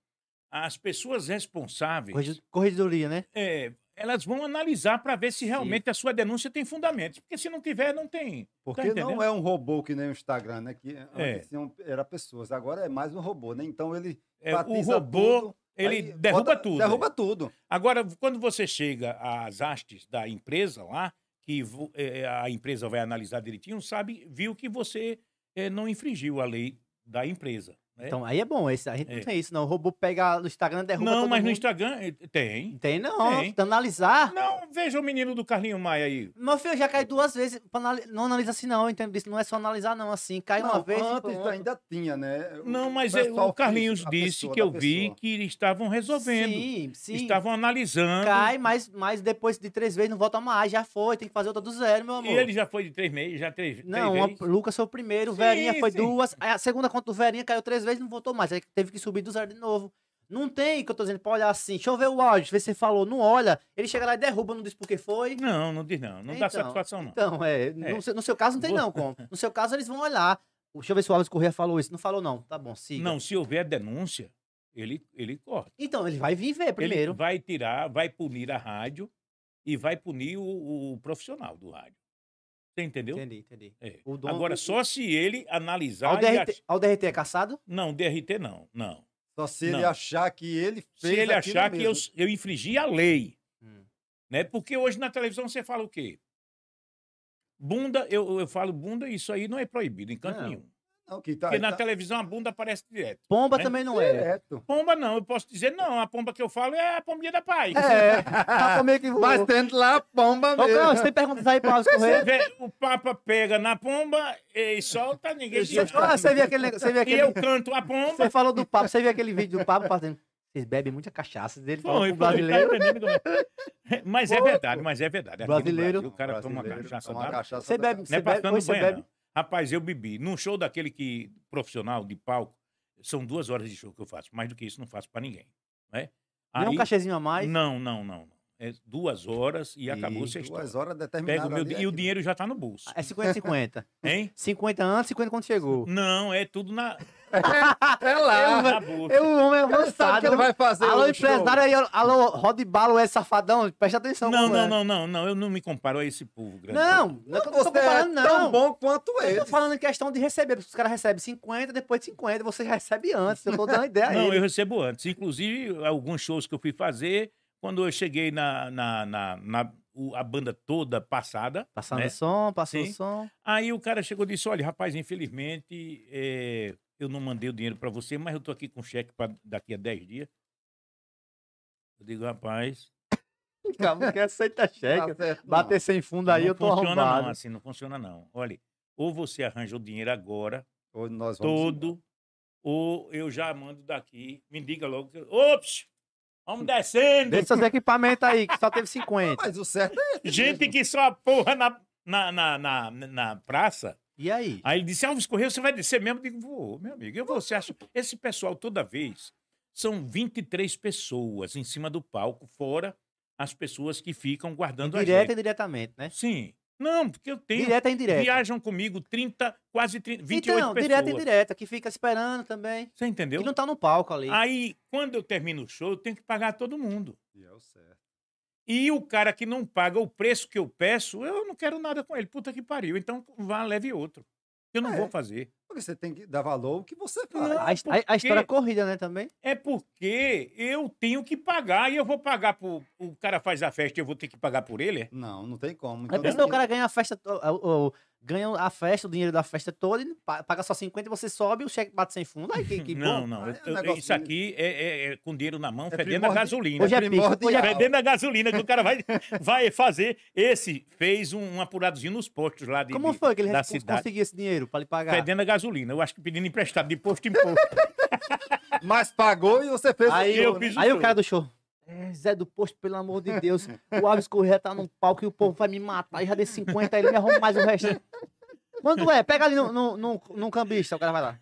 as pessoas responsáveis
Corrigi- Corregedoria, né?
é, elas vão analisar para ver se
Sim.
realmente a sua denúncia tem fundamentos. Porque se não tiver, não tem.
Porque
tá entendendo?
não é um robô que nem o Instagram, né? Que
É.
antes tinham- era pessoas, agora é mais um robô, né? Então ele
É, o
enfatiza
robô,
tudo,
ele
aí
derruba
bota-
tudo.
Derruba tudo.
Agora, quando você chega às hastes da empresa lá, que vo- eh, a empresa vai analisar direitinho, sabe, viu que você eh, não infringiu a lei da empresa. né?
Então, aí é bom. Esse, a gente
É.
não tem isso, não. O robô pega no Instagram, derruba
não,
todo
mas no
mundo.
Instagram eh, tem.
Tem não.
Tem.
Tem. Analisar.
Não, veja o menino do Carlinho Maia aí.
Meu filho, eu já caí duas vezes. pra anali- Não analisa assim, não, entende? Isso não é só analisar, não. Assim, cai uma
Não,
vez.
antes
pronto.
tá
ainda tinha, né? O
Não, mas eh,
pessoal
o Carlinhos
físico, a
disse
pessoa
que
da
eu vi
pessoa.
que estavam resolvendo.
Sim, sim.
Estavam analisando.
Cai, mas, mas depois de três vezes não volta mais. Já foi, tem que fazer outra do zero, meu
E
amor.
ele já foi de três meses, já três,
Não,
três
a-
vezes.
Lucas foi o primeiro,
Sim,
Verinha foi
sim.
duas. aí A segunda conta do Verinha caiu três vezes e não voltou mais. Aí teve que subir do zero de novo. Não tem que eu tô dizendo pra olhar assim. Deixa eu ver o áudio, ver se você falou. Não olha. Ele chega lá e derruba, não diz por que foi.
Não, não diz não. Não dá
Então,
satisfação, não.
Então, é. No, seu, no seu caso não tem,
Vou-
não, como. No seu caso eles vão olhar. Deixa eu ver se o Alves Corrêa falou isso. Não falou, não. Tá bom, siga.
não, se houver denúncia, ele, ele corta.
Então, ele vai vir ver primeiro.
Ele vai tirar, vai punir a rádio e vai punir o, o profissional do rádio. Você entendeu?
Entendi, entendi.
É.
O dono-
Agora, só se ele analisar.
Ao
e
DRT,
ach-
ao DRT é caçado?
Não, DRT não, não.
Só se ele
Não.
achar que ele
Se
fez
ele
aquilo
achar que eu,
mesmo.
eu infringi a lei.
Hum.
né? Porque hoje na televisão você fala o quê? Bunda, eu, eu falo bunda, isso aí não é proibido em canto
Não.
nenhum.
Não, que tá,
Porque na
tá
televisão a bunda aparece direto.
Pomba
É.
também não é.
direto.
Pomba não, eu posso dizer não, a pomba que eu falo é a pombinha da paz.
É. Tá meio que voou.
Mas tendo lá a pomba
Ô, Cláudio,
mesmo.
você tem perguntas aí pro Alves Correia?
Vê, O Papa pega na pomba e solta, ninguém
Você,
diz
ah,
nada.
você viu aquele negócio, você viu
E
aquele...
eu canto a pomba.
Você falou do papo, você viu aquele vídeo do papo fazendo... Vocês bebem muita cachaça, dele falou
Foi,
pro
foi, tá
brasileiro.
entendendo como é? Mas é verdade, mas é verdade. Aqui no
Brasileiro.
Brasil, o cara toma uma
Brasileiro,
cachaça
toma uma
da
cachaça
Você
da-
bebe,
Não
você
é
bebe,
passando
hoje você
banha,
bebe...
não. Rapaz, eu bebi. Num show daquele que profissional de palco, são duas horas de show que eu faço. Mais do que isso, não faço pra ninguém. Né?
Nem um cachezinho a mais.
Não, não, não. não. É duas horas e, acabou
Ih,
sexta.
Duas horas determinadas.
Pega o meu
ali
di-
é
e o
aquilo.
dinheiro já tá no bolso.
É 50-50.
Hein?
50 antes, 50 quando chegou.
Não, é tudo na,
É lá.
na bolsa.
Eu, o homem é
Ele sabe o
avançado.
que ele vai fazer.
Alô,
o show.
empresário aí, alô, Rodbalo é safadão, presta atenção.
Não,
como é.
não, não, não, não. Eu não me comparo a esse povo grande.
Não, não é que eu tô
Você
comparando,
é tão
não.
bom quanto
Eu
ele.
tô falando em questão de receber, porque os caras recebem 50, depois de 50, você recebe antes. Eu tô dando ideia aí.
Não, eu recebo antes. Inclusive, alguns shows que eu fui fazer, quando eu cheguei na, na, na, na- o- a banda toda passada.
Passando
né?
o som, passou
Sim.
o som.
Aí o cara chegou e disse: Olha, rapaz, infelizmente eh, eu não mandei o dinheiro para você, mas eu tô aqui com cheque para daqui a 10 dias. Eu digo, rapaz,
Cara, quer aceita
Tá
cheque.
certo, não.
Bater sem fundo aí,
não
eu tô
funciona
arrombado.
não, assim, não funciona não. Olha, ou você arranja o dinheiro agora,
Ou nós vamos
todo, ou eu já mando daqui. Me diga logo. que eu- Ops! Vamos descendo!
Deixa seus equipamentos aí, que só teve 50.
Mas o certo é esse.
Gente que só porra na, na, na, na, na praça.
E aí?
Aí ele disse: Alves Correia, você vai descer mesmo? Eu digo: Vou, meu amigo. Eu vou. Você acha? Esse pessoal, toda vez, são 23 pessoas em cima do palco, fora as pessoas que ficam guardando
Direto
a
e diretamente, né?
gente. Sim. Não, porque eu tenho.
Direta e indireta.
Viajam comigo 30, quase 30, 28
Então,
pessoas.
direta e indireta, que fica esperando também.
Você entendeu? Ah,
Que não tá no palco ali.
Aí, quando eu termino o show, eu tenho que pagar todo mundo.
E é o certo.
E o cara que não paga o preço que eu peço, eu não quero nada com ele. Puta que pariu. Então, vá, leve outro. Eu não
É.
vou fazer.
Porque você tem que dar valor ao que você
A,
faz.
a- a história é corrida, né, também?
É porque eu tenho que pagar e eu vou pagar por. O cara faz a festa e eu vou ter que pagar por ele? É?
Não, não tem como.
Aí
Então,
por isso
tem
o cara ganha a festa, to- ou- ou- ganha a festa, o dinheiro da festa toda, e pa- paga só 50, você sobe, o cheque bate sem fundo, aí que, que
não,
bom.
não.
aí
Eu-
é um
eu-
negócio
isso aqui é, é- é com dinheiro na mão, fedendo a
primordial.
gasolina.
Hoje é pico,
primordial.
hoje é
Fedendo a gasolina que o cara vai, vai fazer. Esse fez um, um apuradozinho nos postos lá de,
Como
de-
foi que ele
da
cons-
cidade.
conseguiu esse dinheiro pra lhe pagar?
Fedendo a gasolina. Eu acho que pedindo emprestado de posto em posto.
Mas pagou e você fez
Aí,
eu
o-
fiz o
aí o
show.
cara do show. "É, Zé do Posto, pelo amor de Deus. O Alves Correia tá num palco e o povo vai me matar. E já dei 50, aí ele me arruma mais o resto. Quando é? Pega ali num no, no, num cambista, o cara vai lá.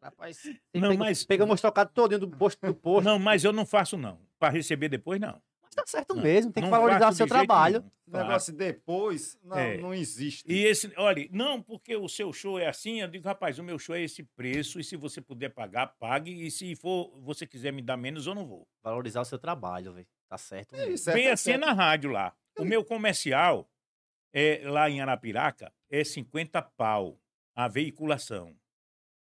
Rapaz, ele
Não,
pega-
mas-
pegamos trocado todinho do posto do posto.
Não, mas eu não faço, não. Para receber depois, não.
Mas tá certo
Não,
mesmo, tem que
Não
valorizar o
faço
seu
de jeito
trabalho.
nenhum.
o negócio depois. Não,
É.
não existe.
E esse, olha, não, porque o seu show é assim, eu digo, rapaz, o meu show é esse preço, e se você puder pagar, pague, e se for, você quiser me dar menos, eu não vou.
Valorizar o seu trabalho, velho. Tá certo
É
mesmo.
isso, é
Vem
tá
assim
certo.
na rádio lá. O meu comercial, é, lá em Arapiraca, é 50 pau a veiculação.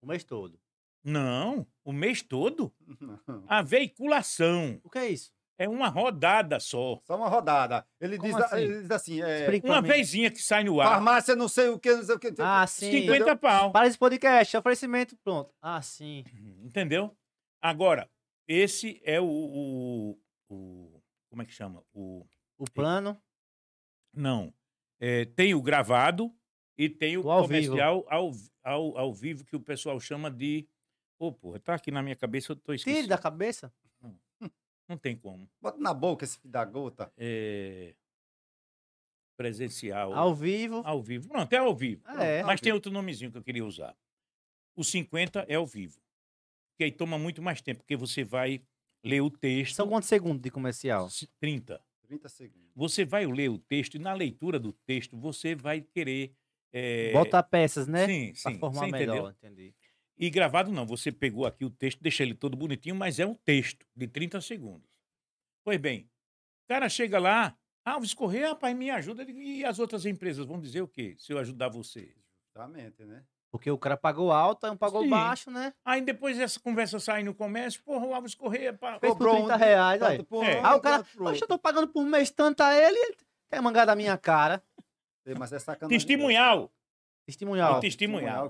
O mês todo.
Não, o mês todo,
Não.
a veiculação.
O que é isso?
É uma rodada só.
Só uma rodada. Ele,
Como
diz,
assim?
ele diz assim: é,
Explica pra
Uma
mim.
vezinha que sai no ar.
farmácia não sei o que, não sei o que.
Ah, sim.
50 pau.
Para esse podcast, oferecimento, pronto. Ah, sim.
Entendeu? Agora, esse é o, o- o- Como é que chama? O.
O plano.
Não. É, tem o gravado e tem o,
O ao vivo.
comercial ao, ao, ao vivo, que o pessoal chama de. Ô, porra, tá aqui na minha cabeça, eu tô
Tire
esquecendo.
da cabeça.
Não tem como.
Bota na boca esse filho da gota.
É, Presencial.
Ao vivo.
Ao vivo. Pronto, é ao vivo.
Ah, é.
Mas tem outro nomezinho que eu queria usar. O 50 é ao vivo. Que aí toma muito mais tempo, porque você vai ler o texto.
São quantos segundos de comercial?
Se- 30.
30 segundos.
Você vai ler o texto e na leitura do texto você vai querer. eh,
Bota peças, né?
Sim,
Pra
sim.
formar
você
melhor, né?
entendeu?
entendi.
E gravado não. Você pegou aqui o texto, deixa ele todo bonitinho, mas é um texto de 30 segundos. Pois bem, o cara chega lá, Alves Correia, rapaz, me ajuda. Ele- E as outras empresas vão dizer o quê? Se eu ajudar você.
Justamente, né?
Porque o cara pagou alto, um pagou
Sim.
baixo, né?
Aí depois essa conversa sai no comércio, porra, o Alves Correia. Pá,
Fez por
Cobrou
30
um-
reais, aí.
Tanto por
É.
um,
Aí o cara,
tanto por
poxa, eu
outro.
tô pagando por mês tanto a ele, ele quer mangar da minha cara.
É, Mas é sacanagem.
testemunhal. É
né? Testemunhal.
o testemunhal.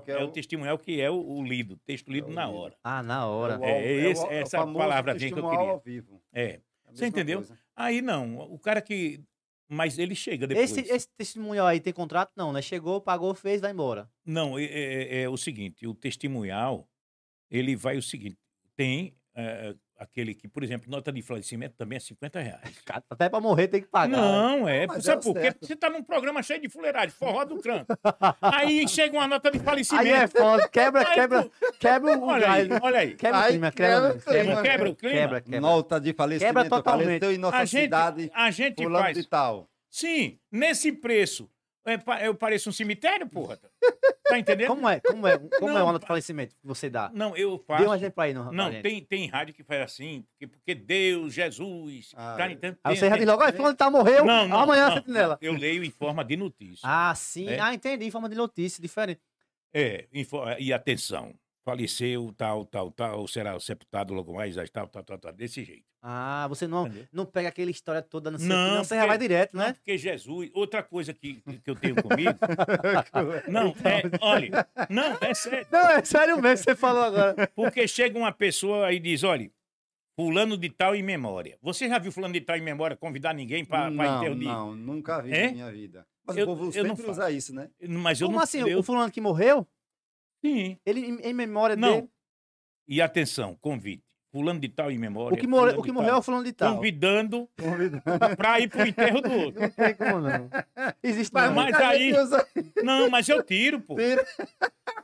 testemunhal, que é
É o
o-
testemunhal que é o, o lido, texto lido
o
na
lido.
hora.
Ah, na
É o
hora.
ao-
É,
é o-
esse-
é o
essa
famoso
palavrazinha que eu
testemunhal
queria.
ao vivo.
É.
A
Você
mesma
entendeu?
coisa.
Aí não, o cara que. Mas ele chega depois.
Esse, esse testemunhal aí tem contrato? Não, né? Chegou, pagou, fez, vai embora.
Não, é, é- é o seguinte: o testemunhal, ele vai o seguinte: tem eh, aquele que, por exemplo, nota de falecimento também é 50 reais.
Cara, Até pra morrer tem que pagar. né?
Não, é.
Mas
sabe
é o
por quê?
certo.
Porque você está num programa cheio de fuleiragem, forró do canto. Aí chega uma nota de falecimento.
Aí é foda. Quebra,
Aí,
quebra, quebra o
Olha aí,
galho.
olha aí.
Quebra o
Aí
clima,
quebra
quebra.
o clima.
Quebra,
Quebra o clima.
quebra. quebra.
Nota de falecimento.
Quebra totalmente.
Faleceu em nossa
a gente,
cidade,
a gente
fulano
faz.
de tal.
Sim, nesse preço. é pa- eu pareço um cemitério, porra. Tá entendendo?
Como é? Como é? Como é
Não,
o ano de falecimento que você dá?
Não, eu faço.
Dê um exemplo aí, não, pra
Não,
gente.
tem, tem rádio que faz assim, porque, porque Deus, Jesus.
Ah,
tá
é.
entendendo?
Aí
Tem-
você já
tem-
diz logo, ah, fulano tá morreu,
Não, não,
amanhã
não,
a sentinela.
Eu leio em forma de notícia.
Ah, sim.
É.
Ah, entendi. Forma de notícia, diferente.
É, em fo- e atenção. Faleceu, tal, tal, tal, será sepultado logo mais, tal, tal, tal, tal, desse jeito.
Ah, você não,
Entendeu?
não pega aquela história toda, não sei o
Não,
que, não, você já
porque-
vai direto,
Não,
né?
porque Jesus, outra coisa que, que eu tenho comigo. Não,
Então.
é, olha, não, é sério.
Não, é sério mesmo, que você falou agora.
Porque chega uma pessoa e diz: olha, fulano de tal em memória. Você já viu fulano de tal em memória convidar ninguém para
não,
enterro de.
não, nunca vi
É?
na minha vida. Mas
Eu-
o povo
eu não
sempre usa isso, né?
Mas eu
Como
não
assim?
eu-
O fulano que morreu,
Sim.
ele em, em memória
Não.
dele.
E atenção, convite. Fulano de tal em memória.
O que,
fulano
morreu, o
de
que
tal.
morreu é o fulano de tal.
Convidando
Convidado.
pra ir pro enterro do outro.
Não tem como, não. Existe
Mas-
não.
mas-
Muita
aí-
gente usa-
Não, mas eu tiro, pô.
Tira.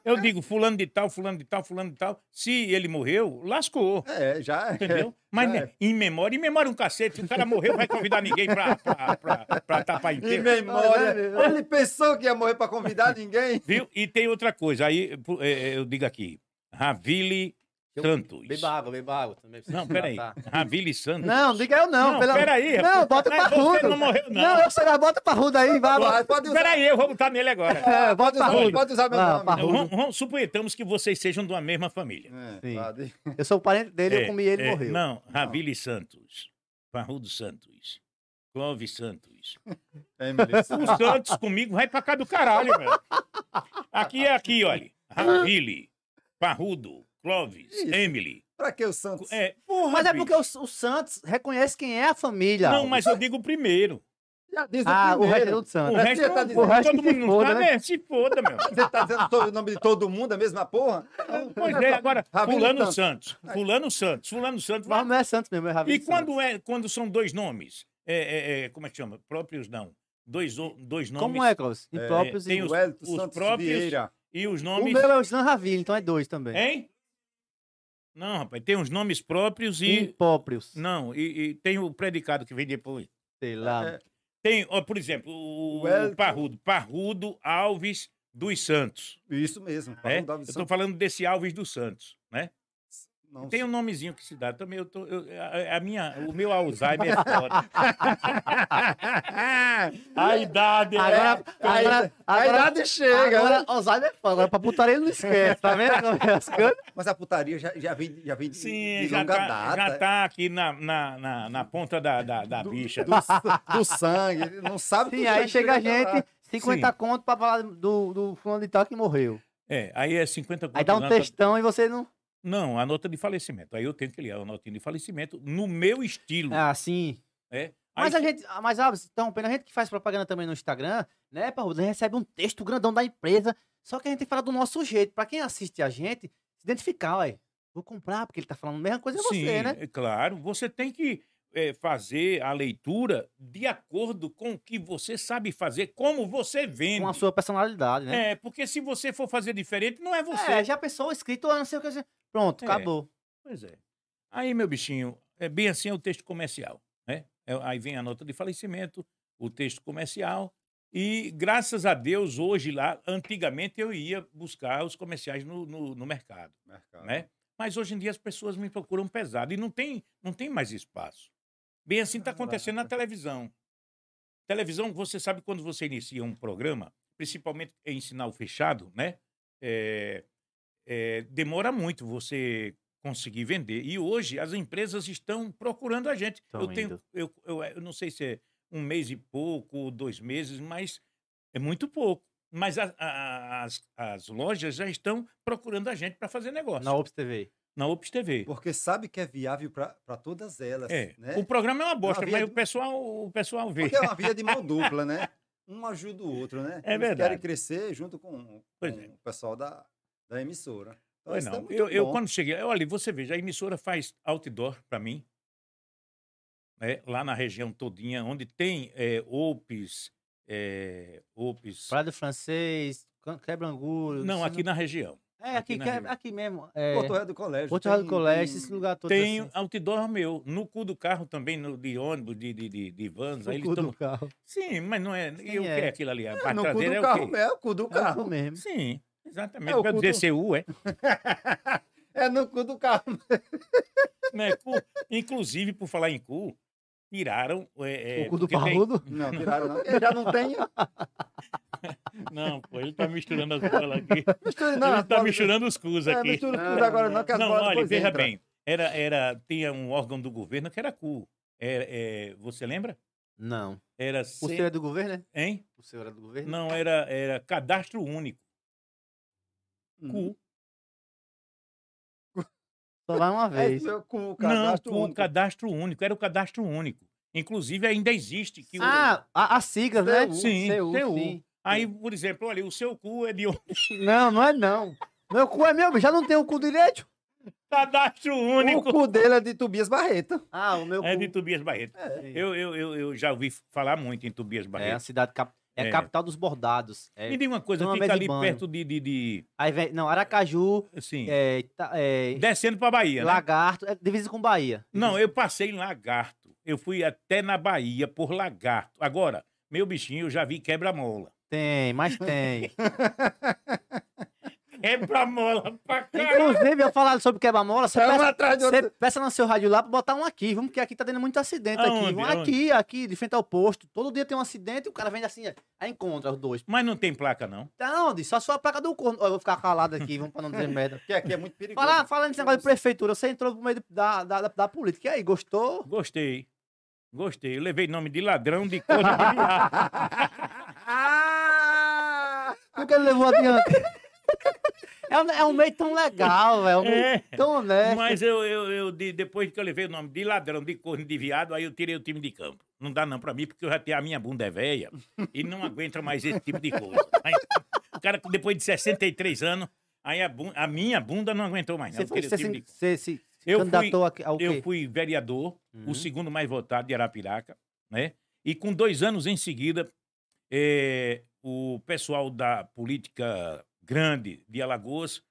Eu digo fulano de tal, fulano de tal, fulano de tal. Se ele morreu, lascou.
É, já é.
Entendeu? Mas
É.
né, em memória, em memória um cacete. O cara morreu, vai convidar ninguém pra, pra, pra, pra tapar
Em
inteiro.
memória.
Olha, meu.
Ele pensou que ia morrer pra convidar ninguém.
Viu? E tem outra coisa. Aí pu- é, é, eu digo aqui. Ravile
Eu-
Santos.
Beba água, beba água também. pra você
Não,
se
peraí.
hidratar.
Ravile Santos.
Não, diga eu não.
Não,
pela-
peraí,
Não,
rapaz.
bota o
Mas você
parrudo.
não morreu, não.
Não, eu sei, mas bota o parrudo aí, vai, vai.
Pode, pode usar.
Peraí, eu vou botar nele agora.
É, bota
Pode
o
usar,
Parrudo.
parrudo.
pode usar meu
Ah,
nome.
parrudo.
Vamos, vamos- suponhamos que vocês sejam de uma mesma família.
É,
Sim.
pode.
Eu sou o parente dele,
É,
eu comi ele e
é,
morreu. Ah.
Não, Ravile Santos. Parrudo Santos. Clóvis Santos.
Emily,
O Santos comigo vai pra cá do caralho, velho. Aqui é aqui, olha. Ravile, Parrudo, Clóvis,
Isso.
Emily.
Pra que o Santos?
É, porra,
Mas é
bicho.
porque o, o Santos reconhece quem é a família.
Não, mas eu digo o primeiro.
Já diz o
Ah, o
primeiro.
resto é do
O
Santos.
Mas
resto,
você tá
não-
dizendo-
O resto que
todo mundo
se
não
foda,
sabe,
né?
é, se foda, meu.
Você tá dizendo todo- o nome de todo mundo, a mesma porra?
Pois é, agora,
Ravile
fulano Santos, fulano Santos, fulano Santos.
Mas não é Santos mesmo, é Ravi
E
Santos.
quando, é, quando são dois nomes? É, é, é, como é que chama? Próprios não. Dois, o- dois nomes.
Como é, Klaus? Impróprios
tem
e...
os-
Wellington
os
Santos
próprios-
Vieira.
E os
O
nomes.
meu é o Islam Raville, então é dois também.
Hein? Não, rapaz, tem os nomes próprios e.
Impróprios.
Não, e, e tem o predicado que vem depois.
Sei lá.
É.
Tem, ó, por exemplo, o, o
Wellington.
Parrudo. Parrudo Alves dos Santos.
Isso mesmo. Falando
Né? Eu
do
estou
Santos.
falando desse Alves dos Santos, né?
Não
Tem um nomezinho que se dá também. Eu tô, eu- a, a minha, o meu Alzheimer é foda. a idade. é-
Agora,
A
agora,
idade- a
agora,
idade chega.
agora,
né?
Alzheimer é foda. Agora, pra putaria ele não esquece, tá vendo? como é as coisas?
Mas a putaria já, já vem, já vem de,
Sim,
de
já
longa
tá,
data. é,
já tá aqui na, na, na, na ponta da, da, da bicha.
Do, sa- do sangue. ele Não sabe
Sim,
do
assim, aí
sangue
chega a
que ele tá
gente, 50
lá.
conto pra falar do, do fulano de tal que morreu.
É, aí é 50
Aí dá
conto
um
na-
textão e você não...
Não, a nota de falecimento. Aí eu tenho que ler a notinha de falecimento no meu estilo.
Ah, sim.
É.
Mas a
Aí-
gente, ah, mas ah, então, pena a gente que faz propaganda também no Instagram, né, Parrudo? A gente recebe um texto grandão da empresa, só que a gente tem que falar do nosso jeito. Pra quem assiste a gente, se identificar, ué. Vou comprar, porque ele tá falando a mesma coisa que você, né?
é claro. Você tem que é, fazer a leitura de acordo com o que você sabe fazer, como você vende.
Com a sua personalidade, né?
É, porque se você for fazer diferente, não é você.
É, já pensou, escrito, ah, não sei o que. assim. Pronto,
É.
acabou.
Pois é. Aí, meu bichinho, é bem assim é o texto comercial. Né? É, aí vem a nota de falecimento, o texto comercial. E graças a Deus, hoje lá, antigamente eu ia buscar os comerciais no, no, no mercado. Né? Mas hoje em dia as pessoas me procuram pesado e não tem, não tem mais espaço. Bem
Ah,
assim está acontecendo na televisão. Televisão, você sabe quando você inicia um programa, principalmente em sinal fechado, né? É, é, demora muito você conseguir vender. E hoje as empresas estão procurando a gente.
Tão
eu, tenho,
indo.
eu, eu, eu não sei se é um mês e pouco, ou dois meses, mas é muito pouco. Mas a- a- as, as lojas já estão procurando a gente para fazer negócio.
Na Ops TV.
Na Ops TV.
Porque sabe que é viável para todas elas.
É.
Né?
O programa é uma bosta,
havia-
mas o pessoal, o pessoal vê.
Porque é uma via de mão dupla, né? Um ajuda o outro, né?
É
Eles
verdade.
querem crescer junto com,
Pois
com
é.
o pessoal da, da emissora. Então,
Pois
isso é
não.
muito
eu, eu
bom.
quando cheguei, olha, você veja, a emissora faz outdoor para mim, né, lá na região todinha, onde tem é, Ops, é, Ops.
Praia do Francês, Can- Quebra-Angulho.
Não,
se
aqui na região.
É, aqui,
aqui na
que-
região.
aqui mesmo. É,
Porto Real do Colégio.
Porto Real do
tem-
Colégio,
tem-
esse lugar todo.
Tem
assim.
outdoor meu, no cu do carro também, no, de ônibus, de, de, de, de vans.
No
Aí eles
cu do
tão-
carro.
Sim, mas não é.
Sim,
e o que
é.
é aquilo ali? A
É,
parte
no cu
traseira
do
é
carro
o quê?
mesmo, é o cu do
É isso
carro.
mesmo.
Sim, exatamente.
É, o
Vai
cu
dizer
do-
CU, é?
É no cu do carro.
né? Cu- Inclusive, por falar em cu, tiraram. é, é,
o cu do
porque tem-
parrudo.
Não, tiraram não. porque Já não tem.
Não, pô, ele tá misturando as bolas aqui.
Misture não.
ele
as
tá
bolas-
misturando os cus
É,
aqui.
mistura tudo agora não, que as
Não,
bolas
olha,
depois
veja
entram.
bem. Era, era, tinha um órgão do governo que era cu. Era, é, você lembra?
Não.
Era
O
C-
senhor é do governo, né?
hein?
O senhor é do governo?
Não, era, era cadastro único.
Hum.
Cu.
Só vai uma
É
vez.
isso, é cu,
Não,
cadastro
cu,
único.
cadastro único. Era o cadastro único. Inclusive, ainda existe. Que o-
Ah, a, a sigla, né?
CU,
sim,
CU,
CU.
sim.
Aí, por exemplo, olha, o seu cu é de
Não, não é não. Meu cu é meu, bicho, já não tem o cu direito.
Cadastro único.
O cu dele é de Tobias Barreta.
Ah, o meu.
É
cu.
de Tobias Barreto.
É.
Eu, eu, eu, eu já ouvi falar muito em Tobias
É a
Barreto.
cidade cap... é,
É.
a capital dos bordados. É.
Me diga uma coisa,
Tem uma
fica
mesa de
ali
banho.
perto de. de, de-
Aí vem, não, Aracaju,
assim,
é, Ita- é,
descendo pra Bahia. né?
Lagarto, é, divisa com Bahia.
Não, eu passei em Lagarto. Eu fui até na Bahia por Lagarto. Agora, meu bichinho, eu já vi quebra-mola.
Tem, mas tem.
Quebra-mola pra
Então
caralho.
Inclusive, eu falar sobre quebra-mola, você
É um
peça,
atrás do
você
outro.
peça no seu rádio lá pra botar um aqui. Vamos que aqui tá tendo muito acidente
Aonde?
aqui. Vamos aqui, aqui, de frente ao posto. Todo dia tem um acidente e o cara vem assim, aí encontra os dois.
Mas não tem placa, não.
Tá onde? Só se for a placa do corno. Ó, eu vou ficar calado aqui, vamos pra não dizer merda.
Porque aqui é muito perigoso.
Fala, fala nesse negócio de prefeitura, você entrou no meio do- da, da, da, da política. E aí, gostou?
Gostei. Gostei. Eu levei nome de ladrão, de coisa. de-
Ah! Por que ele levou adiante? é, um, é um meio tão legal, velho. É um meio
É.
tão honesto.
Mas eu, eu, eu de- depois que eu levei o nome de ladrão, de corno, de viado, aí eu tirei o time de campo. Não dá não pra mim, porque eu já tenho a minha bunda é velha e não aguenta mais esse tipo de coisa. Aí, o cara, depois de 63 anos, aí a, bun- a minha bunda não aguentou mais. Não.
Você,
Eu
foi,
tirei
você,
o time
se,
de campo.
você se
Eu
candidatou a- ao quê?
Eu fui vereador,
Uhum.
o segundo mais votado de Arapiraca, né? E com dois anos em seguida, eh, o pessoal da política grande de Alagoas,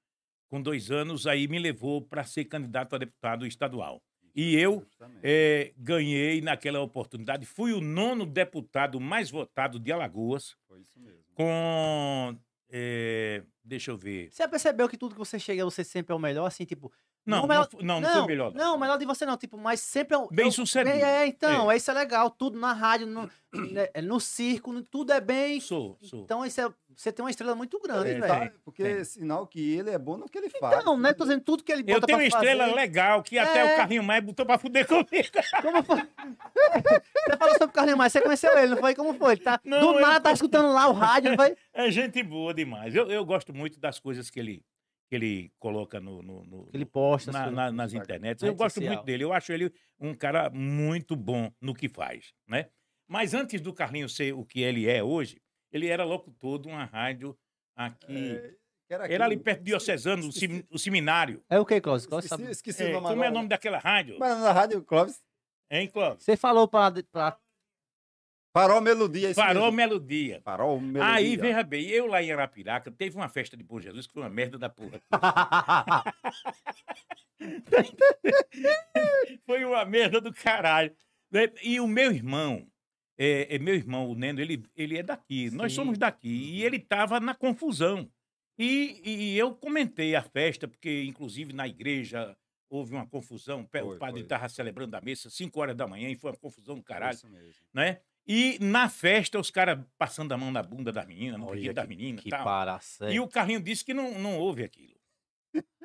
com dois anos, aí me levou para ser candidato a deputado estadual. E eu
Justamente.
eh, ganhei naquela oportunidade, fui o nono deputado mais votado de Alagoas,
Foi isso mesmo.
com. eh, deixa eu ver.
Você percebeu que tudo que você chega, você sempre é o melhor, assim, tipo.
Não,
Não,
não,
mas-
fu- não, não foi o melhor.
Não, o melhor de você não, tipo, mas sempre é o.
Bem
é o-
sucedido.
É, então, é. isso é legal. Tudo na rádio, no, né, no circo, no- tudo é bem.
Sou, sou.
Então, isso é, você tem uma estrela muito grande,
Ele
É,
velho.
tá-
velho.
porque
Tem.
sinal que ele é bom no que ele faz.
Então, né? Tô dizendo tudo que ele bota
Eu tenho uma
pra fazer.
estrela legal que até
É.
o Carlinho Maia botou pra fuder comigo.
Como foi? Você falou sobre o Carlinhos Maia, você conheceu ele, não foi? Como foi? Ele Tá,
Não,
do
eu-
nada tá escutando lá o rádio, não foi?
É gente boa demais. Eu, eu gosto muito das coisas que ele, que ele coloca no, no- no-
Ele posta.
na-
assim.
na- nas
Instagram.
internets. Eu
Rede
gosto
social.
muito dele. Eu acho ele um cara muito bom no que faz, né? Mas antes do Carlinho ser o que ele é hoje, ele era locutor de uma rádio aqui.
É, que era
Era ali
aquilo-
perto de Diocesano, o, sim- o seminário.
É o que, Clóvis? Clóvis
Esqueci,
sabe?
esqueci
É,
o nome
como é o
agora.
nome daquela rádio?
Mas na Rádio Clóvis,
Hein, Clóvis?
Você falou pra, pra
Farol Melodia. é isso
Farol
mesmo.
Melodia.
Farol Melodia.
Aí, veja bem, eu lá em Arapiraca, teve uma festa de Bom Jesus que foi uma merda da porra. Foi uma merda do caralho. né? E o meu irmão, é, é meu irmão, o Nendo, ele, ele é daqui. Nós
Sim.
somos daqui. E ele estava na confusão. E, e eu comentei a festa, porque, inclusive, na igreja houve uma confusão. pe-
Foi,
o padre
foi.
estava celebrando a missa, 5 horas da manhã, e foi uma confusão do caralho,
Isso mesmo.
né? E na festa, os caras passando a mão na bunda das meninas, no
Olha
peito das meninas
que
e tal.
paraça.
Então. E o Carlinho disse que não, não houve aquilo.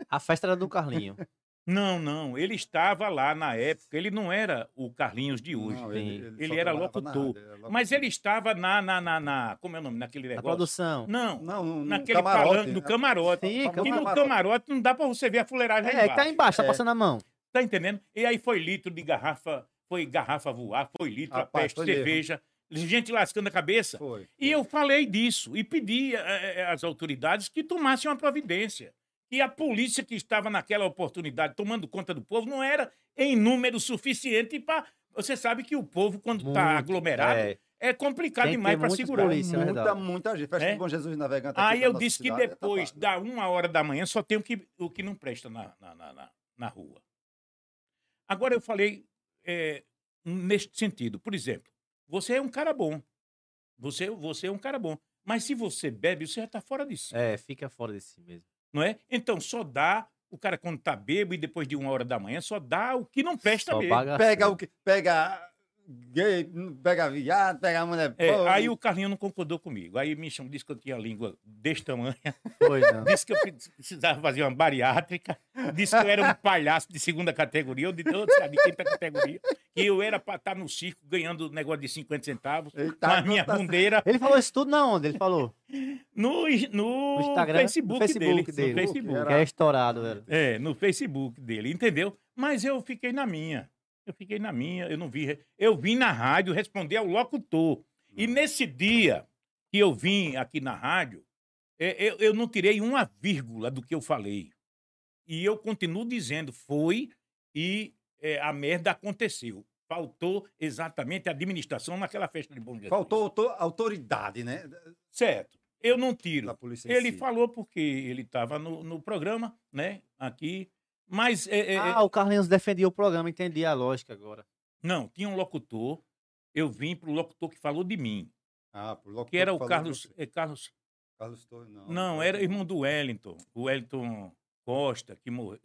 A festa era do Carlinho.
Não, não. Ele estava lá na época. Ele não era o Carlinhos de hoje.
Não,
Sim.
só
Ele era
trabalhava na
locutor.
rádio, era locutor.
Mas ele estava na, na, na, na- Como é o nome? Naquele
Na
negócio?
produção.
Não,
Não, no- no
naquele
camarote,
palanque do
né?
camarote.
Sim,
Famoso
E no
camarote.
camarote não dá pra você ver a fuleiragem
É,
aí
que tá embaixo, tá
É.
passando a mão.
Tá entendendo? E aí foi litro de garrafa, foi garrafa voar, foi litro, a
Rapaz,
peste,
foi
cerveja, gente lascando a cabeça.
Foi.
E eu falei disso e pedi eh, eh, às autoridades que tomassem uma providência. E a polícia que estava naquela oportunidade tomando conta do povo não era em número suficiente para. Você sabe que o povo, quando
Muito,
está Tá aglomerado, é,
é.
complicado
Tem que
demais
ter
para
muitos
segurar. né?
polícia. Isso é
muita,
verdade.
muita gente. Festa
É?
do Bom Jesus navegante. aqui
Aí
na
eu
nossa
disse que
cidade, é
depois
tapado.
da uma hora da manhã só tem o que, o que não presta na, na, na, na- na rua. Agora eu falei eh, neste sentido. Por exemplo, você é um cara bom. Você, você é um cara bom. Mas se você bebe, você já está fora de si,
É, fica fora de si mesmo.
não é? Então só dá, o cara quando está bêbado e depois de uma hora da manhã, só dá o que não presta
Só
mesmo.
bagaceiro.
Pega o que. Pega gay, pega viado, pega mulher.
É,
pobre.
aí o Carlinho não concordou comigo. Aí me chamou, disse que eu tinha a língua desse tamanho.
Foi, não.
Disse que eu pre- precisava fazer uma bariátrica. Disse que eu era um palhaço de segunda categoria, ou de, ou de- de quinta categoria. Que eu era para estar no circo ganhando negócio de 50 centavos.
Eita,
com a
não
minha
tá-
bandeira
Ele falou isso tudo na onda, ele falou.
no, i- no,
No Instagram,
Facebook,
no Facebook
dele.
dele.
No Facebook.
Era-
Que é estourado, velho.
É, no Facebook dele, entendeu? Mas eu fiquei na minha. Eu fiquei na minha, eu não vi. re- Eu vim na rádio responder ao locutor. E
Hum.
nesse dia que eu vim aqui na rádio, é, eu, eu não tirei uma vírgula do que eu falei. E eu continuo dizendo, foi e é, a merda aconteceu. Faltou exatamente a administração naquela festa de Bom Jesus.
Faltou auto- autoridade, né?
Certo. Eu não
Da
tiro.
polícia. em
Ele
si.
falou porque ele estava no, no programa, né? Aqui. Mas. é, é, é,
Ah, o Carlinhos defendia o programa, entendi a lógica agora.
Não, tinha um locutor. Eu vim pro locutor que falou de mim,
Ah, pro locutor
que era o
falou
Carlos.
de você. Ah,
é, Carlos
Carlos Torres, não. é.
Não, era irmão do Wellington, o Wellington Costa, que morreu.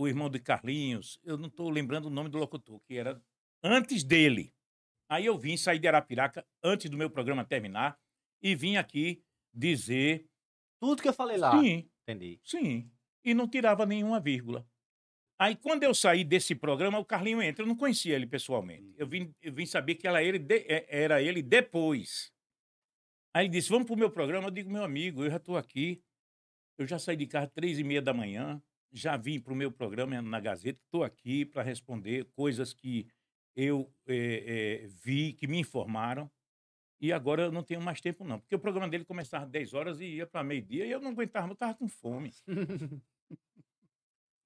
o irmão de Carlinhos. Eu não estou lembrando o nome do locutor, que era antes dele. Aí eu vim sair de Arapiraca antes do meu programa terminar e vim aqui dizer
Tudo que eu falei lá.
sim,
Entendi.
sim. E não tirava nenhuma vírgula. Aí quando eu saí desse programa, o Carlinho entra. Eu não conhecia ele pessoalmente. Eu vim, eu vim saber que ela ele de- é- era ele depois. Aí ele disse: Vamos pro meu programa. Eu digo: Meu amigo, eu já estou aqui. Eu já saí de casa três e meia da manhã. Já vim pro meu programa na Gazeta. Estou aqui para responder coisas que eu eh, eh, vi, que me informaram. E agora eu não tenho mais tempo, não. Porque o programa dele começava às 10 horas e ia para meio-dia. E eu não aguentava, eu estava com fome.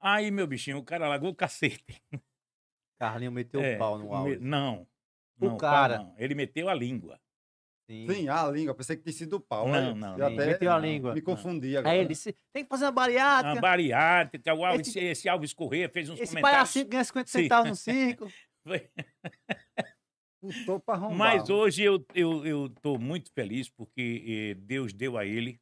Aí, meu bichinho, o cara largou o cacete.
Carlinhos meteu
É,
o um pau no
me-
áudio.
Não.
O
não, pau
cara.
não. Ele meteu a língua.
Sim.
Sim, ah, a língua. Pensei que tinha sido o pau.
Não,
olha,
não,
Eu
Sim,
não.
até
meteu a língua.
me confundi agora.
Aí ele disse, tem que fazer uma
A
bariátrica.
bariátrica, o Alves,
Esse-
esse, Alves Correia fez uns
Esse
comentários.
palhacinho ganha 50
Sim.
centavos no circo.
Putou pra arrombar. é
Mas hoje eu estou eu, tô muito feliz porque eh, Deus deu a ele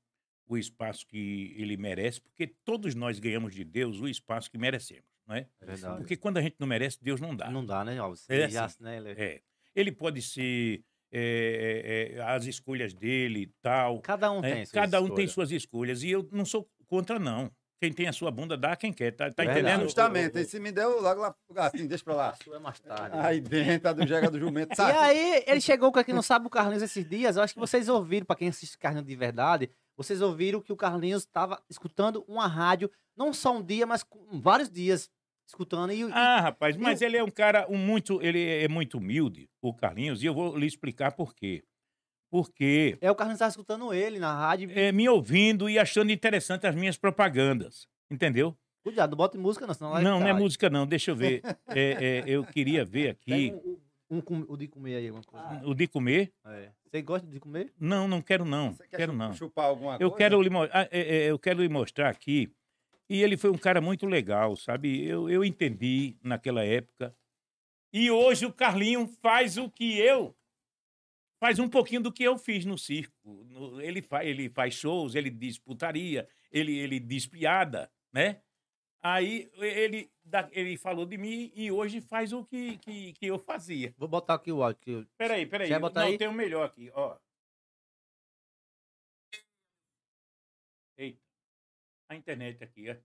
o espaço que ele merece, porque todos nós ganhamos de Deus o espaço que merecemos, não é?
Verdade.
Porque quando a gente não merece, Deus não dá.
Não dá, né, Alves?
É
Já,
assim.
né, ele-
É. Ele pode ser eh, eh, eh, as escolhas dele e tal.
Cada um
né?
tem. suas
Cada um tem
escolhas.
suas escolhas. E eu não sou contra, não. Quem tem a sua bunda, dá a quem quer. Tá, tá
Verdade.
entendendo?
Justamente, esse me deu logo lá. Assim, deixa pra lá.
A sua é mais tarde.
Aí dentro a do Jega do Jumento, sabe?
E aí, ele chegou com quem não sabe o Carlinhos esses dias. Eu acho que vocês ouviram, pra quem assiste Carlinhos de verdade, vocês ouviram que o Carlinhos estava escutando uma rádio, não só um dia, mas com vários dias escutando. E, e-
Ah, rapaz, mas ele é um cara um muito, ele é muito humilde, o Carlinhos, e eu vou lhe explicar por quê. Porque
é o Carlinhos estava escutando ele na rádio.
é, me ouvindo e achando interessante as minhas propagandas, entendeu?
Cuidado, não bota música, não, senão lá
Não, não é música não, deixa eu ver. É, é, eu queria ver aqui
Um, um com- o de comer aí, alguma coisa.
o de comer.
É. Você gosta de comer?
Não, não quero não,
Você quer
quero
chu-
não.
chupar alguma
Eu
coisa?
quero, lhe, mo- ah, é, é, eu quero lhe mostrar aqui. E ele foi um cara muito legal, sabe? Eu, eu entendi naquela época. E hoje o Carlinho faz o que eu. Faz um pouquinho do que eu fiz no circo. No- ele, fa, ele faz shows, ele diz putaria, ele, ele diz piada, né? Aí ele, da- ele falou de mim e hoje faz o que, que, que eu fazia.
Vou botar aqui o áudio. Que eu-
Peraí, peraí.
Quer botar
Não,
aí?
tem um melhor aqui, ó. Eita. A internet aqui, ó.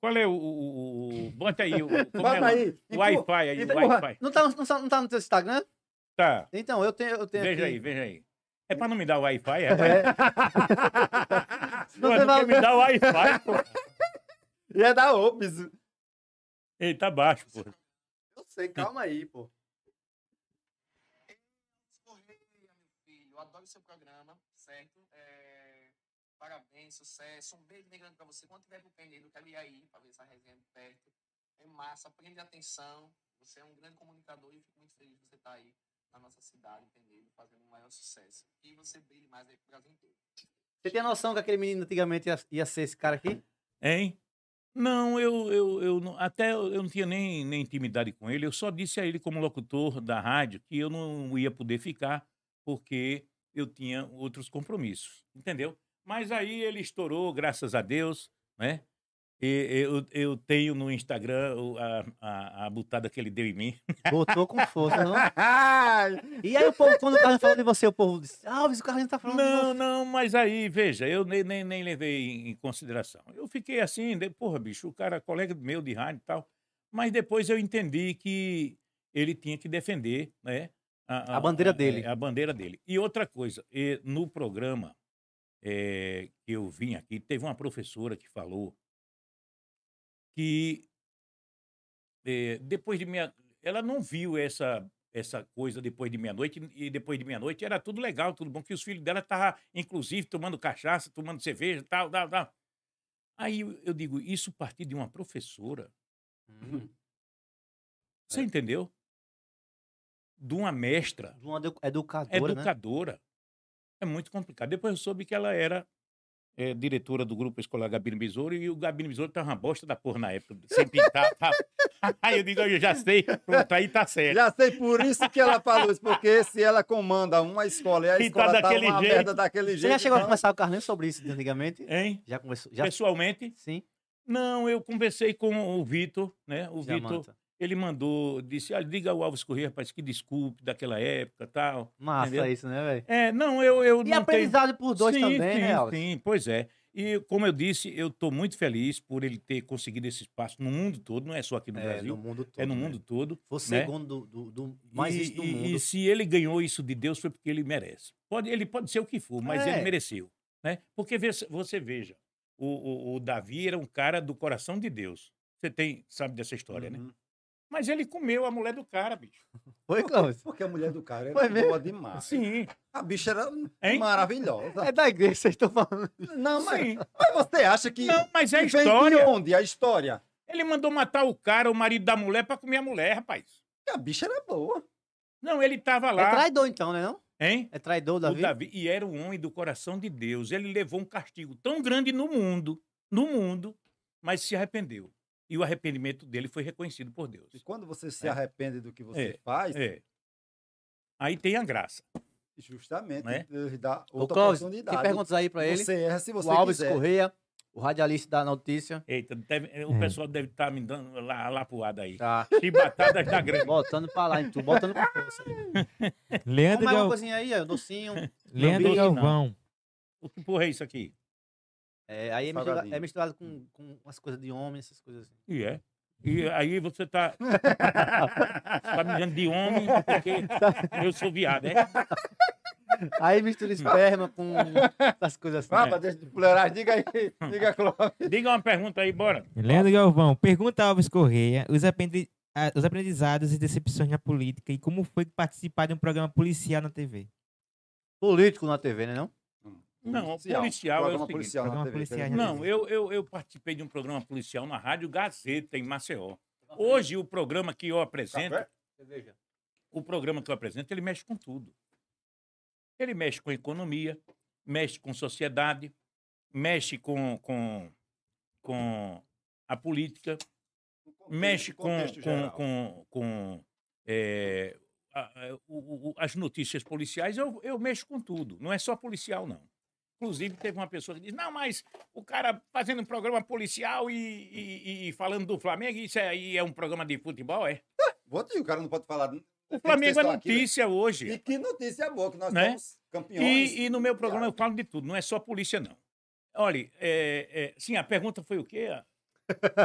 Qual é o. o, o- o- Bota aí o. Como é
Bota
o-
aí.
O
empurra.
Wi-Fi aí, o
empurra.
Wi-Fi.
Não, tá, não, tá- não tá no teu Instagram?
Tá.
Então, eu tenho. Eu tenho
Veja aí,
aqui.
veja aí. É pra não me dar o Wi-Fi? É, é.
Você vai-
quer me dar o Wi-Fi, pô.
Ia dar opis. é Eu
Ei, tá baixo, pô.
sei, calma aí, pô.
Correia, meu filho. Eu adoro seu programa, certo? É, Parabéns, sucesso. Um beijo bem grande pra você. Quando tiver pro Peneiro, eu quero ir aí pra ver essa resenha de perto. É massa, prende atenção. Você é um grande comunicador e eu fico muito feliz de você estar aí na nossa cidade, Peneiro, fazendo o maior sucesso. E você brilhe mais aí pro Brasil inteiro.
Você tem noção que aquele menino antigamente ia, ia ser esse cara aqui?
Hein? Não, eu, eu, eu não- até eu eu não tinha nem, nem intimidade com ele. Eu só disse a ele, como locutor da rádio, que eu não ia poder ficar porque eu tinha outros compromissos, entendeu? Mas aí ele estourou, graças a Deus, né? E- eu, eu tenho no Instagram o- a, a, a butada que ele deu em mim.
Botou com força, não?
Ai,
E aí o povo, quando o Carlinhos falou de você, o povo disse, Alves, o Carlinhos tá falando
Não,
de
não, mas aí, veja, eu nem, nem, nem levei em, em consideração. Eu fiquei assim, de, porra, bicho, o cara, é colega meu de rádio e tal. Mas depois eu entendi que ele tinha que defender né,
A bandeira
é,
dele.
A, bandeira dele. E outra coisa, e no programa eh, que eu vim aqui, teve uma professora que falou que eh, depois de meia. Ela não viu essa essa coisa depois de meia-noite, e depois de meia-noite era tudo legal, tudo bom, que os filhos dela estavam, inclusive, tomando cachaça, tomando cerveja, tal, tal, tal. Aí eu eu digo, isso partir de uma professora.
Hum. É.
Você entendeu? De uma mestra,
De uma edu- educadora, né?
educadora. É muito complicado. Depois eu soube que ela era eh, diretora do grupo escolar Gabino Besouro e o Gabino Besouro tava uma bosta da porra na época, sem pintar. Tava... Aí eu digo, "Olha, eu já sei, pronto, aí tá certo.
Já sei por isso que ela falou isso, porque se ela comanda uma escola e a
E tá
escola tá,
daquele
uma
jeito.
merda daquele
Você
jeito.
já chegou a
então-
conversar com o Carlinhos sobre isso de antigamente?
Hein?
Já conversou?
É
Já?
Pessoalmente,
Sim.
não, eu conversei com o Vitor, né? O
já,
Vitor,
Manta.
ele mandou, disse, olha, diga ao Alves Corrêa, rapaz, que desculpe daquela época tal.
Massa
Entendeu?
isso, né, velho?
É, não, eu, eu
E
não tenho...
aprendizado por dois
Sim,
também,
sim,
né, Alves?
Sim, pois é. E como eu disse, eu estou muito feliz por ele ter conseguido esse espaço no mundo todo, não é só aqui no
É,
Brasil,
no mundo todo.
é no
né?
mundo todo.
Foi o
né?
segundo do, do, do mais
e,
visto do
e-
mundo.
e se ele ganhou isso de Deus foi porque ele merece. Pode, ele pode ser o que for, mas
É.
ele mereceu. Né? Porque vê- você veja, o, o- o Davi era um cara do coração de Deus. Você tem, sabe dessa história, né?
Uhum.
Mas ele comeu a mulher do cara, bicho.
Oi, Cláudio.
Porque a mulher do cara
Foi
era
mesmo?
boa demais.
Sim,
A bicha era
Hein?
maravilhosa.
É da igreja, vocês estão falando.
Não, mas,
sim.
mas você acha que.
Não, mas é a
que vem de um
história.
onde? A história.
Ele mandou matar o cara, o marido da mulher, para comer a mulher, rapaz.
Que a bicha era boa.
Não, ele tava
É
lá,
traidor, então, né? Não?
hein?
É traidor,
O
Davi?
Davi- e era um homem do coração de Deus. Ele levou um castigo tão grande no mundo, no mundo, mas se arrependeu. E o arrependimento dele foi reconhecido por Deus.
E quando você se
É.
arrepende do que você
É,
faz,
É. Aí tem a graça.
justamente
Né?
Deus dá
Ô,
outra
Cláudio,
oportunidade.
tem perguntas aí pra ele.
Você erra se você
o Alves
quiser.
Correia, o radialista da notícia.
Eita, deve- o
É.
pessoal deve estar me dando lá, lapuada aí.
Tá.
Chibatadas da grande.
Botando pra lá, então. Botando com força.
Leandro,
Como é uma
Gal...
coisinha aí, ó, docinho.
Não, não.
Leandro Galvão.
O que porra é isso aqui?
É, aí é misturado,
Salgadinho.
é misturado com, com umas coisas de homem, essas coisas assim.
E é. E aí você tá. tá me dando de homem, porque eu sou viado, é?
Aí mistura esperma com essas coisas assim.
Ah, mas deixa de plurais. Diga aí. Diga, Clóvis.
Diga uma pergunta aí, bora.
Leandro Galvão, pergunta a Alves Correia os, aprendi- ah, os aprendizados e decepções na política e como foi participar de um programa policial na TV.
Político na TV, né? Não?
Não, policial é o
Programa
seguinte.
policial na
Programa
TV.
policial.
né?
Televisão.
Não, eu, eu, eu participei de um programa policial na Rádio Gazeta, em Maceió. Hoje, o programa que eu apresento,
Café?
o programa que eu apresento, ele mexe com tudo. Ele mexe com economia, mexe com sociedade, mexe com, com, com a política, mexe com,
Contexto
com,
geral.
com, com, é, a- a- o- o- as notícias policiais, eu, eu mexo com tudo, não é só policial, não. Inclusive, teve uma pessoa que disse: não, mas o cara fazendo um programa policial e, e- e falando do Flamengo, isso aí é um programa de futebol, é?
Vou te- o cara não pode falar.
O Flamengo é
estão aqui, né?
notícia
E
hoje.
que notícia boa, que nós
Né?
somos campeões.
E, e no meu programa eu falo de tudo, não é só polícia, não. Olha, é, é, sim, a pergunta foi o quê?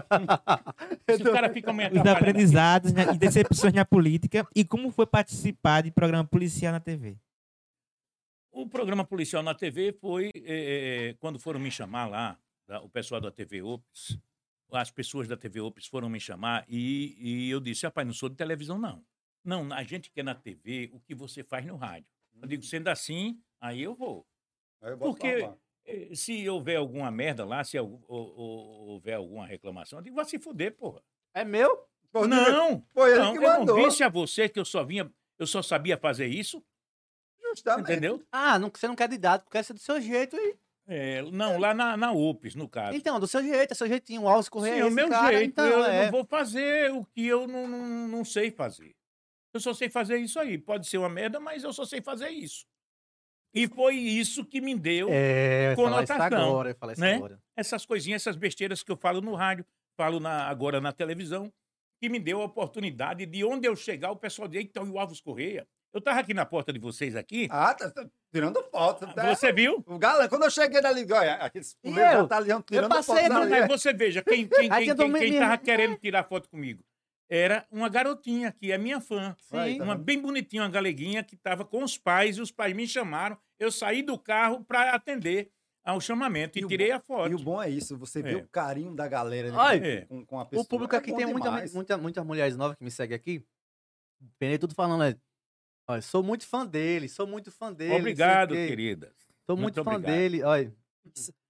Se o cara fica me
Os
atrapalhando aqui.
aprendizados né, e decepções na política e como foi participar de programa policial na TV.
O programa policial na TV foi eh, eh, quando foram me chamar lá, tá? o pessoal da TV Ops, as pessoas da TV Ops foram me chamar e, e eu disse, rapaz, não sou de televisão, não. Não, a gente quer na TV o que você faz no rádio. Eu
Hum.
digo, sendo assim, aí eu vou.
Aí Tá, eu boto
porque-
uma barra.
Eh, Se houver alguma merda lá, se algu- ou- ou- houver alguma reclamação, eu digo, vai se fuder, porra.
É meu?
Pô,
Não,
Foi ele
não,
que
eu
mandou.
não disse a você que eu só vinha, eu só sabia fazer isso,
Justamente.
entendeu?
Ah, não, você não quer didático, quer ser do seu jeito. E...
É, não, lá na, na Ops, no caso.
Então, do seu jeito, é seu jeitinho. O Alves Correia
Sim,
é
é o
esse
meu
cara,
jeito.
então,
eu
é.
não vou fazer o que eu não, não, não sei fazer. Eu só sei fazer isso aí. Pode ser uma merda, mas eu só sei fazer isso. E foi isso que me deu
É, eu ia falar isso
Conotação,
agora, eu falar isso
né?
agora.
essas coisinhas, essas besteiras que eu falo no rádio, falo na- agora na televisão, que me deu a oportunidade de onde eu chegar, o pessoal dizer, então, e o Alves Correia? Eu estava aqui na porta de vocês aqui,
Ah, tá, tá tirando foto.
Ah,
Tá?
você viu?
O galã, quando eu cheguei dali, olha, aqueles
E
fuleiros
eu?
já tá ali, já tirando
passei
foto
do-
dali.
Mas você veja, quem, quem,
Aí
quem,
eu dou
quem,
minha-
quem
minha-
tava querendo tirar foto comigo era uma garotinha que é minha fã.
Aí,
Sim.
tá
Uma bem bonitinha, uma galeguinha que estava com os pais e os pais me chamaram. Eu saí do carro para atender ao chamamento e,
E o
tirei a foto.
E o bom é isso, você vê
É.
o carinho da galera né,
Olha,
É.
com, com a pessoa.
O público
É
aqui
bom
tem muita,
demais.
muita- muitas mulheres novas que me seguem aqui. Penei tudo falando, né? Olha, sou muito fã dele, sou muito fã dele. não sei o
Obrigado,
quê.
querida.
Sou
Muito
muito, fã
obrigado.
dele. Olha,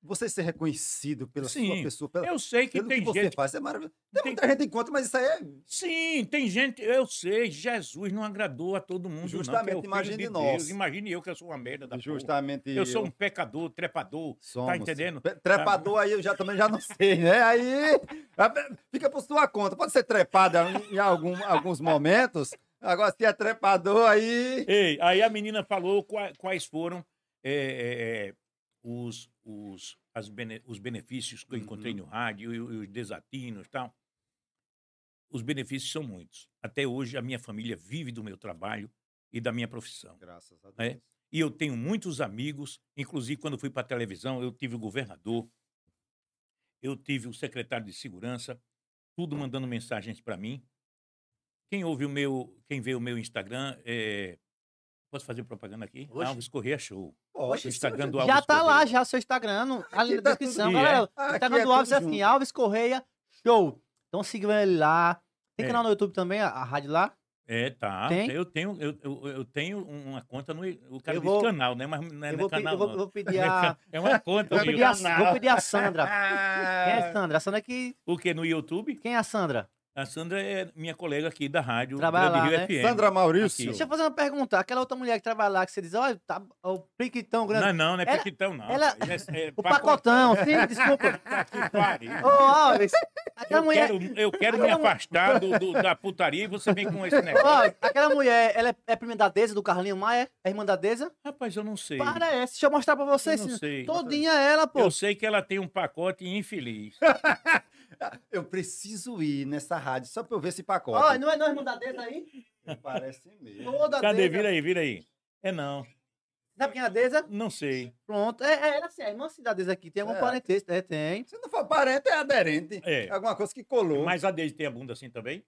Você ser reconhecido pela sua
Sim.
pessoa, pela,
Eu sei que
pelo que
tem
você
gente.
faz, é maravilhoso. Tem,
Tem-
muita gente que encontra, mas isso aí é
Sim, tem gente. Eu sei, Jesus não agradou a todo mundo.
Justamente,
não, que é o filho
imagine
de
nós.
Deus. Imagine eu que eu sou uma merda da porra.
justamente.
Tá Eu sou um pecador, trepador.
Somos.
Tá entendendo? Tá.
Pe- Trepador aí eu já também já não sei, né? Aí a- fica por sua conta. Pode ser trepada em, em algum- alguns momentos. Agora, se é trepador aí.
Ei, aí a menina falou qua- quais foram é, é, é, os, os, as bene- os benefícios que eu encontrei no rádio e, o- e os desatinos e tal. Os benefícios são muitos. Até hoje, a minha família vive do meu trabalho e da minha profissão.
Graças a
É. E eu tenho muitos amigos, inclusive quando fui para a televisão, eu tive o governador, eu tive o secretário de segurança, tudo mandando mensagens para mim. Quem ouve o meu, quem vê o meu Instagram, é... posso fazer propaganda aqui?
Oxe.
Alves Corrêa Show.
Poxa, é
O Instagram do Alves
Já tá lá,
Corrêa.
já, seu Instagram, no, ali na
tá
descrição,
tudo-
galera.
E é.
O
Aqui
Instagram
é
do Alves é
tudo
assim,
junto.
Alves Correia, show. Então sigam ele lá. Tem
É.
canal no YouTube também, a, a rádio lá.
É, tá.
Tem?
Eu tenho, eu, eu, eu tenho uma conta no. O cara
Eu
disse
vou-
canal, né? Mas não é,
eu
não é
vou, pe-
canal.
eu vou-
não.
vou pedir a.
É uma conta.
Vou
meu.
pedir a, vou pedir a Sandra. Quem é a
Ah,
Sandra? A Sandra que.
O que? No YouTube?
Quem é a Sandra?
A Sandra é minha colega aqui da rádio
Trabalha
Grande
lá, né?
Rio FM.
Sandra Maurício.
é Aqui.
Deixa eu fazer uma pergunta. Aquela outra mulher que trabalha lá, que você diz, olha, tá, o priquitão grande.
Não, não, não é
Ela-
Pequitão, não.
ela-
rapaz. É- é
o
pacote-
pacotão, sim, desculpa.
Que pariu.
Ô, Alves, aquela
Eu
mulher.
quero, eu quero me
Aquela mu-
afastar do, do- da putaria e você vem com esse
Ô,
negócio.
Alves, aquela mulher, ela é, é prima da Deza, do Carlinho Maia? É irmã da Deza?
Rapaz, eu não sei.
Parece. Deixa eu mostrar pra vocês.
Eu não
senhor.
sei.
Todinha ela, pô.
Eu sei que ela tem um pacote infeliz.
Eu preciso ir nessa rádio só pra eu ver esse pacote.
Ó, não é não, irmão da Deza aí?
Parece mesmo.
Toda
Cadê?
Deza.
Vira aí, vira aí. É não,
Sabe quem é a Deza?
não sei.
Pronto. É, é ela sim, a irmã sim da Deza aqui. Tem algum
É.
parentesco? É, tem.
Se não for parente, é aderente.
É.
Alguma coisa que colou.
Mas a Deise tem a bunda assim também?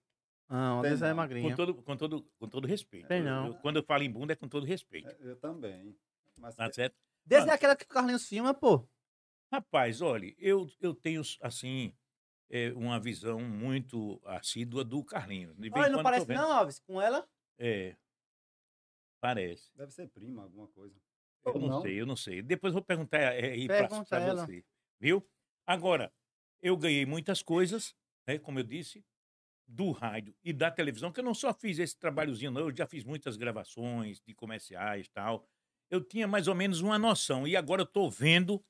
Não, a
Tem
Deza é
não.
Com
magrinha.
todo, com todo, com todo respeito.
Tem
Eu-
não.
eu- quando eu falo em bunda é com todo respeito.
Eu também. Mas
Tá certo?
Deza é aquela que o Carlinhos filma, pô.
Rapaz, olha, eu, eu tenho, assim, é, uma visão muito assídua do Carlinhos. De vez em
Olha, não
quando eu tô
parece
vendo.
não, Alves, com ela?
É. Parece.
deve ser prima, alguma coisa.
Eu
Ou
não,
não.
sei, eu não sei. Depois eu vou perguntar é, aí pra-
Pergunta
pra
ela.
você. Viu? Agora, eu ganhei muitas coisas, né, como eu disse, do rádio e da televisão, que eu não só fiz esse trabalhozinho, não. Eu já fiz muitas gravações de comerciais e tal. Eu tinha mais ou menos uma noção. E agora eu estou vendo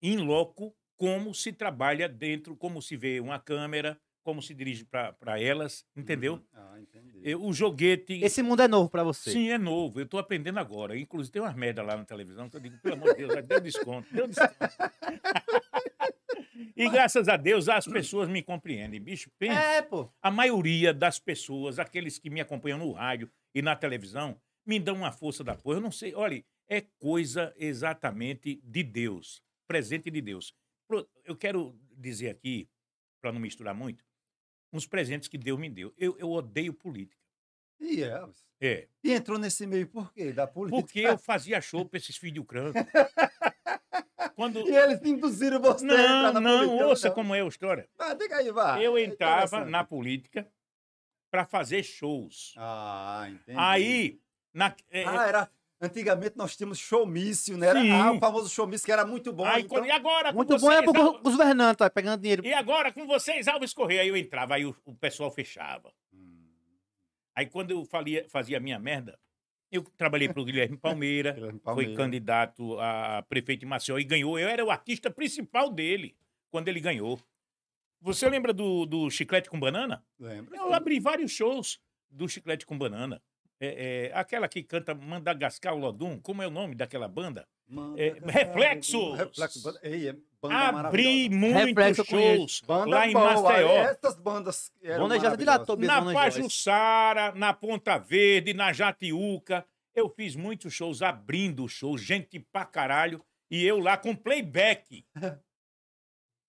em loco como se trabalha dentro, como se vê uma câmera, como se dirige para elas, entendeu?
Uhum. Ah, entendi.
Eu- o joguete.
Esse mundo é novo pra você.
Sim, é novo. Eu estou aprendendo agora. Inclusive, tem umas merda lá na televisão que eu digo, pelo amor de Deus, vai, deu desconto, deu desconto. e graças a Deus, as pessoas me compreendem. Bicho, pensa.
É, pô.
A maioria das pessoas, aqueles que me acompanham no rádio e na televisão, me dão uma força da porra. Eu não sei. Olha, é coisa exatamente de Deus. Presente de Deus. Pro- Eu quero dizer aqui, para não misturar muito, uns presentes que Deus me deu. Eu, eu odeio política.
E é, Alves?
É.
E entrou nesse meio por quê? Da política.
Porque eu fazia show pra esses filhos de crânio. Quando.
E eles induziram você a entrar
Não,
na
não,
política,
ouça
não?
como é a história.
Ah, diga aí, vá.
Eu
É
entrava
interessante.
na política pra fazer shows.
Ah, entendi.
Aí, na, é,
Ah, era... Antigamente nós tínhamos showmício, né? Era
Sim.
ah, o famoso showmício que era muito bom.
aí
então...
quando- e agora
Muito
com
bom é
vocês,
pro
Al-
governante, tá pegando dinheiro.
E agora com vocês, Alves Correia. Aí eu entrava, aí o, o pessoal fechava.
Hum,
Aí quando eu falia- fazia a minha merda, eu trabalhei pro Guilherme Palmeira.
Guilherme
foi
Palmeira.
candidato a prefeito de Maceió e ganhou. Eu era o artista principal dele quando ele ganhou. Você lembra do, do Chiclete com Banana?
Lembra?
Eu abri vários shows do Chiclete com Banana. É, é, aquela que canta Madagascar Lodum, como é o nome daquela banda?
Manda
É,
cantar,
Reflexos!
Reflexos. banda- Ei, é banda
Abri
maravilhosa.
muitos
Reflexo eu
shows
conheço.
Banda
lá em
boa, é
Maceió.
Essas bandas eram
Dona Jota de
maravilhosas.
Lato, mesmo,
Na
Dona Joyce.
Pajussara, na Ponta Verde, na Jatiuca. Eu fiz muitos shows abrindo shows, gente pra caralho. E eu lá com playback.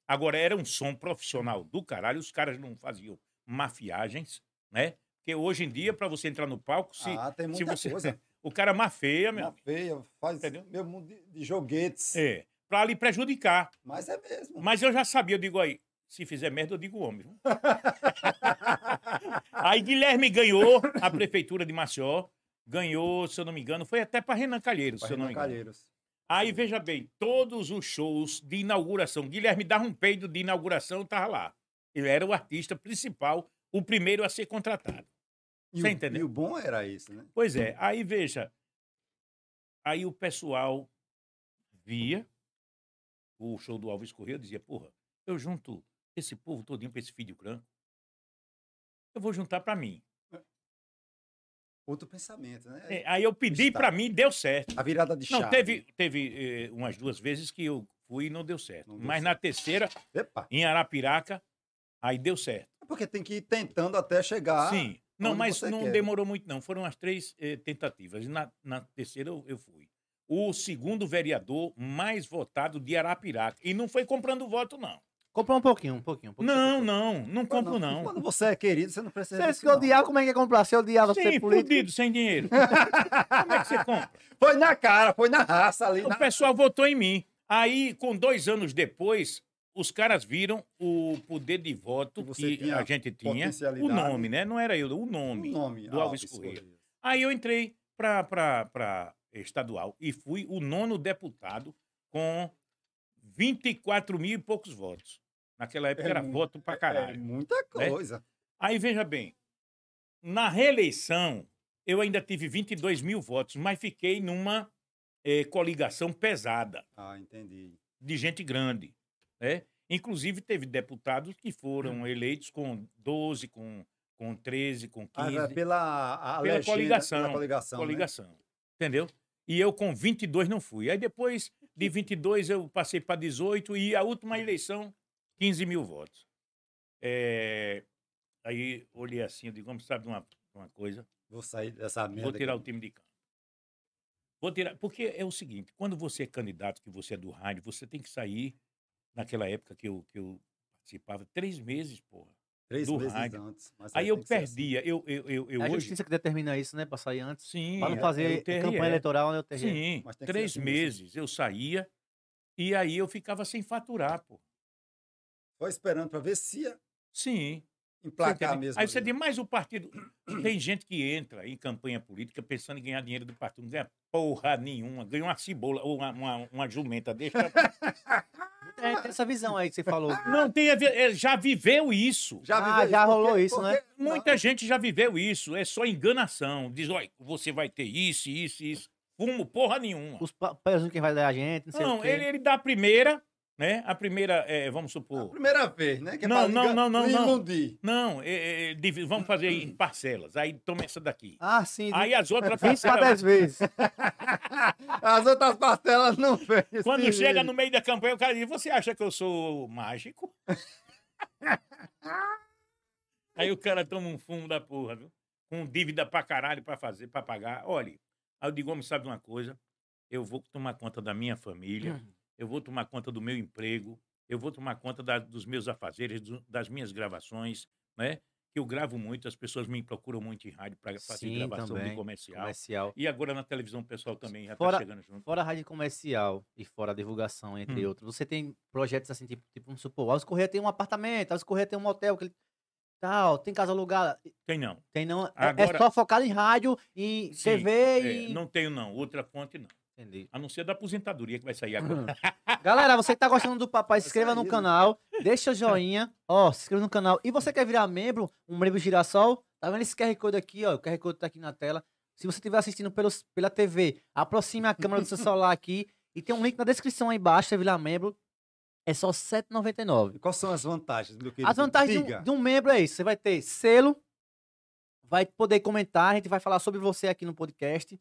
Agora, era um som profissional do caralho. Os caras não faziam mafiagens, né? Porque hoje em dia, pra você entrar no palco, se
Ah, tem muita
você-
coisa.
o cara mafeia, meu
Uma
amigo,
feia, faz
Entendeu?
meu mundo de, de joguetes.
é, pra lhe prejudicar.
Mas é mesmo.
Mas eu já sabia, eu digo aí, se fizer merda, eu digo homem. viu? aí Guilherme ganhou a prefeitura de Maceió, ganhou, se eu não me engano, foi até para Renan Calheiros, se eu não me engano.
Calheiros.
Aí, veja bem, todos os shows de inauguração, Guilherme dava um peido de inauguração, tava lá. Ele era o artista principal, o primeiro a ser contratado.
E,
Você
o,
entendeu?
e o bom era isso, né?
Pois é, aí veja, aí o pessoal via o show do Alves Correia e dizia, porra, eu junto esse povo todinho pra esse filho branco, eu vou juntar pra mim.
Outro pensamento, né?
É, Aí eu pedi
Está.
pra mim, deu certo.
A virada de chave.
Não, teve, teve eh, umas duas vezes que eu fui e não deu certo.
Não deu
Mas na terceira,
Epa.
em Arapiraca, aí deu certo.
É porque tem que ir tentando até chegar.
Sim. Não,
Ah, onde
mas
você
não
quer.
demorou muito, não. Foram as três eh, tentativas. Na, na terceira eu, eu fui. O segundo vereador mais votado de Arapiraca. E não foi comprando voto, não.
Comprou um pouquinho, um pouquinho. Um pouquinho
Não, não. Não
Quando-
compro, não.
Ah, Quando você é querido, você não precisa.
Você
disso,
se
não.
odiava, como é que ia comprar? Se odiava
Sim,
ser político.
fudido, sem dinheiro. Como é que você compra?
Foi na cara, foi na raça ali.
O
na-
pessoal votou em mim. Aí, com dois anos depois, os caras viram o poder de
Que
voto que,
você tinha
a gente tinha. O
potencialidade.
nome, né? Não era eu, o nome.
O nome. Ah,
do Alves Correia.
É
Aí eu entrei para estadual e fui o nono deputado com 24 mil e poucos votos. Naquela época
É
era
muito,
voto pra
Caralho.
caralho. né?
muita coisa.
Aí veja bem, na reeleição eu ainda tive 22 mil votos, mas fiquei numa eh, coligação pesada
Ah, entendi.
de gente grande. Né? Inclusive teve deputados que
Hum.
foram eleitos com 12, com, com 13, com 15
Ah, era pela a- a
Pela
legenda,
coligação,
Pela
Então,
coligação. né?
coligação. Entendeu? E eu com 22 não fui. Aí depois de 22 eu passei para 18 e a última eleição, 15 mil votos. É, Aí olhei assim, eu digo, vamos sabe de uma, uma coisa?
Vou sair dessa merda.
Vou tirar o
aqui.
time de campo. Vou tirar, porque é o seguinte, quando você é candidato, que você é do rádio, você tem que sair, naquela época que eu, que eu participava, três meses, porra.
Três
do
meses
rádio.
antes. mas
Aí
tem
eu
que ser assim.
perdia, eu, eu, eu, eu
assim. É a
hoje...
justiça que determina isso, né? Pra sair antes.
Sim,
Pra
é,
não
é
fazer
o TRE.
campanha eleitoral, né? O TRE.
Sim,
Mas tem que ser
três
assim mesmo.
meses eu saía e aí eu ficava sem faturar, pô.
assim. Só esperando pra ver se ia
Sim. Você
emplacar
entende?
mesmo.
Aí você
ali. né?
diz, mas o partido. Tem gente que entra em campanha política pensando em ganhar dinheiro do partido. Não ganha porra nenhuma. Ganha uma cebola ou uma, uma, uma jumenta. Deixa...
É, tem essa visão aí que você falou.
Não, tem a ver- é, já viveu isso.
Já
Ah,
viveu
já
porque-
rolou isso, né?
porque- é
Muita gente já viveu isso. É só enganação. Diz, olha, você vai ter isso, isso, isso. Fumo porra nenhuma.
Os pa- presuntos que vai dar a gente, não sei o
Não,
quê.
ele, ele dá a primeira, né? A primeira, é, vamos
Não, a
supor.
primeira vez, né? Que
Não,
pra
não,
ligar-
não, não,
me
não.
iludir.
Não, é, é, divi- vamos fazer em parcelas. Aí toma essa daqui.
Ah, sim.
Aí é né? as outras
20 pra 10
parcelas.
vezes.
As outras pastelas não fez.
Quando
se
chega
liga.
no meio da campanha, o cara diz: Você acha que eu sou mágico? Aí o cara toma um fumo da porra, viu? Com dívida pra caralho pra fazer, pra pagar. Olha, aí eu digo: Homem, sabe de uma coisa? Eu vou tomar conta da minha família, eu vou tomar conta do meu emprego, eu vou tomar conta da- dos meus afazeres, do- das minhas gravações, né? Que eu gravo muito, as pessoas me procuram muito em rádio pra fazer
Sim,
gravação
também.
de comercial.
Comercial.
E agora na televisão o pessoal também já
Fora-
tá chegando junto.
Fora a rádio comercial e fora a divulgação, entre
Hum.
outros, você tem projetos assim, tipo, tipo vamos supor, Alves Correia tem um apartamento, Alves Correia tem um motel, que ele... tal, tem casa alugada.
Tem não.
Tem não. é- é
Agora-
só focado em rádio, em
Sim,
TV
É,
e.
não tenho, não. Outra fonte, não.
Entendi.
A não ser da aposentadoria que vai
Ah.
sair agora.
Galera,
ah,
você que tá gostando do papai, se
Isso
é
inscreva
aí,
no
né?
canal, deixa o joinha, ó, se inscreva no canal. E você quer virar membro, um membro girassol? Tá vendo esse QR Code aqui, ó? O QR Code tá aqui na tela. Se você estiver assistindo pelos, pela TV, aproxime a câmera do seu celular aqui e tem um link na descrição aí embaixo, você virar membro. É só R$ 7,99.
Quais são as vantagens, meu querido?
As vantagens de
Diga.
um, de um membro é isso. Você vai ter selo, vai poder comentar, a gente vai falar sobre você aqui no podcast.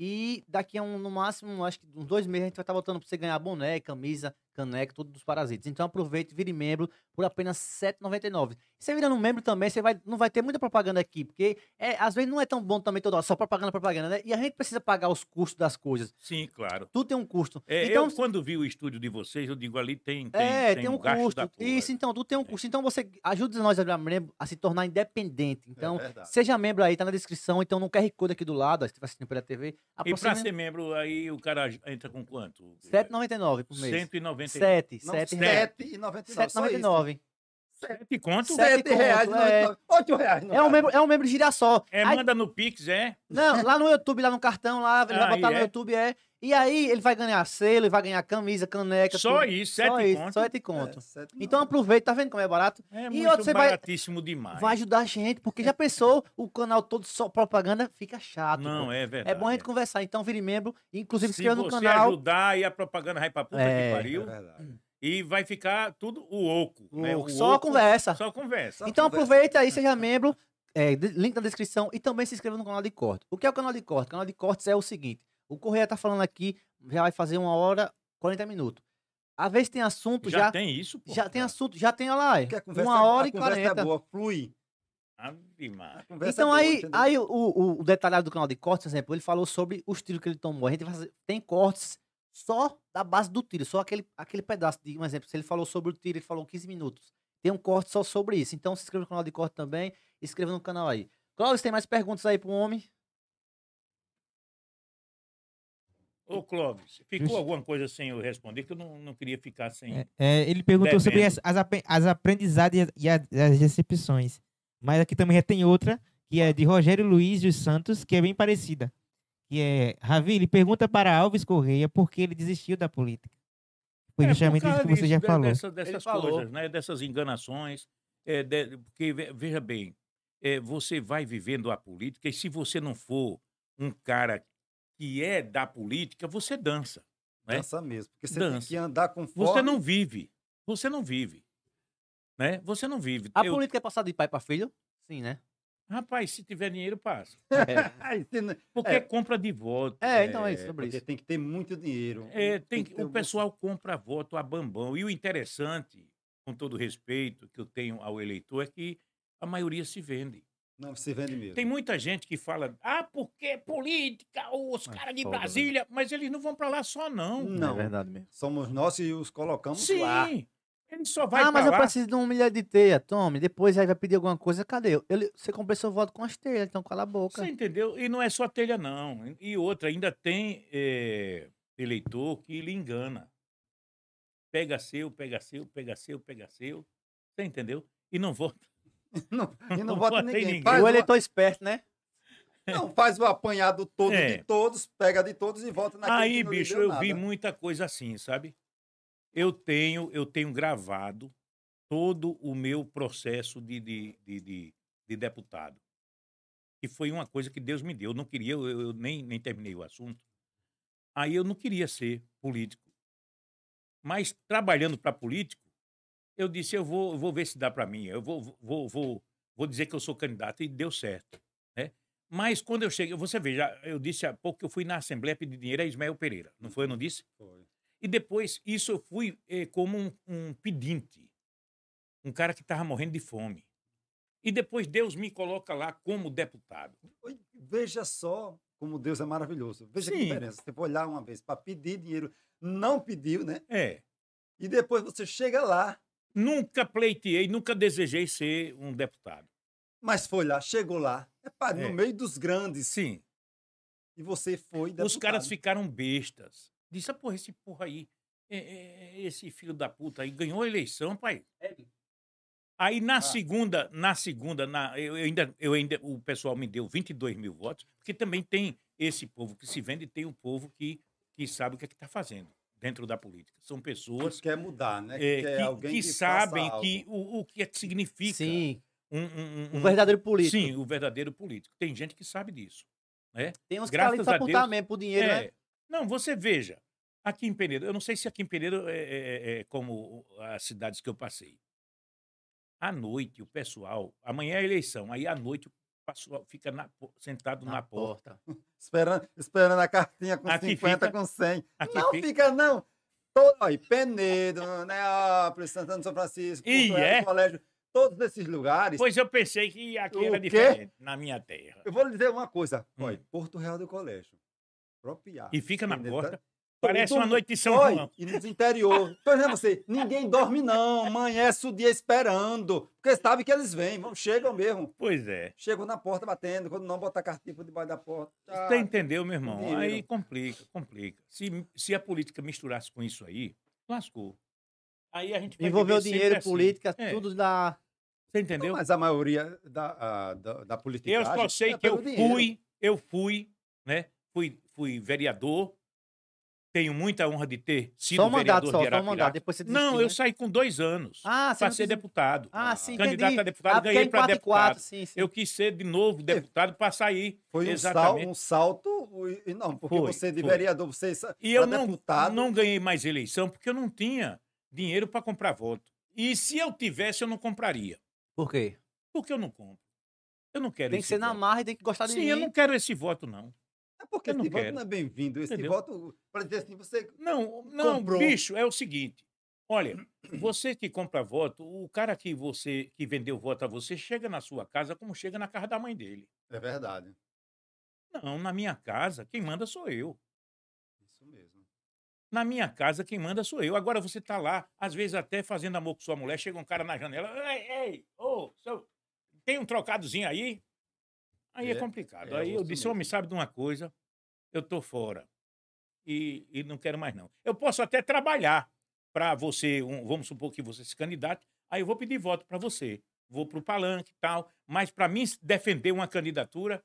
E daqui a um, no máximo, acho que uns dois meses, a gente vai estar voltando para você ganhar boné, camisa, caneca, tudo dos parasitas. Então aproveite, vire membro por apenas R$ 7,99. E Você virando membro também, você vai, não vai ter muita propaganda aqui, porque é, às vezes não é tão bom também toda hora, só propaganda, propaganda, né? E a gente precisa pagar os custos das coisas.
Sim, claro.
Tudo tem um custo.
É,
então,
eu, quando vi o estúdio de vocês, eu digo, ali tem, tem,
é, tem,
tem
um
gasto da
custo.
porra.
Isso, então, tu tem um custo. Então você ajuda nós a, virar membro, a se tornar independente. Então,
É verdade.
seja membro aí, tá na descrição. Então, no QR Code aqui do lado, ó, se você estiver assistindo pela TV,
E pra
aproxima
ser membro, aí o cara entra com quanto?
R$ 7,99 por mês.
190.
7,
Não,
7,
R$ 7,99. só isso.
7,99.
Sete conto?
Sete
Sete reais,
conto, é.
não, não, oito reais. não
É um
dá.
membro, é um membro de Girassol.
É,
Aí-
manda no Pix, é?
não, lá no YouTube, lá no cartão, lá, ele vai
Aí
botar
é.
no YouTube, é. E aí ele vai ganhar selo, ele vai ganhar camisa, caneca.
Só
tudo.
isso, sete
só isso,
conto.
só sete
É,
conto.
sete não.
Então aproveita, tá vendo como é barato?
É
E
muito
outro você vai-
baratíssimo demais.
Vai ajudar a gente, porque já pensou, o canal todo só propaganda, fica chato.
Não,
pô.
é verdade.
bom a gente conversar, então vire membro, inclusive se
Se você
inscreva no canal.
ajudar e a propaganda vai pra puta
É.
que
É
pariu,
verdade.
e vai ficar tudo o oco. né? O
Só
oco,
conversa.
Só conversa.
Só
Então
conversa.
aproveita aí, seja membro. é, de- link na descrição e também se inscreva no canal de corte. O que é o canal de corte? O canal de cortes é o seguinte: o Correia tá falando aqui, já vai fazer uma hora 40 minutos. Às vezes tem assunto,
Já,
já,
tem isso, pô.
já tem assunto, já tem olha lá. é,
Porque a conversa,
uma hora
a
e
conversa
40.
é boa, flui.
Ave Maria.
A conversa
então
é boa,
aí,
entendeu?
aí o, o, o detalhado do canal de cortes, por exemplo, ele falou sobre os tiros que ele tomou. A gente vai fazer- tem cortes só da base do tiro, só aquele, aquele pedaço. De, um exemplo, se ele falou sobre o tiro, ele falou 15 minutos. Tem um corte só sobre isso. Então se inscreva no canal de corte também. e Inscreva no canal aí. Cláudio, tem mais perguntas aí pro homem?
Ô, Clóvis, ficou alguma coisa sem eu responder? Que eu não, não queria ficar sem.
É, é, ele perguntou sobre as, as, ape- as aprendizados e, as- e as, as decepções. Mas aqui também já tem outra, que é de Rogério Luiz dos Santos, que é bem parecida. Que é, Ravi, ele pergunta para Alves Correia por que ele desistiu da política. Foi
É, por
justamente isso
causa
que você
disso, né?
já
de-
falou.
dessa- dessas
falou.
coisas, né? Dessas enganações. é, de- porque, ve- veja bem, é, você vai vivendo a política e se você não for um cara que é da política, você dança. né?
Dança mesmo. Porque você
Dança.
tem que andar conforme...
Você não vive. Você não vive. Né? Você não vive.
A
Eu-
política é passar de pai pra filho? Sim, né?
Rapaz, se tiver dinheiro, passa.
Aí você não-
Porque
É.
compra de voto.
É, então é isso, sobre
porque
isso.
tem que ter muito dinheiro.
É, tem que-
ter um
o
algum-
pessoal compra voto a bambão. E o interessante, com todo o respeito que eu tenho ao eleitor, é que a maioria se vende.
Não, se vende mesmo.
Tem muita gente que fala, ah, porque é política, ou os
Ah,
caras de
foda,
Brasília, mas eles não vão para lá só, não.
Não,
verdade mesmo.
somos nós e os colocamos
É Sim,
lá.
ele só vai
ah, mas
pra
eu
lá.
preciso de um milhar de teia. Tome, depois aí vai pedir alguma coisa. Cadê? Eu- Ele, você comprou seu voto com as teias, então cala a boca.
Você entendeu? E não é só telha, não. E outra, ainda tem eh, eleitor que lhe engana. Pega seu, pega seu, pega seu, pega seu. Você entendeu? E não vota.
Não, e
Não
não vota
bota
ninguém.
ninguém.
Faz,
o
o-
eleitor esperto, né?
não, faz o apanhado todo
É.
de todos, pega de todos e volta naquele que
Aí,
não lhe
bicho,
deu
eu
nada.
vi muita coisa assim, sabe? Eu tenho, eu tenho gravado todo o meu processo de, de, de, de- de deputado. E foi uma coisa que Deus me deu. Eu não queria, eu, eu nem, nem terminei o assunto. Aí eu não queria ser político. Mas trabalhando para político, eu disse, eu vou, eu vou ver se dá para mim. Eu vou, vou, vou, vou dizer que eu sou candidato. E deu certo. né. Mas quando eu cheguei, você veja, eu disse há pouco que eu fui na Assembleia pedir dinheiro a Ismael Pereira, não foi? Eu não disse?
Foi.
E depois, isso eu fui eh, como um, um pedinte, um cara que estava morrendo de fome. E depois Deus me coloca lá como deputado.
Oi, Veja só como Deus é maravilhoso. Veja que
Sim.
diferença. Você foi lá uma vez para pedir dinheiro, não pediu, né?
É,
E depois você chega lá,
nunca pleiteei, nunca desejei ser um deputado.
mas foi lá, chegou lá. É, pá,
É.
no meio dos grandes.
Sim,
E você foi
os caras
deputado.
ficaram bestas. Disse, ah, porra, esse porra aí, é, é, é, esse filho da puta aí, ganhou a eleição, pai. Aí na segunda, na segunda, na, eu, eu ainda, eu ainda, o pessoal me deu 22 mil votos, porque também tem esse povo que se vende e tem o povo que, que sabe o que é está fazendo dentro da política. São pessoas
que quer mudar, né?
eh,
quer
que,
alguém
que
faça
sabem
algo.
que o, o que é que significa
Sim,
um, um- um-
o verdadeiro político.
Sim, o verdadeiro político. Tem gente que sabe disso.
Tem uns
Graças
caras pra
a
apontar
Deus.
mesmo pro dinheiro,
É.
né?
Não, você veja. Aqui em Penedo, eu não sei se aqui em Penedo é, é- é como as cidades que eu passei. À noite, o pessoal. Amanhã é eleição, aí à noite o pessoal fica na po- sentado na, porta.
Esperando, esperando a cartinha com
Aqui
50,
fica-
com 100.
Aqui
não
fica-
fica, não. Todo, aí, Penedo, Neópolis, Santana do São Francisco,
E
Porto Velho,
é?
Colégio, todos esses lugares.
Pois eu pensei que aqui
O
era
quê?
diferente, na minha terra.
Eu vou lhe dizer uma coisa.
Hum.
Olha, Porto Real do Colégio. Propiar.
E fica na
Penedo,
porta. é um
tá?
Parece
Todo
uma
mundo-
noite de São
Olha,
João.
E no interior. Tô dizendo a você, ninguém dorme, não. Amanhece o dia esperando. Porque sabe que eles vêm, vão, chegam mesmo.
Pois é.
Chegam na porta batendo. Quando não, bota a cartinha por debaixo da porta.
Você entendeu, meu irmão?
dinheiro.
Aí complica, complica. Se, se a política misturasse com isso aí, lascou. Aí a gente vai
Envolveu
viver sempre
dinheiro,
assim.
política,
É,
tudo da.
Você entendeu?
Mas a maioria da, a, da, da
Eu
politicagem...
só sei
é
que eu
pelo dinheiro.
fui, eu fui, né? Fui, fui vereador. Tenho muita honra de ter sido
Só um mandato, só,
vereador de
só um
Arapiraca.
mandato. Depois você desistiu,
Não, eu
né?
saí com dois anos
Ah, você
para
não
ser
quis-
deputado.
Ah, sim,
Candidato
entendi.
a deputado,
ah, porque
ganhei
em
pra
4 e 4,
deputado.
sim, sim.
Eu quis ser de novo deputado para sair.
Foi um, sal,
Exatamente.
um salto enorme, porque
Foi,
você de
foi.
vereador, você sa-
E
pra
eu não,
deputado...
não ganhei mais eleição porque eu não tinha dinheiro para comprar voto. E se eu tivesse, eu não compraria.
Por quê?
Porque eu não compro. Eu não quero
Tem que
esse
ser na
voto.
marra e tem que gostar de
Sim,
mim.
eu não quero esse voto, não.
É porque
Eu não
esse voto
quero.
não é bem-vindo. Esse
Entendeu?
voto, para dizer assim, você...
Não, não,
Comprou.
bicho, é o seguinte. Olha, você que compra voto, o cara que você que vendeu voto a você chega na sua casa como chega na casa da mãe dele.
É verdade.
Não, na minha casa, quem manda sou eu.
Isso mesmo.
Na minha casa, quem manda sou eu. Agora você tá lá, às vezes até fazendo amor com sua mulher, chega um cara na janela, ei, ei, ô, seu- tem um trocadozinho aí? Aí é,
É,
complicado.
é,
aí eu
isso
disse,
mesmo.
homem, sabe de uma coisa? Eu tô fora. E, e não quero mais, não. Eu posso até trabalhar para você, um- vamos supor que você se candidate, aí eu vou pedir voto para você. Vou pro palanque e tal, mas para mim defender uma candidatura,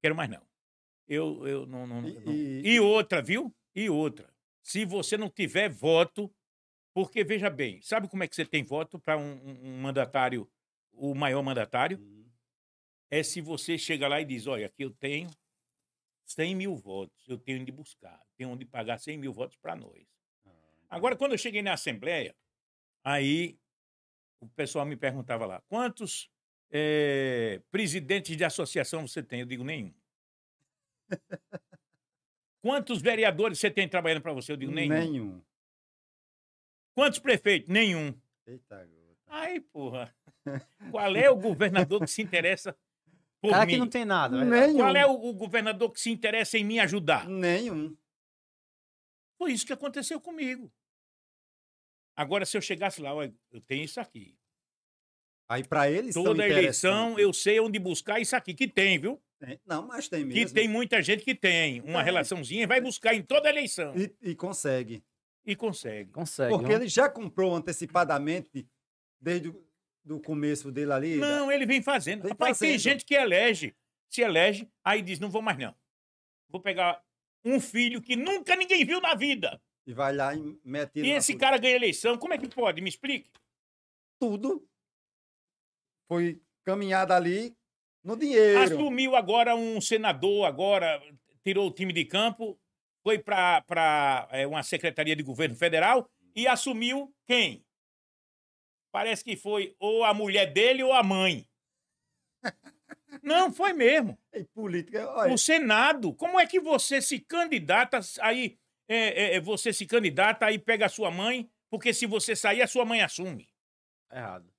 quero mais não. Eu, eu não, não,
E-
não-
e-
e outra, viu? E outra. Se você não tiver voto, porque veja bem, sabe como é que você tem voto para um, um- um mandatário, o maior mandatário?
Hum,
É se você chega lá e diz: olha, aqui eu tenho 100 mil votos, eu tenho onde buscar, tenho onde pagar 100 mil votos para nós.
Ah,
Agora, quando eu cheguei na Assembleia, aí o pessoal me perguntava lá: quantos eh, presidentes de associação você tem? Eu digo: nenhum. Quantos vereadores você tem trabalhando para você? Eu digo: nenhum.
Nenhum.
Quantos prefeitos? Nenhum.
Eita, gota.
Aí, porra, qual é o governador que se interessa por
Cara
mim?
que não tem nada. velho.
Nenhum.
Qual é o, o governador que se interessa em me ajudar?
Nenhum.
Foi isso que aconteceu comigo. Agora, se eu chegasse lá, olha, eu tenho isso aqui.
Aí para eles são
Toda eleição
interessantes.
eu sei onde buscar isso aqui, que tem, viu?
Tem. Não, mas tem
Que
mesmo.
tem muita gente que tem uma
Tem.
relaçãozinha, vai buscar em toda eleição
E, e consegue.
e consegue.
Consegue.
Porque
viu?
ele já comprou antecipadamente desde o do começo dele ali.
Não, ele vem fazendo.
Vem
Rapaz, tem
fazendo.
gente que elege, se elege, aí diz: não vou mais não. Vou pegar um filho que nunca ninguém viu na vida.
E vai lá e mete ele
e
na
esse
política.
cara ganha eleição. Como é que pode? Me explique.
tudo foi caminhado ali no dinheiro.
Assumiu agora um senador, agora tirou o time de campo, foi para uma secretaria de governo federal e assumiu quem? Parece que foi ou a mulher dele ou a mãe. Não, foi mesmo.
E política, olha,
O Senado. Como é que você se candidata aí? é, é, é, você se candidata aí pega a sua mãe, porque se você sair, a sua mãe assume.
Errado.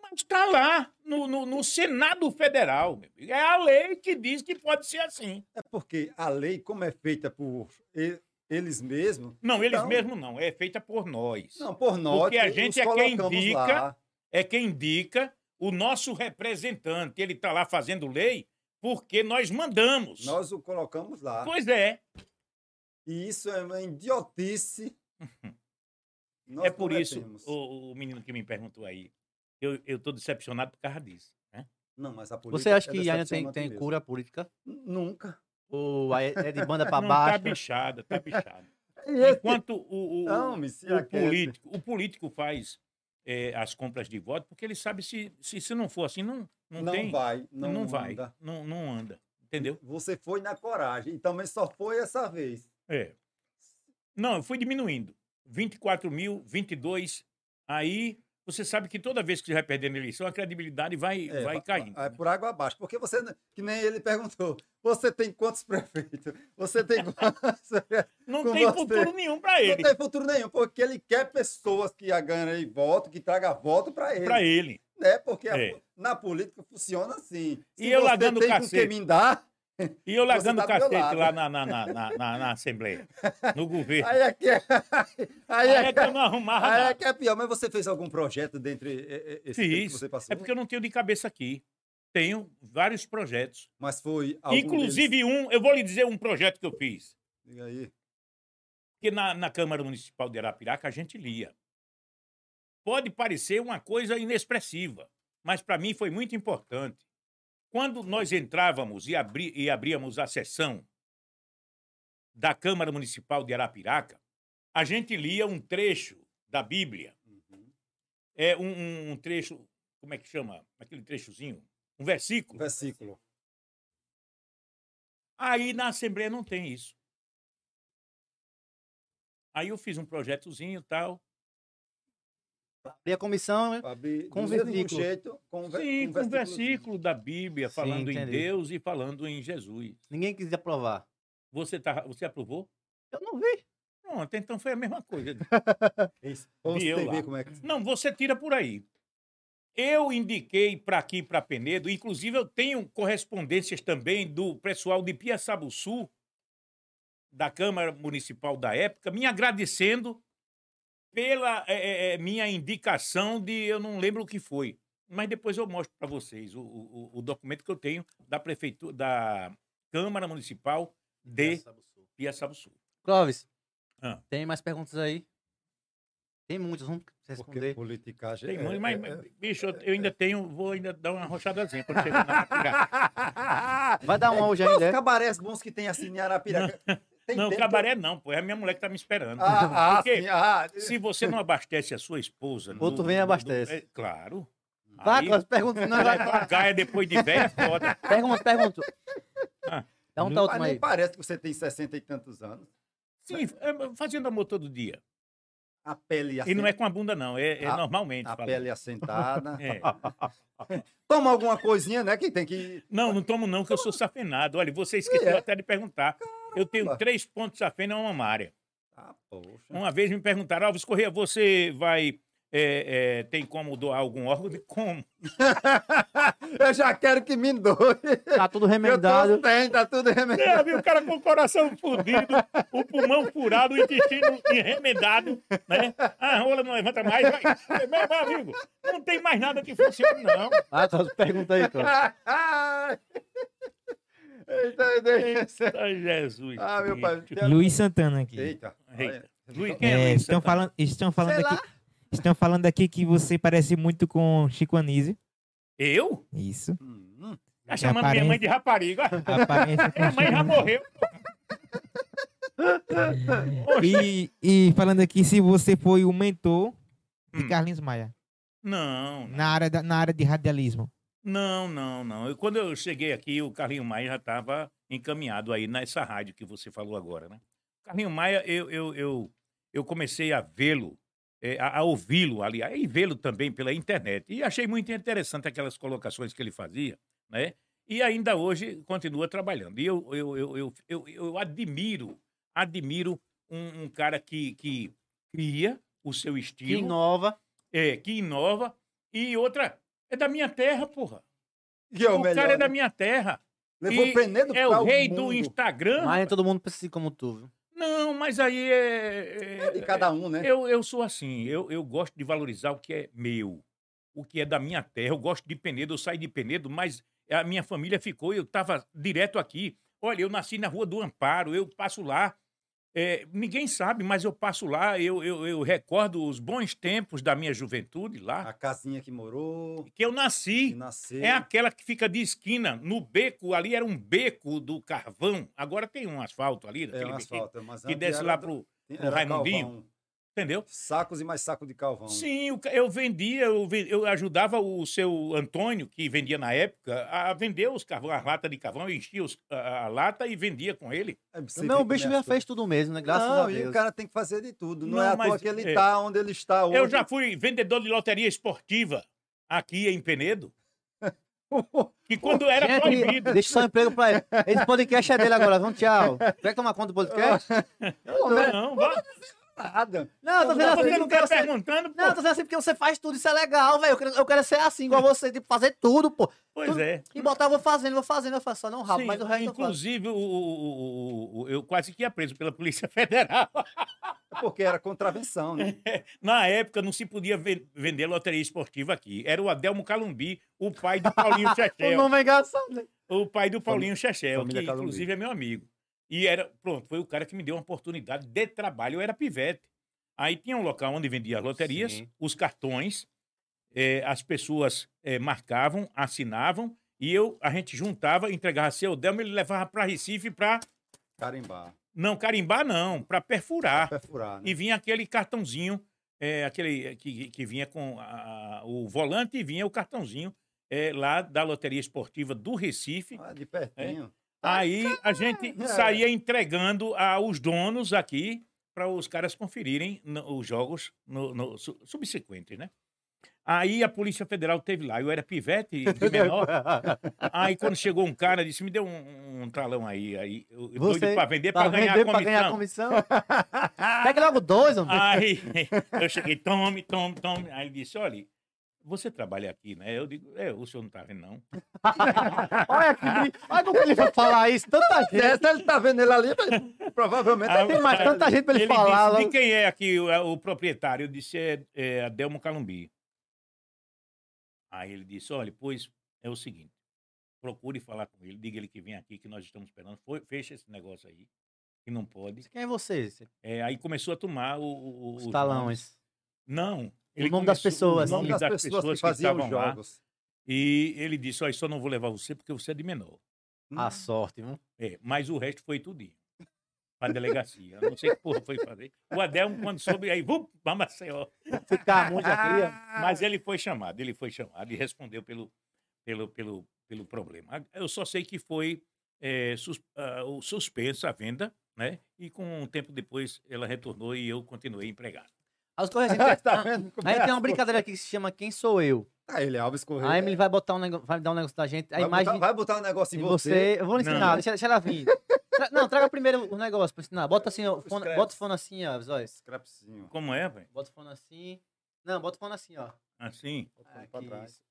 Mas está lá, no, no, no Senado Federal. Meu amigo. É a lei que diz que pode ser assim.
é porque a lei, como é feita por e- eles mesmos,
Não, eles
Então-
mesmos não. É feita por nós.
não por nós.
Porque a
os
gente é quem
colocamos
indica.
lá.
É quem indica o nosso representante. Ele está lá fazendo lei porque nós mandamos.
Nós o colocamos lá.
Pois é.
E isso é uma idiotice. Nós
é por isso,
cometemos.
o, o menino que me perguntou aí, eu estou decepcionado por causa disso. Né?
Não, mas a política
Você acha
é
que ainda tem,
decepcionante
tem
mesmo.
cura política?
Nunca.
Ou aí é de banda pra
Não, tá
baixo?
bichada, tá bichada.
E esse-
Enquanto o, o-
Não, né? me se
o
aquece.
político, o político faz eh, as compras de voto porque ele sabe se, se, se não for assim, não, não,
Não,
tem.
vai. Não,
Não, vai.
anda.
Não, não anda. Entendeu?
Você foi na coragem. E também só foi essa vez.
É. Não, eu fui diminuindo. 24 mil, 22. Aí você sabe que toda vez que você vai perdendo a eleição, a credibilidade vai,
É,
vai
va-
caindo.
É
né?
por água abaixo. Porque você, não- que nem ele perguntou, você tem quantos prefeitos? Você tem quantos? não
Não
com
tem
você-
futuro nenhum para É ele.
tem futuro nenhum, porque ele quer pessoas que ganhem voto, que tragam voto para ele.
Para ele.
Né? Porque a-
É.
na política funciona assim. Se
E eu lá
você
dando
tem
cacete.
com quem me dar,
E eu
Você
largando
tá
o
do meu
cacete
lado.
lá na, na, na, na, na- na Assembleia, no governo. Aí,
aí é que é, aí é,
é que eu não arrumava
aí é
nada.
que é pior. Mas você fez algum projeto dentre eh, eh, esse tempo que
Fiz.
você passou?
É porque eu não tenho de cabeça aqui. Tenho vários projetos.
Mas foi algum
Inclusive um, eu vou lhe dizer um projeto que eu fiz.
deles- Diga aí.
Porque na, na Câmara Municipal de Arapiraca a gente lia. Pode parecer uma coisa inexpressiva, mas para mim foi muito importante. Quando nós entrávamos e, abri, e abríamos a sessão da Câmara Municipal de Arapiraca, a gente lia um trecho da Bíblia,
Uhum.
é um, um- um trecho, como é que chama? Aquele trechozinho, um versículo.
Versículo.
Aí na Assembleia não tem isso. Aí eu fiz um projetozinho e tal.
E a comissão, né?
Abrir
Com
do mesmo
versículo.
jeito, com ve-
Sim, com um versículo da Bíblia
Sim,
falando em
entendi.
Deus e falando em Jesus.
ninguém quis aprovar.
Você, tá, você aprovou?
Eu não vi.
Pronto, então foi a mesma coisa.
Isso. Ou
Vi eu
você
lá.
vê como é que.
Não, você tira por aí. Eu indiquei para aqui, para Penedo, inclusive eu tenho correspondências também do pessoal de Piaçabuçu, da Câmara Municipal da época, me agradecendo pela eh, eh, eh, minha indicação de eu não lembro o que foi. Mas depois eu mostro para vocês o, o- o documento que eu tenho da prefeitura da Câmara Municipal de Piaçabuçu.
Clóvis,
Ah.
tem mais perguntas aí? Tem muitas, vamos
Porque
responder.
politicagem.
Tem
é-
muito, mas,
é-
mas,
é-
bicho, eu, eu ainda tenho, vou ainda dar uma rochadazinha quando chegar na Arapiraca.
Vai dar uma hoje ainda.
Os
é?
cabarés bons que tem assim em Arapiraca. Tem
Não,
tempo-
cabaré não, pô. É a minha mulher que tá me esperando.
Ah, ah,
Porque
sim, ah,
se você não abastece a sua esposa... no-
Outro vem e
no-
abastece.
no- é, claro.
Vai,
Aí,
Clóvis, pergunta. Não, vai,
levar a Gaia depois de velha é foda.
pergunta, pergunta.
Ah.
Dá um pra
Mas
última
nem
aí.
parece que você tem 60 e tantos anos.
Sim, é, fazendo amor todo dia.
A pele
E não é
assentada.
com a bunda, não. É, é
A-
normalmente.
A
falando.
pele assentada.
É.
Toma alguma coisinha, né? Que tem que.
Não, não tomo não, que eu sou safenado. Olha, você esqueceu
É.
até de perguntar. Eu tenho
Caramba.
três pontos safena e uma mamária.
Ah, poxa.
Uma vez me perguntaram, Alves Corrêa, você vai. é, é, tem como doar algum órgão? Eu digo, Como?
Eu já quero que me doe.
Tá tudo
Eu
remendado.
tô sem, tá tudo remendado.
É, viu, o cara com o coração fudido, o pulmão furado, o intestino remedado, né? A rola não levanta mais. Vai. Mas, meu amigo, não tem mais nada que funcione, não.
Ah,
tá,
Clóvis, pergunta aí, Clóvis.
Eita, Então, deixa.
Ai, Jesus.
Ah, meu pai. tem-
Luiz Santana aqui.
Eita.
Eita. Luiz, quem é,
É,
Luiz
estão,
Santana?
falando, estão, falando
Sei lá.
aqui, estão falando aqui que você parece muito com Chico Anísio.
Eu?
Isso.
Hum, hum.
Tá chamando minha mãe de rapariga.
A aparência com
Minha mãe
Chico
já
Anísio.
morreu.
E, e falando aqui se você foi o mentor de
Hum.
Carlinhos Maia
Não,
na área, da- na área de radialismo.
Não, não, não. Eu- quando eu cheguei aqui, o Carlinho Maia já estava encaminhado aí nessa rádio que você falou agora, né? Carlinho Maia, eu, eu, eu, eu comecei a vê-lo, eh, a, a ouvi-lo, aliás, e vê-lo também pela internet. E achei muito interessante aquelas colocações que ele fazia, né? E ainda hoje continua trabalhando. E eu, eu, eu, eu, eu, eu admiro, admiro um, um cara que, que cria o seu
Que
estilo,
inova.
é, que inova, e outra, é da minha terra, porra.
Que é o,
O
melhor.
cara é da
né?
minha terra.
Levou
e
o Penedo
É
pra
o rei do
mundo. Ah. então
Instagram.
Mas nem todo mundo precisa ser como tu, viu?
Não, mas aí é.
É de cada um, né?
eu, eu sou assim. Eu, eu gosto de valorizar o que é meu, o que é da minha terra. Eu gosto de Penedo, eu saí de Penedo, mas a minha família ficou. Eu estava direto aqui. Olha, eu nasci na Rua do Amparo, eu passo lá. é, ninguém sabe, mas eu passo lá. Eu, eu, eu recordo os bons tempos da minha juventude lá,
A casinha que morou,
que eu
que
nasci.
nasceu.
É aquela que fica de esquina, no beco, ali era um beco do carvão. Agora tem um asfalto ali,
É
daquele
um
bequinho,
asfalto. Mas
que
antes
desce
era
lá
do-
pro.
era
pro Raimundinho.
é, Calvão.
Entendeu?
Sacos e mais saco de calvão.
Sim, o ca- eu vendia, eu, ve- eu ajudava o seu Antônio, que vendia na época, a vender os carvão, a lata de carvão, eu enchia os- a, a lata e vendia com ele.
É, você vê
Não, o
como
bicho
é
já
as
fez tudo mesmo, né?
coisas.
Graças
Não,
a
e o
Deus.
cara tem que fazer de tudo. Não,
Não,
é à toa
mas,
que ele
é.
está onde ele está hoje.
Eu já fui vendedor de loteria esportiva aqui em Penedo, que quando era
Gente,
tá
proibido.
Deixa só um emprego pra ele. Esse podcast é dele agora. Vamos, tchau. Quer tomar conta do podcast?
Ah. né?
Não, vá-
Nada.
Não, eu tô vendo assim
você
porque eu
não
quero
tá
ser...
perguntando, pô.
Não, eu tô vendo assim porque você faz tudo. Isso é legal, velho. Eu quero, eu quero ser assim, igual você. Tipo, fazer tudo, pô.
Pois é.
E botar, eu vou fazendo, vou fazendo. Eu faço só não rabo,
Sim,
mas o resto eu faço.
inclusive, o, o- o- o- eu quase que ia preso pela Polícia Federal.
É porque era contravenção, né?
Na época, não se podia ve- vender loteria esportiva aqui. Era o Adelmo Calumbi, o pai do Paulinho
O
Chechel.
nome é engraçado, né?
o pai do Paulinho Chechel, que
família Calumbi.
inclusive é meu amigo. E era, pronto, foi o cara que me deu uma oportunidade de trabalho. Eu era pivete. Aí tinha um local onde vendia as loterias,
Sim.
os cartões, eh, as pessoas eh, marcavam, assinavam, e eu, a gente juntava, entregava seu Delmo, ele levava para Recife para,
Carimbar.
não carimbar não, para perfurar.
Pra furar, né?
E vinha aquele cartãozinho, é, aquele que, que vinha com a- a- o volante e vinha o cartãozinho é, lá da Loteria Esportiva do Recife.
Ah, de pertinho.
Aí a gente
É.
saía entregando aos donos aqui para os caras conferirem no- os jogos no, no su- subsequentes, né? Aí a Polícia Federal teve lá, eu era pivete de menor. Aí quando chegou um cara, disse: me deu um, um talão aí, aí eu, eu doido
Você-
para vender
Pra
para ganhar,
vender,
a
pra ganhar a
comissão.
comissão. Pega logo dois, homem.
Aí eu cheguei, tome, tome, tome. Aí ele disse: olha, você trabalha aqui, né? Eu digo: é, o senhor não tá vendo, não.
Olha que bri- Olha como ele vai falar isso. Tanta gente.
Essa ele tá vendo ele ali, mas provavelmente
Ah,
ele
Tem mais
tá-
tanta gente pra ele,
Ele
falar.
disse:
logo.
de quem é aqui o, o proprietário? Eu disse: é, é Adelmo Calumbi. Aí ele disse: olha, pois é o seguinte, procure falar com ele, diga ele que vem aqui, que nós estamos esperando, Foi- fecha esse negócio aí, que não pode.
Quem é você?
É, aí começou a tomar o. o- o-
Os talões.
Não.
nome das pessoas.
O nome
Assim,
das, pessoas, que,
faziam os
estavam lá.
jogos.
E ele disse: Olha, só não vou levar você porque você é de menor.
hum.
A sorte, viu?
É, mas o resto foi tudinho. Pra delegacia. Eu Não sei que porra foi fazer. O Adelmo, quando soube, aí, vum, pra Maceió.
Ficar muito aqui. ó.
Mas ele foi chamado, ele foi chamado e respondeu pelo, pelo, pelo, pelo problema. Eu só sei que foi é, sus- ah, o suspenso a venda, né? E com um tempo depois ela retornou e eu continuei empregado.
Aí os correios
Ah,
assim,
tá vendo? como
Aí
é?
tem uma brincadeira aqui que se chama Quem Sou Eu.
Ah, ele é Alves Correia.
A Emily vai botar um negócio, vai dar um negócio da gente. A
vai,
imagem
botar, vai botar um negócio em
de
você.
você. Eu vou lhe ensinar,
Não.
deixa, deixa ela vir. Tra- Não, traga primeiro o negócio pra ensinar. Bota assim, ó, o fone,
Escreve.
bota o fone assim, ó, olha.
Scrapzinho.
Como é, velho?
Bota o fone assim. Não, bota o fone assim, ó.
Assim.
Botando pra
Aqui,
trás.
Ah, isso.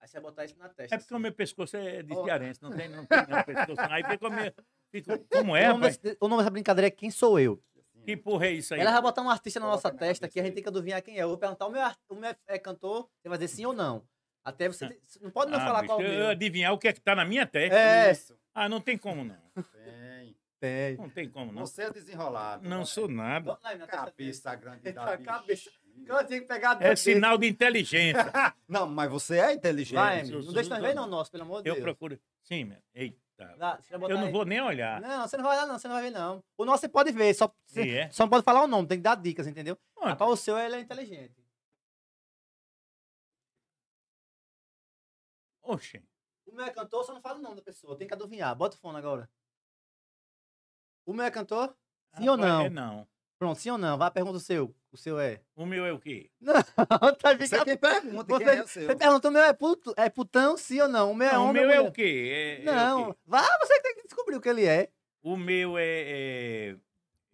Aí você vai botar isso na testa. assim.
É porque o meu pescoço é de
Ó.
cearense, não tem, não tem não, pescoço. Aí fica meio. Fica, como
o
é,
nome,
velho?
desse- o nome dessa brincadeira é Quem Sou Eu.
assim,
Que porra é isso aí?
assim? Ela vai botar um artista na
Coloca
nossa
na
testa
cabeça
aqui, a gente
aí.
tem que adivinhar quem é. Eu vou perguntar o meu, ar- o meu é cantor, você vai dizer sim ou não. Até você. Não pode não
Ah,
falar
bicho,
qual é o
eu
meu.
adivinhar o que é que tá na minha testa.
É,
Isso.
Ah, não tem como não.
Tem.
tem.
Não tem como não.
Você é desenrolado.
Não
né?
sou nada.
Bota lá na testa dele.
Cabeça grande
Tá,
da
cabeça.
bexiga.
Eu tinha que pegar
É
dois
sinal de inteligência.
Não, mas você é inteligente.
Vai,
Gente,
Emily.
eu
Não deixa
sou
nós ver,
dono.
não, nosso, pelo amor de
Eu
Deus.
procuro. Sim, meu. Eita.
Lá, você vai botar
Eu não
aí.
vou nem olhar.
Não, você não vai olhar, não, você não vai ver, não. O nosso você pode ver, só, você
E é?
só não pode falar o nome, tem que dar dicas, entendeu?
Pronto.
Rapaz, o seu ele é inteligente.
Oxe.
O meu é cantor, só não fala o nome da pessoa, tem que adivinhar. Bota o fone agora. O meu é cantor? Sim ou
Rapaz,
não?
É não.
Pronto, sim ou não? Vai, pergunta o seu. O seu é.
O meu é o quê?
tá
Você é
ficando-
quem pergunta
Você-
quem é o seu.
Você perguntou, o meu é, puto, é putão, sim ou não? O meu é
Não, o
homem.
meu
ou
é
mulher?
o quê? É- é o
Não,
quê?
vá, você que tem que descobrir o que ele é.
O meu é. é-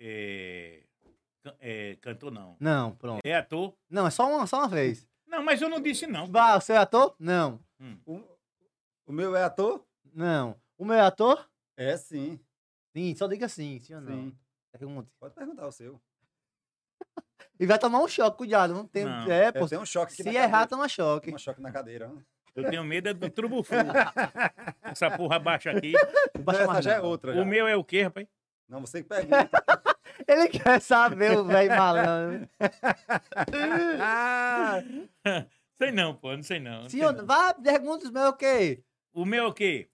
é- can- é cantor, não.
Não, pronto.
É ator?
Não, é só uma, só uma vez.
Não, mas eu não disse não. Hum.
Vá, o seu é ator? Não.
O, o meu é ator?
Não. O meu é ator?
É sim.
Sim, só diga sim, sim ou não.
Sim.
Pergunta.
Pode perguntar o seu.
E vai tomar um choque, cuidado. Não tem...
Não.
É,
É,
pô.
tem um choque aqui
Se
na
errar, tá
cadeira.
toma choque.
Toma choque na cadeira. né?
Eu tenho medo é do trubufu. Essa porra baixa aqui.
Baixa
Essa
mais
já é
não.
outra. já.
O meu é o quê, rapaz?
Não, você que pergunta.
Ele quer saber, o velho malandro.
Sei não, pô, não sei não. não
Sim
sei
ou
não.
não? Vá, pergunta os meus, ok.
O meu é o quê?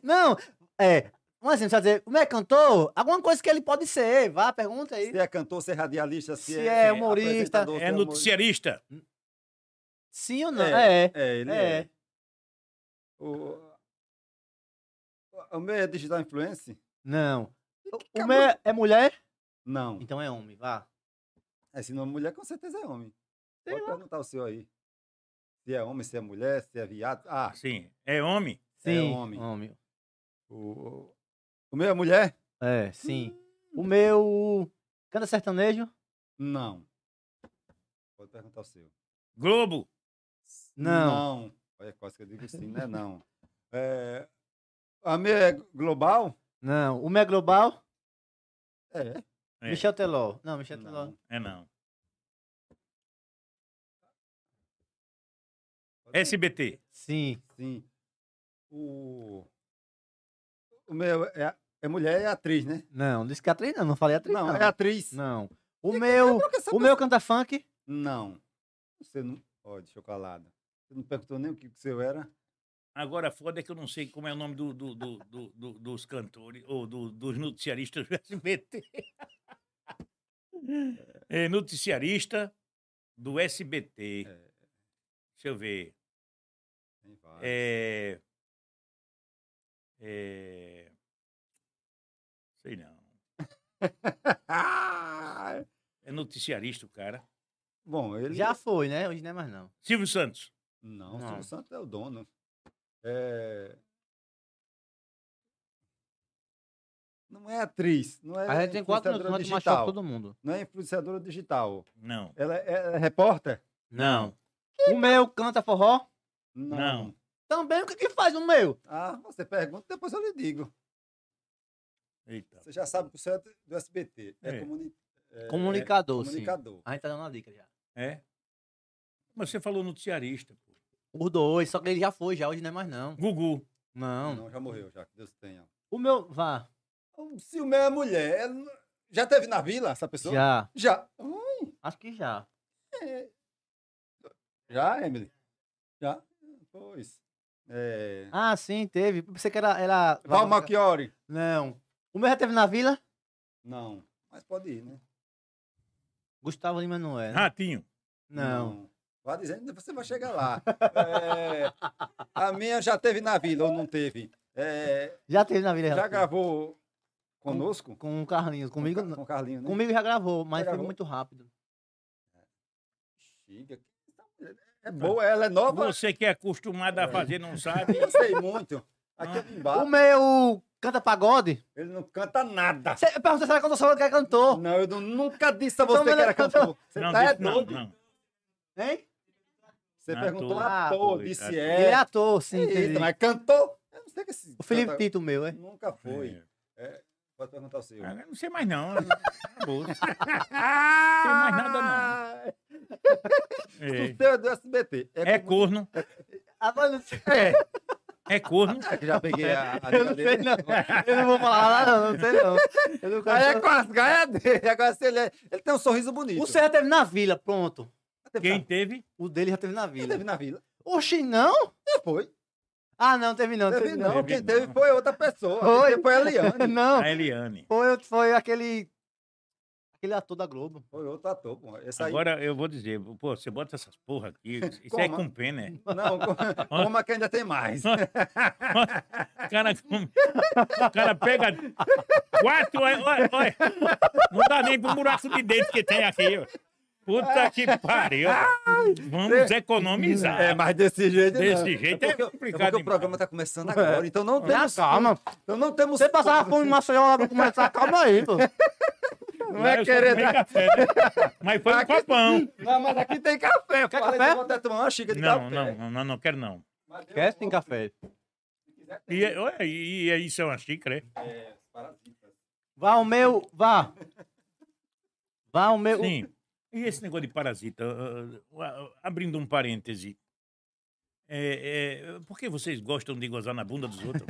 Não, é... Um exemplo, você vai dizer, o meu é cantor? Alguma coisa que ele pode ser. Vá, pergunta aí.
Se é cantor, se é radialista, se,
Se é humorista.
apresentador, se
É
humorista.
noticiarista.
Sim ou não?
É.
É.
É, ele
É.
é. O, o meu é digital influencer?
Não. O,
Que
o meu é- é mulher?
Não.
Então é homem, vá.
É, se não é mulher, com certeza é homem.
Sei
Pode perguntar o seu aí. Se é homem, se é mulher, se é viado. Ah,
Sim. É homem?
É
Sim,
homem.
homem.
o, o meu é mulher?
É, sim.
Hum.
O meu. Canta sertanejo?
Não. Pode perguntar o seu.
Globo?
Não.
Não. Olha, quase que eu digo sim, né? Não. É, a minha é global?
Não. O meu é global?
É.
É.
Michel Teló. Não, Michel Teló.
Não.
É não. É
Pode-
SBT?
Sim.
Sim. O, o meu é É mulher, é atriz, né?
Não, não disse que é atriz, não. Não falei atriz, não.
Não,
Então. Não.
é atriz. Não.
O meu,
Por que essa
o meu canta funk.
Não. Você não. Ó, de chocolada. Você não perguntou nem o que que você era?
Agora, foda é que eu não sei como é o nome do, do- do- do- do- dos cantores ou do- dos noticiaristas do SBT. É, noticiarista do SBT.
É.
Deixa eu ver.
Tem vários.
É... É... Sei não.
Ah!
É noticiarista o cara.
Bom, ele.
Já foi, né? Hoje não é mais, não.
Silvio Santos.
Não, o
Não.
Silvio Santos é o dono. É... Não é atriz. Não é
A gente tem quatro minutos, nós
influenciadora
vamos
digital.
achar todo mundo.
Não é influenciadora digital.
Não.
Ela é, ela é repórter?
Não.
O meu canta forró.
Não.
Também, o que que faz o meu?
Ah, você pergunta, depois eu lhe digo.
Eita.
Você já sabe que o certo é do SBT. É,
É.
comuni- é-
Comunicador, sim.
comunicador.
A gente tá dando uma dica já.
É? Mas você falou noticiarista. Pô.
O dois, só que ele já foi, já. Hoje não é mais, não.
Gugu.
Ah, Não.
Não, já morreu, já. Que Deus tenha.
O meu, vá.
O Silmé é mulher. ela não- Já teve na vila essa pessoa?
Já.
Já. é.
Acho que já.
Já, Emily? Já? Pois. É...
Ah, sim, teve. Você que era. era...
Val Malchiori?
Não. O meu já teve na vila?
Não. Mas pode ir, né?
Gustavo Lima não
Ah,
é. né?
Ratinho.
Não.
Vá dizendo, você vai chegar lá. É, A minha já teve na vila, ou não teve. É,
Já teve na vila.
Já
Ratinho.
gravou conosco?
Com o Carlinhos. Comigo,
Com,
não.
com o Carlinho, né?
comigo já gravou, mas
Já
foi
gravou?
muito rápido.
Xiga, que essa mulher É boa, ela é nova.
Você que é acostumado a fazer, não sabe.
Eu sei muito. Aquele
Ah. O
embaixo,
meu canta pagode?
ele não canta nada.
Cê, pergunta se era quando eu sou que é cantor.
Não, eu não- nunca disse a
Então,
você que
ele
era
canta-
cantor. Você
não,
tá é
disse não, é
doido.
não.
Hein?
Você
Ator.
perguntou
Ah,
ator,
foi,
disse
ator.
Ele é
é.
ator, sim. entendi.
Eita, mas cantor? Eu não sei que esse
O Felipe
canta-
Tito, meu, é.
Nunca foi.
É.
Pode perguntar o seu.
Ah, Não sei mais não. Acabou. É. Não sei mais nada
Ah,
não.
O
É,
seu é do SBT.
é
como-
corno.
Ah, mas não sei.
É corno.
É que já peguei a, a
Eu
dica
não
dele.
sei, não. Eu não vou falar nada, não. Não sei, não. Eu não
Aí é
conheço.
com as gaias dele. Agora se ele, é- ele tem um sorriso bonito.
O seu já teve na vila, pronto.
Quem teve?
O dele já teve na
Quem
vila.
teve na vila?
Oxi, não?
Já foi.
Ah, não, teve é não.
Teve não.
não.
Quem
Teve
teve
não.
foi outra pessoa.
Foi.
Quem teve Foi a Eliane.
Não,
A Eliane.
foi, foi aquele. Aquele ator da Globo.
Foi outro ator, pô. Esse aí-
Agora eu vou dizer, pô, você bota essas porra aqui, isso é
Coma.
com pena, né?
Não, com- como é que ainda tem mais?
O cara, come- o cara pega quatro, olha, olha, olha. não dá nem pro buraco de dente que tem aqui. ó. Puta que pariu. Vamos economizar.
É, mas desse jeito
Desse
não.
jeito é
porque-
complicado
porque o
demais.
programa está começando agora, então não
Tá,
temos...
calma.
Então não temos...
Você passava fome em Maceió lá pra começar, calma aí, pô.
Não é
Eu só
querer... Ah,
tomei café, né? Mas foi um
Aqui-
copão.
Não, mas aqui tem café. Eu
Quer
falei,
café?
vou até tomar uma xícara de
Não,
café.
não, não, não, não quero não.
Mas eu
Esquece
vou-
tem café.
E, é- olha, e, e isso é uma xícara, é?
É, parasitas.
Vá o meu. Vá. Vá
É,
o meu.
Sim. E esse negócio de parasita, ah, ah, abrindo um parêntese, é, é, por que vocês gostam de gozar na bunda dos outros?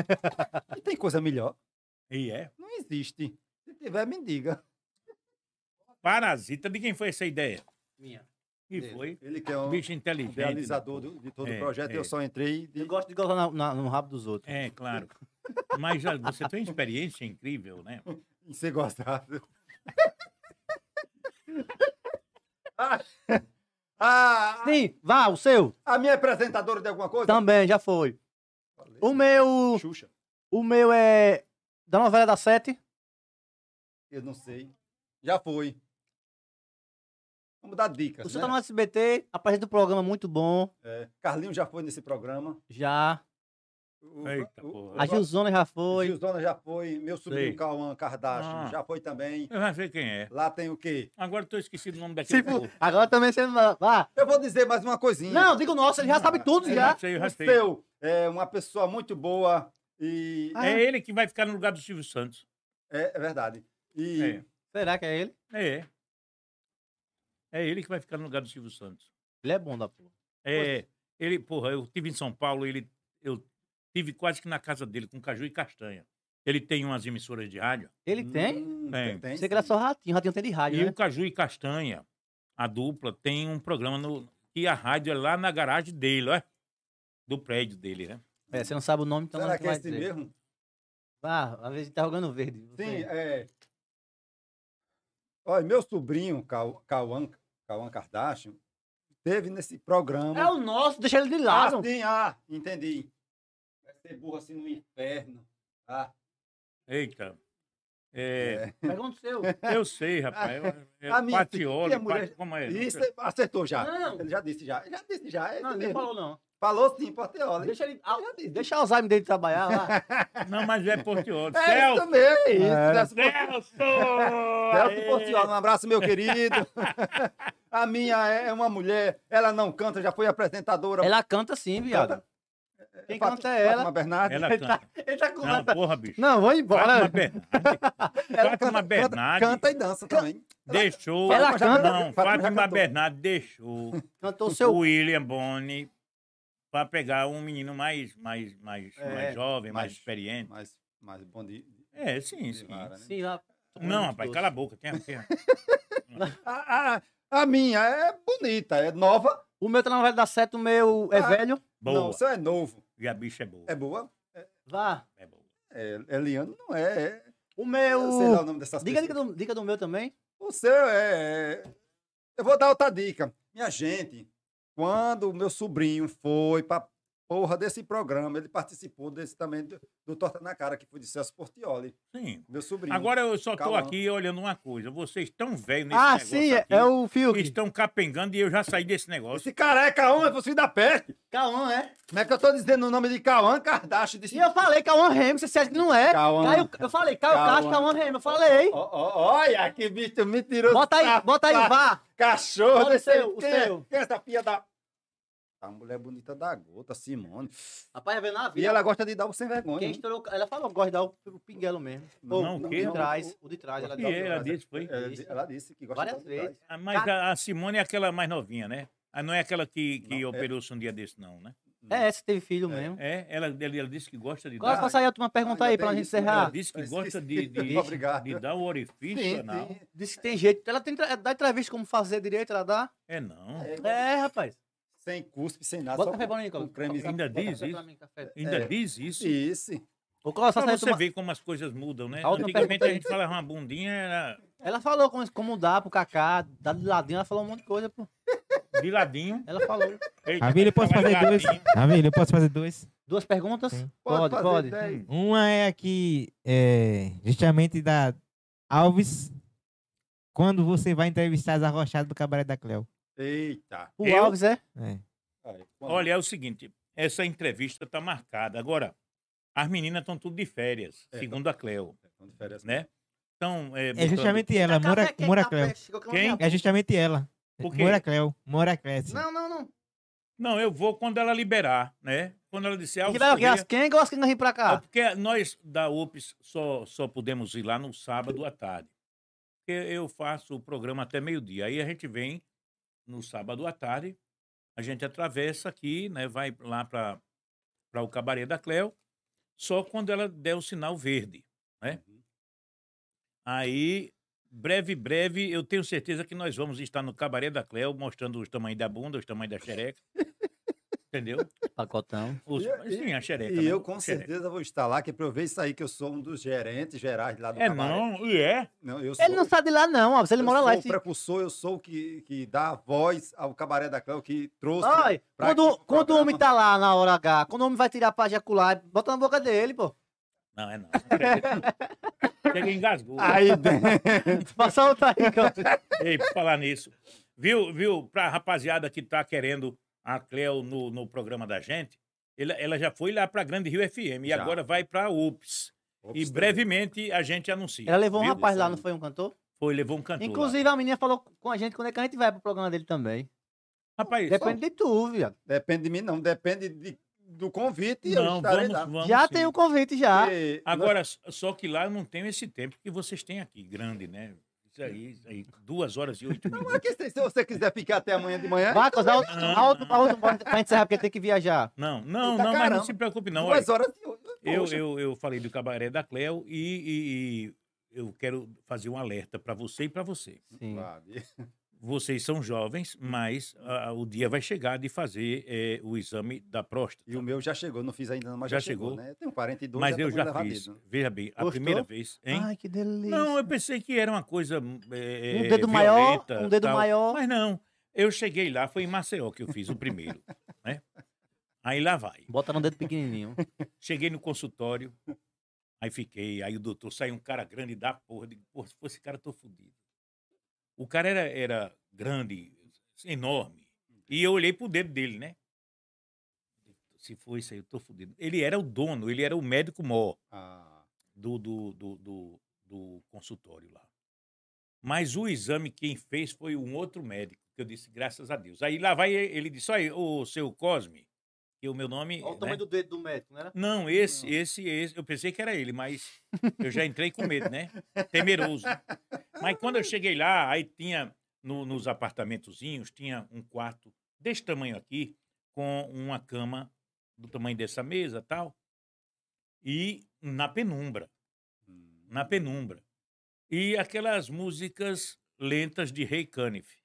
E tem coisa melhor?
E é.
Não existe. Se tiver, me diga.
Parasita, de quem foi essa ideia?
Minha.
E foi.
Ele que é um
Bicho inteligente. né?
realizador do- de todo
É,
o projeto,
é.
eu só entrei... De...
Eu gosto de gozar na- na- no rabo dos outros.
É, claro. Mas ah, você tem uma experiência incrível, né?
em ser gostado. ah, ah,
Sim, Então, vá, o seu.
a minha é apresentadora de alguma coisa?
Também, já foi.
Falei.
O meu.
Xuxa.
O meu é. Da novela da Sete.
É Eu não sei. Já foi. Vamos dar dicas.
Você
né?
tá no SBT, apresenta um programa muito bom.
É, Carlinhos já foi nesse programa.
Já.
O-
Eita,
o-
porra.
o-
A Gilzona já foi.
Gilzona já foi. Meu sobrinho
Sei.
Cauã Kardashian
Ah.
já foi também.
Eu já sei quem é.
Lá tem o quê?
Agora estou esquecido o nome daquele
Se
povo.
Tipo,
for- Agora também você. não- Vá.
Eu vou dizer mais uma coisinha.
Não, digo nossa, ele já sabe tudo
É.
Eu
já.
já sei, eu já
o
sei.
seu é uma pessoa muito boa e...
Ah.
É ele que vai ficar no lugar do Silvio Santos.
É, é verdade. E...
É.
Será que é ele?
É. É ele que vai ficar no lugar do Silvio Santos.
Ele é bom da porra.
É. Ele, porra, eu tive em São Paulo, ele, eu tive quase que na casa dele com caju e castanha. Ele tem umas emissoras de rádio.
Ele tem?
Hum,
Tem.
Você que era só ratinho, ratinho tem de
Ah,
rádio,
é?
E
né?
o Caju e Castanha, a dupla, tem um programa no, que a rádio é lá na garagem dele, ó. Do prédio dele, né?
É, você não sabe o nome, então
Será
não
que é
vai
esse
dizer.
mesmo?
Ah, às vezes tá jogando verde. Você-
Sim, é. Olha, meu sobrinho, Cau- Cauã Cauã Kardashian, teve nesse programa.
É o nosso, deixa ele de lado.
Ah, sim, ah, entendi. Vai ser burro assim no inferno. Ah,
Eita. É,
Pergunta o seu.
É.
Eu sei, rapaz. Eu, eu,
A minha-
patiola,
e a mulher-
pat- como é?
isso acertou já.
Não.
Ele já disse já. Ele já disse já. é
Não,
isso
nem
mesmo.
falou não.
Falou sim, Porteola.
Deixa ele. ah,
já disse.
Deixa o Alzheimer dele trabalhar lá.
Não, mas é Portiola.
É
Celso!
isso mesmo. é Isso.
É.
Celso Portiola.
Celso!
Celso
Aê!
Portiola, um abraço, meu querido. A minha é uma mulher, ela não canta, já foi apresentadora.
Ela canta sim, viado. Quem
Fat-
canta é ela.
Fátima Bernardes.
Ela
Ele tá,
canta.
ele tá com
Não,
essa-
porra, bicho.
Não, vou
Fátima
embora.
Bernardes.
Ela
Fátima
canta-
Bernardes.
Canta e dança também.
Deixou.
Ela canta.
Não,
Fátima já
Fátima
cantou.
Bernardes deixou
Cantou
o
seu.
William Boni para pegar um menino mais, mais, mais,
É,
mais jovem, mais,
mais-
experiente.
Mas, mas bom dia.
É, sim, sim.
Sim, assim, lá.
Não, rapaz, cala a boca. Tem, tem.
A, a- a minha é bonita, é nova.
O meu tá na novela da sete, o meu é
Ah.
velho.
Não,
Boa.
o seu é novo.
E a bicha é boa.
É boa?
Vá.
É boa.
É, Eliane não é. é-
O
Eu sei lá o tá
meu.
nome dessas
Diga, dica
pessoas.
do, dica do meu também.
O seu é. é- Eu vou dar outra dica. Minha gente, quando o meu sobrinho foi pra porra desse programa, ele participou desse também do, do Torta na Cara, que foi de Celso Portioli.
Sim.
Meu sobrinho.
Agora eu só estou
Calma.
aqui olhando uma coisa. Vocês estão velhos nesse
Ah,
negócio
sim, é,
aqui.
é o Fiuk.
Estão capengando e eu já saí desse negócio.
Esse careca homem é pro filho da peste.
Cauã, é?
Como é que eu tô dizendo o nome de Cauã Kardashian? Disse...
E eu falei Cauã Remy, você acha que não é?
Cauã.
Caio- eu falei Caio
Cauã.
Castro, Cauã Remy, eu falei.
Ó, ó, olha que bicho mentiroso.
Bota aí, bota aí,
Safado.
vá.
Cachorro,
Olha o
não sei
seu, o
quem é-
seu.
Quem é essa filha da. A mulher bonita da gota, Simone.
Rapaz, vai ver na
E
vida.
ela gosta de dar o sem vergonha. né?
Quem
hein?
estourou, ela falou que gosta de dar o, o pinguelo mesmo.
Não,
Ou,
o
o
quê?
de trás, o de trás. Ela dá
E
é o de
ela
trás.
disse, foi?
Ela, di- É, ela disse que gosta
Várias
de dar o
vezes.
sem
Ah, Mas a, a Simone é aquela mais novinha, né? Ah, não é aquela que, que
Não, é-
operou-se um dia desse, não, né?
É, essa teve filho mesmo.
É, ela, ela, ela disse que gosta de
Agora
dar.
faça aí a última pergunta aí
ainda
pra
tem
gente
isso, né?
Ela
encerrar.
disse que
Mas
gosta
sim.
de, de,
Obrigado.
de dar o orifício, não.
Sim, sim.
Disse que tem jeito. Ela tem, tra- é, dá entrevista como fazer direito, ela dá.
É não.
É, rapaz.
Sem cuspe, sem nada.
Bota
Tá só
café
com-
pra mim, Cauã.
com cremezinho.
Ainda
Bota
diz
café pra
isso?
mim, café.
Ainda
É.
diz isso.
Isso.
Ô, Cauã,
Pra
faça aí a
você
última-
ver como as coisas mudam, né?
A outra
Antigamente
pergunta
a
aí.
gente falava uma bundinha, era
Ela falou como, como dá pro Kaká, dá de ladinho, ela falou um monte de coisa, pô.
de ladinho.
Ela falou.
Eita,
Ravilha, eu posso
falava de
fazer dois?
ladinho.
Ravilha, Tá eu posso fazer dois?
Duas perguntas?
Sim.
Pode,
fazer
pode. Hum.
dez.
Uma é aqui, é, justamente da Alves, quando você vai entrevistar as arrochadas do Cabaré da Cleo.
Eita.
O
Eu?
Alves é?
É.
Aí, quando-
Olha, é o seguinte, essa entrevista tá marcada. Agora, as meninas estão tudo de férias,
É,
segundo a Cleo,
Então, diferença.
né? Então, é,
É
botando-
justamente ela, Moura, Moura Cleo.
Quem?
É justamente ela.
Por quê?
Moura Cleo, Moura Cresce.
Não, não, não.
Não, eu vou quando ela liberar, né? Quando ela disser algo.
Ribeirão, as quem gosta que não vem pra
É
cá?
porque nós da UPS só, só podemos ir lá no sábado à tarde. Porque eu faço o programa até meio-dia. Aí a gente vem no sábado à tarde, a gente atravessa aqui, né? Vai lá para o cabaré da Cleo, só quando ela der o sinal verde. né?
Uhum.
Aí, breve, breve, eu tenho certeza que nós vamos estar no cabaré da Cleo, mostrando os tamanhos da bunda, os tamanhos da xereca. Entendeu?
Pacotão.
Os-
E-
sim, a xereca.
E
né?
eu com
Xereca.
certeza vou estar lá, que é pra eu ver isso aí, que eu sou um dos gerentes gerais lá do
É,
cabaré.
não, e é.
Não, eu sou,
Ele não sai de lá, não, Alves. Ele
eu
mora lá.
sou o
Esse...
precursor, eu sou o que, que dá a voz ao cabaré da Cléo, que trouxe...
Olha,
pra aqui
quando,
pro
quando o
programa.
homem tá lá na hora H, quando o homem vai tirar pra ejacular, bota na boca dele, pô.
Não, é não. Chega- Chega e engasgou.
Aí, bem.
né?
Passa outra aí, Cauã.
Ei, por falar nisso. Viu, viu, pra rapaziada que tá querendo a Cleo no, no programa da gente, ela, ela já foi lá pra Grande Rio FM e
Já.
agora vai pra UPS.
Ops,
E
tá
brevemente a gente anuncia.
Ela levou um
viu?
rapaz lá,
Isso
não
aí.
foi um cantor?
Foi, levou um cantor. lá.
Inclusive, a menina falou com a gente quando é que a gente vai pro programa dele também.
Rapaz,
Depende de tu, viado.
Depende de mim, não. Depende de- do convite. eu
não,
estarei
vamos,
lá.
vamos.
Já
sim.
tem um o convite, já.
E-
Agora, só que lá eu não tenho esse tempo que vocês têm aqui, grande, né? Isso aí, isso aí duas horas e oito
Não,
minutos.
é que se, se você quiser ficar até amanhã de
É.
manhã,
Vai, Cauã, dá outro- dá outro- dá outro pra encerrar, porque tem que viajar.
Não, não,
tá
Eita,
não, mas não
caramba.
se preocupe, não. olha.
duas horas de hoje.
Eu,
Poxa.
eu, eu falei do cabaré da Cleo e, e- e eu quero fazer um alerta para você e para você.
Sim.
Claro. E-
Vocês são jovens, mas ah, o dia vai chegar de fazer eh, o exame da próstata.
E o meu já chegou, não fiz ainda, não, mas
Já
já, chegou,
chegou.
né? Tenho 42,
mas
tá
eu
bom
já
levar
fiz.
dedo.
Veja bem, a
Gostou?
primeira vez, hein?
Ai, que delícia.
Não, eu pensei que era uma coisa. eh,
Um dedo maior,
violenta,
um dedo
tal.
maior.
Mas não. Eu cheguei lá, foi em Maceió que eu fiz o primeiro. né? Aí lá vai.
Bota no dedo pequenininho.
Cheguei no consultório, aí fiquei. Aí o doutor saiu um cara grande da porra. Digo, porra, se fosse esse cara, eu tô fudido. O cara era, era grande, enorme. E eu olhei pro dedo dele, né? Se for isso aí, eu tô fudido. Ele era o dono, ele era o médico maior
Ah,
do, do, do, do, do consultório lá. Mas o exame quem fez foi um outro médico, que eu disse, graças a Deus. Aí lá vai ele disse, olha, o seu Cosme, que o meu nome...
Olha o
né?
tamanho do dedo do médico, né? não era?
Não, esse,
Não.
esse, esse, eu pensei que era ele, mas eu já entrei com medo, né? Temeroso. Mas quando eu cheguei lá, aí tinha no- nos apartamentozinhos, tinha um quarto desse tamanho aqui, com uma cama do tamanho dessa mesa tal, e na penumbra
hum.
na penumbra. E aquelas músicas lentas de Ray Caniff.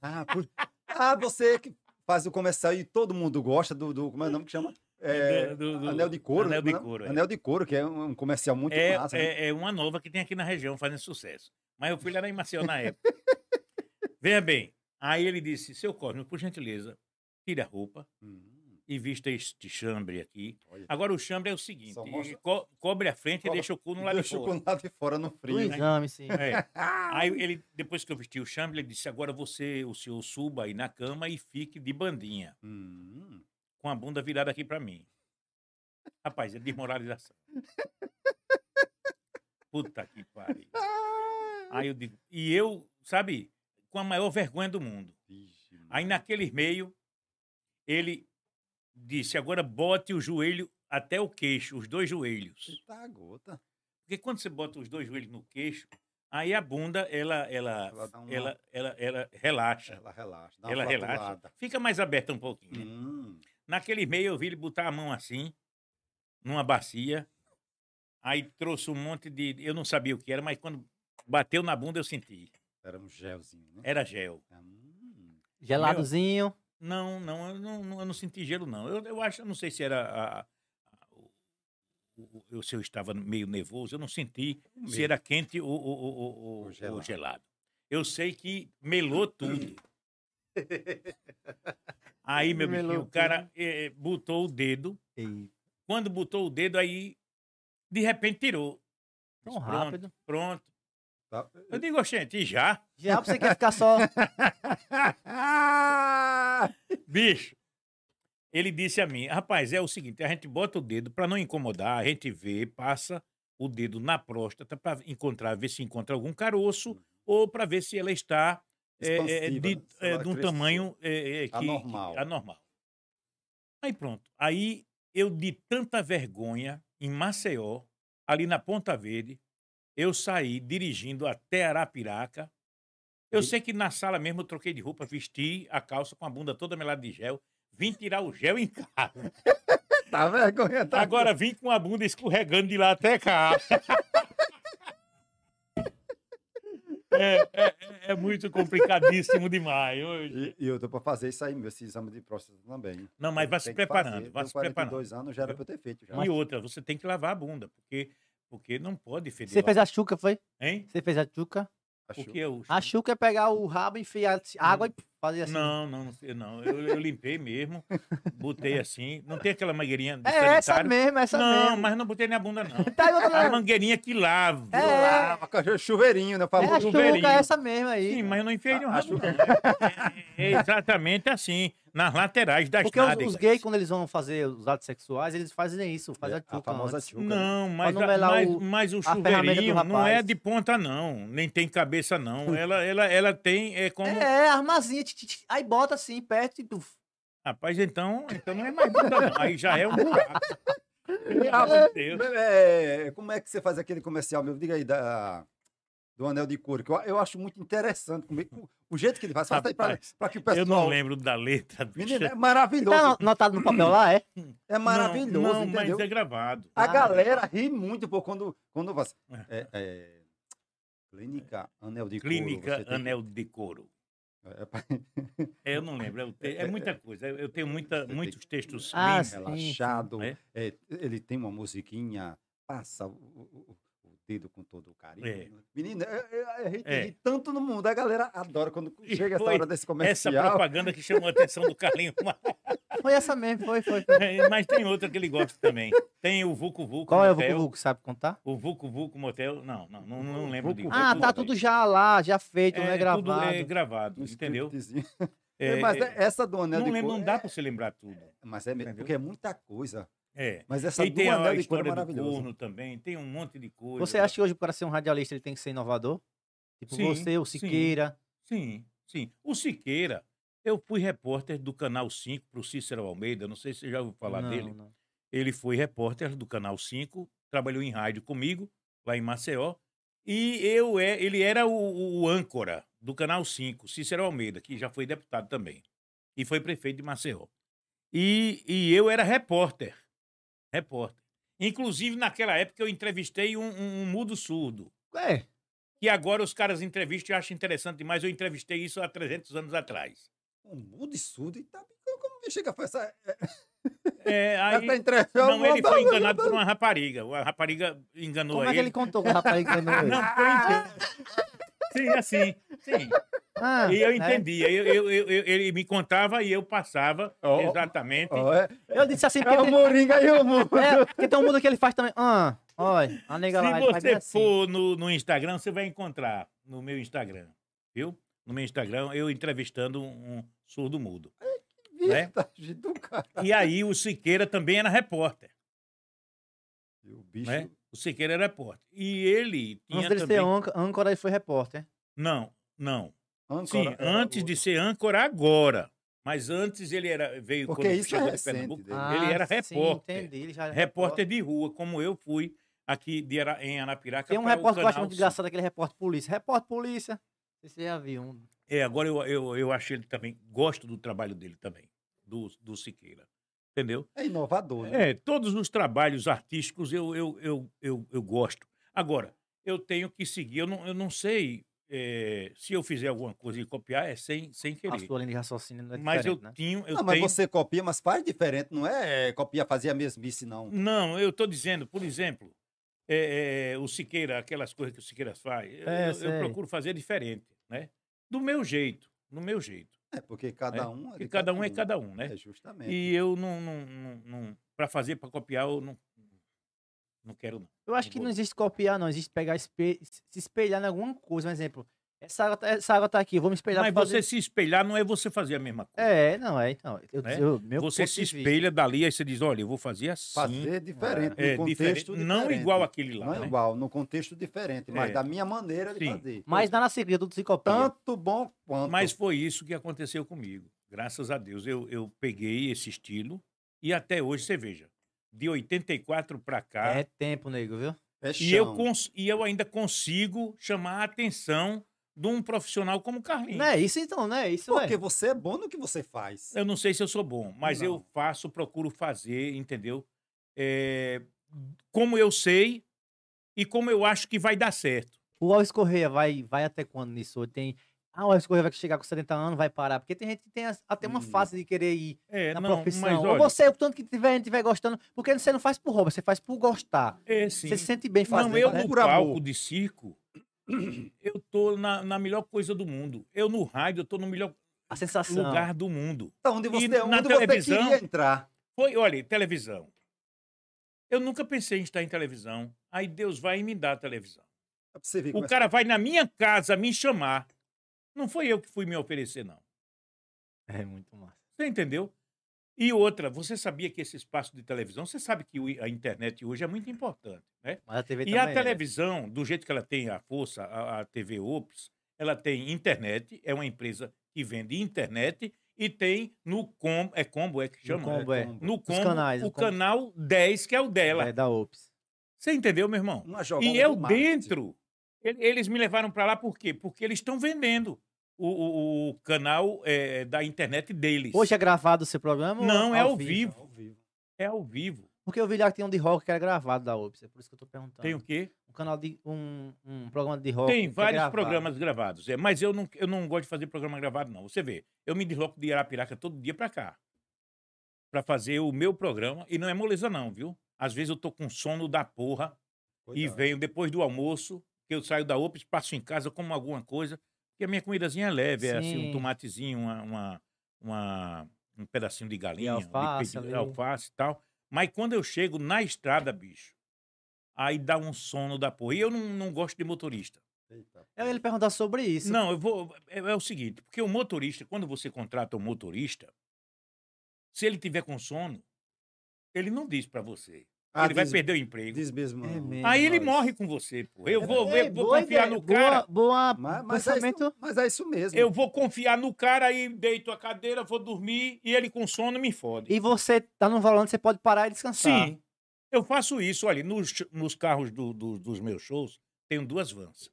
Ah, por- ah, você que faz o comercial e todo mundo gosta do. do- como é o nome que chama? É,
Do- do- do-
Anel de Couro.
Anel
né?
de Couro, é.
Anel de Couro, que é um um comercial muito
É,
massa. né?
é, é uma nova que tem aqui na região, fazendo sucesso. Mas eu fui lá em Maceió na época. Veja bem, aí ele disse, seu Cosme, por gentileza, tire a roupa
Hum,
e vista este chambre aqui.
olha.
Agora o chambre é o seguinte,
Só mostra-
co- cobre a frente e
Cobre-
deixa o cu no lado de
Deixa o
fora.
chocolate de fora no
Do
frio. né?
exame, sim.
É. Aí ele, depois que eu vesti o chambre, ele disse, agora você, o senhor suba aí na cama e fique de bandinha.
Hum,
com a bunda virada aqui pra mim. Rapaz, é desmoralização. Puta que pariu. Aí eu digo, e eu, sabe, com a maior vergonha do mundo.
vixe, mano.
Aí naquele meio, ele disse: agora bote o joelho até o queixo, os dois joelhos.
Eita tá gota.
Porque quando você bota os dois joelhos no queixo, aí a bunda, ela, ela,
Ela
ela,
dá uma-
ela, ela relaxa.
Ela relaxa. dá uma
Ela relaxa.
flatulada.
Fica mais aberta um pouquinho. né?
Hum,
Naquele meio eu vi ele botar a mão assim, numa bacia. Aí trouxe um monte de. Eu não sabia o que era, mas quando bateu na bunda eu senti.
era um gelzinho, né?
Era gel.
Hum,
Geladozinho.
Não, não, eu não, não- eu não senti gelo, não. Eu, eu acho, eu não sei se era. a- a- o- o- eu, se eu estava meio nervoso, eu não senti
é
se era quente ou, ou- ou- ou- ou-
Ou
ou
gelado.
gelado. Eu sei que melou tudo. Aí, meu
Melou
bichinho, o cara eh, botou o dedo
Ei,
Quando botou o dedo aí, de repente tirou.
Tão
Disse,
rápido.
Pronto.
tá-
Eu digo, gente, e já?
Já você quer ficar só.
Bicho. Ele disse a mim, rapaz, é o seguinte, a gente bota o dedo para não incomodar, a gente vê, passa o dedo na próstata para encontrar, ver se encontra algum caroço ou para ver se ela está é, é,
Uhum. Expansiva,
de,
né? Se
é,
ela
de um
cresceu.
tamanho é, é, que-
Anormal.
que- anormal. Aí pronto. Aí eu de tanta vergonha em Maceió, ali na Ponta Verde, eu saí dirigindo até Arapiraca. Eu
E-
sei que na sala mesmo eu troquei de roupa, vesti a calça com a bunda toda melada de gel, vim tirar o gel em casa.
Tá vergonha, tá?
Agora vim com a bunda escorregando de lá até cá. É, é- é muito complicadíssimo demais hoje.
E, e eu tô pra fazer isso aí, meu, esse exame de próstata também.
Não, mas
Tem
vai
um
se
que
preparando,
fazer.
vai
Tenho
se preparando.
42 anos já era pra eu ter feito. Já.
E outra, você tem que lavar a bunda, porque, porque não pode feder.
Você fez a chuca, foi?
Hein?
Você fez a chuca?
Achou?
Porque eu...
A chuca é pegar o rabo, enfiar água e fazer assim.
Não, não, não sei, não. Eu, eu limpei mesmo, botei assim. Não tem aquela mangueirinha de
É essa
sanitário?
mesmo, essa
Não,
mesmo.
mas não botei na bunda, não.
Tá, eu tô
A
falando.
mangueirinha que lava.
É,
Ah, mas chuveirinho,
é
né?
a
Falou.
chu-
chuca,
chuveirinho. né?
é essa mesmo aí.
Sim, mas eu não enfiei no
A-
rabo,
acho- é
não. É, é exatamente assim, nas laterais das
Porque os,
nádegas.
os gays, quando eles vão fazer os atos sexuais, eles fazem isso, fazem a
É, a
chuca.
famosa
antes.
tchuca. né?
Não, mas,
não
a-
melar
mas,
o-
mas o
a ferramenta do
chuveirinho não é
rapaz.
de ponta, não. Nem tem cabeça, não. Ela, ela, ela tem, é como...
É, armazinha. tch, tch, tch, aí bota assim, perto e tuf.
Rapaz, então, então não é mais bunda, não. Aí já é um buraco. Pelo amor de Deus.
É, como é que você faz aquele comercial, meu? Diga aí, da... do anel de couro, que eu, eu acho muito interessante como é- o, o jeito que ele faz, faz aí pra,
Rapaz,
pra que o
Eu não
pessoal.
lembro da letra. bicho.
Menino, é
Tá
maravilhoso.
no- anotado no papel lá, é?
É maravilhoso,
Não, não
entendeu?
mas é gravado.
A
Ah.
galera ri muito pô, quando, quando você. É, é, clínica Anel de Couro.
é Clínica
você tem que-
Anel de Couro.
É, pra-
É, eu não lembro. É, o te- é muita coisa. Eu eu tenho muita,
Você tem
muitos textos
Ah,
lindos.
sim.
relaxado.
É.
é, ele tem uma musiquinha, passa o, o- o- o dedo com todo o carinho.
É.
Menina, eu, eu, eu ri-
É.
ri tanto no mundo. A galera adora quando
E
chega essa
foi
hora desse
Essa
comercial.
propaganda que chamou a atenção do Carlinho. Maia.
Foi essa mesmo, foi, foi.
É, Mas tem outra que ele gosta também. Tem o Vucu Vucu
Qual é o
Motel.
Vucu Vucu, sabe contar?
O Vucu Vucu Motel. Não, não, não, não lembro
Vucu
de
Vucu.
Ah, tá tudo já lá, já feito, não é
tudo
gravado.
é gravado,
um
entendeu?
scriptzinho.
É,
mas
é,
essa do Anel
não
de
lembro,
Couro.
não dá pra você lembrar tudo.
é- mas é mesmo,
entendeu?
porque é muita coisa.
É.
Mas essa
E
do
tem a
Anel de Couro é
história do
maravilhosa.
corno também, tem um monte de coisa.
Você acha que hoje, para ser um radialista, ele tem que ser inovador? Tipo
Sim,
você, o
sim.
Siqueira.
Sim, sim. O Siqueira, eu fui repórter do Canal 5 para o Cícero Almeida, não sei se você já ouviu falar
Não,
dele.
não.
Ele foi repórter do Canal 5, trabalhou em rádio comigo, lá em Maceió, e eu é, ele era o, o âncora do Canal 5, Cícero Almeida, que já foi deputado também, e foi prefeito de Maceió. E, e eu era repórter, repórter. Inclusive, naquela época, eu entrevistei um- um- um mudo surdo.
É,
E agora os caras entrevistam e acham interessante demais. Eu entrevistei isso há 300 anos atrás.
Um mundo e surdo. E tá, como que chega a fazer essa,
É, aí,
essa entrevista?
não, ele foi enganado por uma rapariga. A rapariga enganou
né, como é que ele
ele.
contou com o rapaz que ganhou ele?
Não,
Ah!
foi Sim, assim. Sim.
Ah,
E eu
né?
entendia. Eu, eu- eu- eu- ele me contava e eu passava
Ó,
exatamente.
Oh, é,
Eu disse assim,
é o
porque,
Moringa e o Mundo.
é, porque tem um mundo que ele faz também. Ah, olha, a nega lá.
Se
ele faz
você
bem assim.
for no, no Instagram, você vai encontrar no meu Instagram, viu? No meu Instagram, eu entrevistando um um surdo mudo. né?
Vintage do cara.
E aí o Siqueira também era repórter.
E o bicho.
né? O Siqueira era repórter. E ele tinha
Antes dele
também...
ser ânc- âncora, ele foi repórter.
Não, não.
âncora, é,
Sim, antes
o-
de ser âncora agora. Mas antes ele era veio
Porque
quando
isso é
chegou de
recente
Pernambuco,
dele.
ele era
Ah,
repórter.
Sim, entendi. Ele já era
repórter de rua, como eu fui aqui de Ara- em Arapiraca.
Tem um
para o
repórter que eu acho
canal
muito engraçado, aquele repórter polícia. Repórter polícia. Você já viu um.
É, agora eu, eu, eu acho ele também, gosto do trabalho dele também, do, do Siqueira. Entendeu?
É inovador, né?
É, todos os trabalhos artísticos eu, eu, eu, eu, eu gosto. Agora, eu tenho que seguir, eu não, eu não sei eh, se eu fizer alguma coisa e copiar, é sem, sem
A
querer.
sua linha de raciocínio não é
mas eu
diferente, né?
tinha. Eu
não, mas
tenho...
você copia, mas faz diferente, não é, é, copia, fazia mesmice, não.
Não, eu estou dizendo, por exemplo, eh, eh, o Siqueira, aquelas coisas que o Siqueira faz, eu-
É,
eu, eu
sei.
procuro fazer diferente, né? Do meu jeito, do meu jeito.
É, porque cada
É,
um. é
Porque cada um é cada um, né?
É, justamente.
E eu não. para fazer, para copiar, eu não, não quero, não.
Eu acho
Não
que
vou-
não existe copiar, não. Existe pegar espe- se espelhar em alguma coisa. Um exemplo. Essa água, tá- essa água tá aqui, eu vou me espelhar
Mas
pra fazer-
você se espelhar não é você fazer a mesma coisa.
É, não, é, então. Eu,
Né?
eu- meu
Você
ponto
se
de vista.
espelha dali, aí você diz, olha, eu vou fazer assim.
Fazer diferente,
é,
no contexto
diferente.
diferente.
Não igual aquele lá,
Não é
né?
igual, no contexto diferente, mas
É.
da minha maneira de
Sim.
fazer.
Mas nada segredo, tudo se copia.
Tanto bom quanto.
Mas foi isso que aconteceu comigo. Graças a Deus, eu, eu peguei esse estilo e até hoje, você veja, de 84 para cá,
É tempo, nego, viu?
é
e, eu
chão.
cons- e eu ainda consigo chamar a atenção de um profissional como o Carlinhos.
Não é isso então, não é isso, ué.
Porque você é bom no que você faz.
Eu não sei se eu sou bom, mas eu
Não.
faço, procuro fazer, entendeu? É, como eu sei e como eu acho que vai dar certo.
O Alves Correia vai, vai até quando nisso? Tem... Ah, o Alves Correia vai chegar com 70 anos, vai parar. Porque tem gente que tem as- até uma
Hum.
fase de querer ir
É,
na
não,
profissão.
mas
Ou
olha,
você, o tanto que tiver, tiver gostando. Porque você não faz por roupa, você faz por gostar.
é, sim.
Você se sente bem fazendo.
Não, eu
né?
no
Por amor.
palco de circo, eu tô na, na melhor coisa do mundo. Eu no rádio, eu tô no melhor
A sensação.
lugar do mundo.
Tá onde você,
na
onde você
televisão-
queria entrar.
Foi, olha, televisão. Eu nunca pensei em estar em televisão. Aí Deus vai e me dá a televisão.
Pra você ver como
O
é-
cara vai na minha casa me chamar. Não foi eu que fui me oferecer, não.
É muito massa.
Você entendeu? E outra, você sabia que esse espaço de televisão, você sabe que o- a internet hoje é muito importante, né?
Mas a TV
E
também
a
é.
televisão, do jeito que ela tem a força, a, a TV Ops, ela tem internet, é uma empresa que vende internet e tem no combo, é combo, é que
No
chama?
combo, é.
combo.
No combo,
canais,
o
o combo.
canal 10, que é o dela.
É da Ops.
Você entendeu, meu irmão?
Uma jogada
E eu
do marketing. É,
dentro, Ele- Eles me levaram para lá por quê? Porque eles estão vendendo o, o- o canal eh, da internet deles.
Hoje é gravado o seu programa? ou
Não, é ao vivo.
Ao vivo.
É ao vivo.
Porque eu vi lá que tem um de rock que era gravado da Ops, é por isso que eu tô perguntando.
Tem o quê?
um canal de um, um programa de rock.
Tem
que é
vários
gravado.
programas gravados. É, mas eu não, eu não gosto de fazer programa gravado, não. Você vê, eu me desloco de Arapiraca todo dia para cá. Para fazer o meu programa. E não é moleza, não, viu? Às vezes eu tô com sono da
é.
porra. e
Cuidado.
venho depois do almoço, que eu saio da UPS, passo em casa, como alguma coisa, porque a minha comidazinha é leve, é assim,
Sim.
um tomatezinho, uma, uma- uma- um pedacinho de galinha, um
alface
pedaço de
ali.
alface e tal. Mas quando eu chego na estrada, bicho, aí dá um sono da porra. E eu não, não gosto de motorista.
Eita,
Eu ia lhe perguntar sobre isso.
Não, eu vou. É, é o seguinte, porque o motorista, quando você contrata um motorista, se ele tiver com sono, ele não diz pra você.
Ah,
ele vai
diz-
perder o emprego.
Diz mesmo.
É
não.
mesmo.
Aí ele
Mas-
morre com você, pô. Eu vou,
Ei,
ver, vou
boa
confiar
ideia,
no
boa-
cara.
Boa,
Mas, mas, é
pensamento.
isso, mas é isso mesmo.
Eu vou confiar no cara e deito a cadeira, vou dormir e ele com sono me fode.
E você tá no volante, você pode parar e descansar.
Sim, eu faço isso. Olha, nos, ch- nos carros do- do- dos meus shows, tenho duas vans.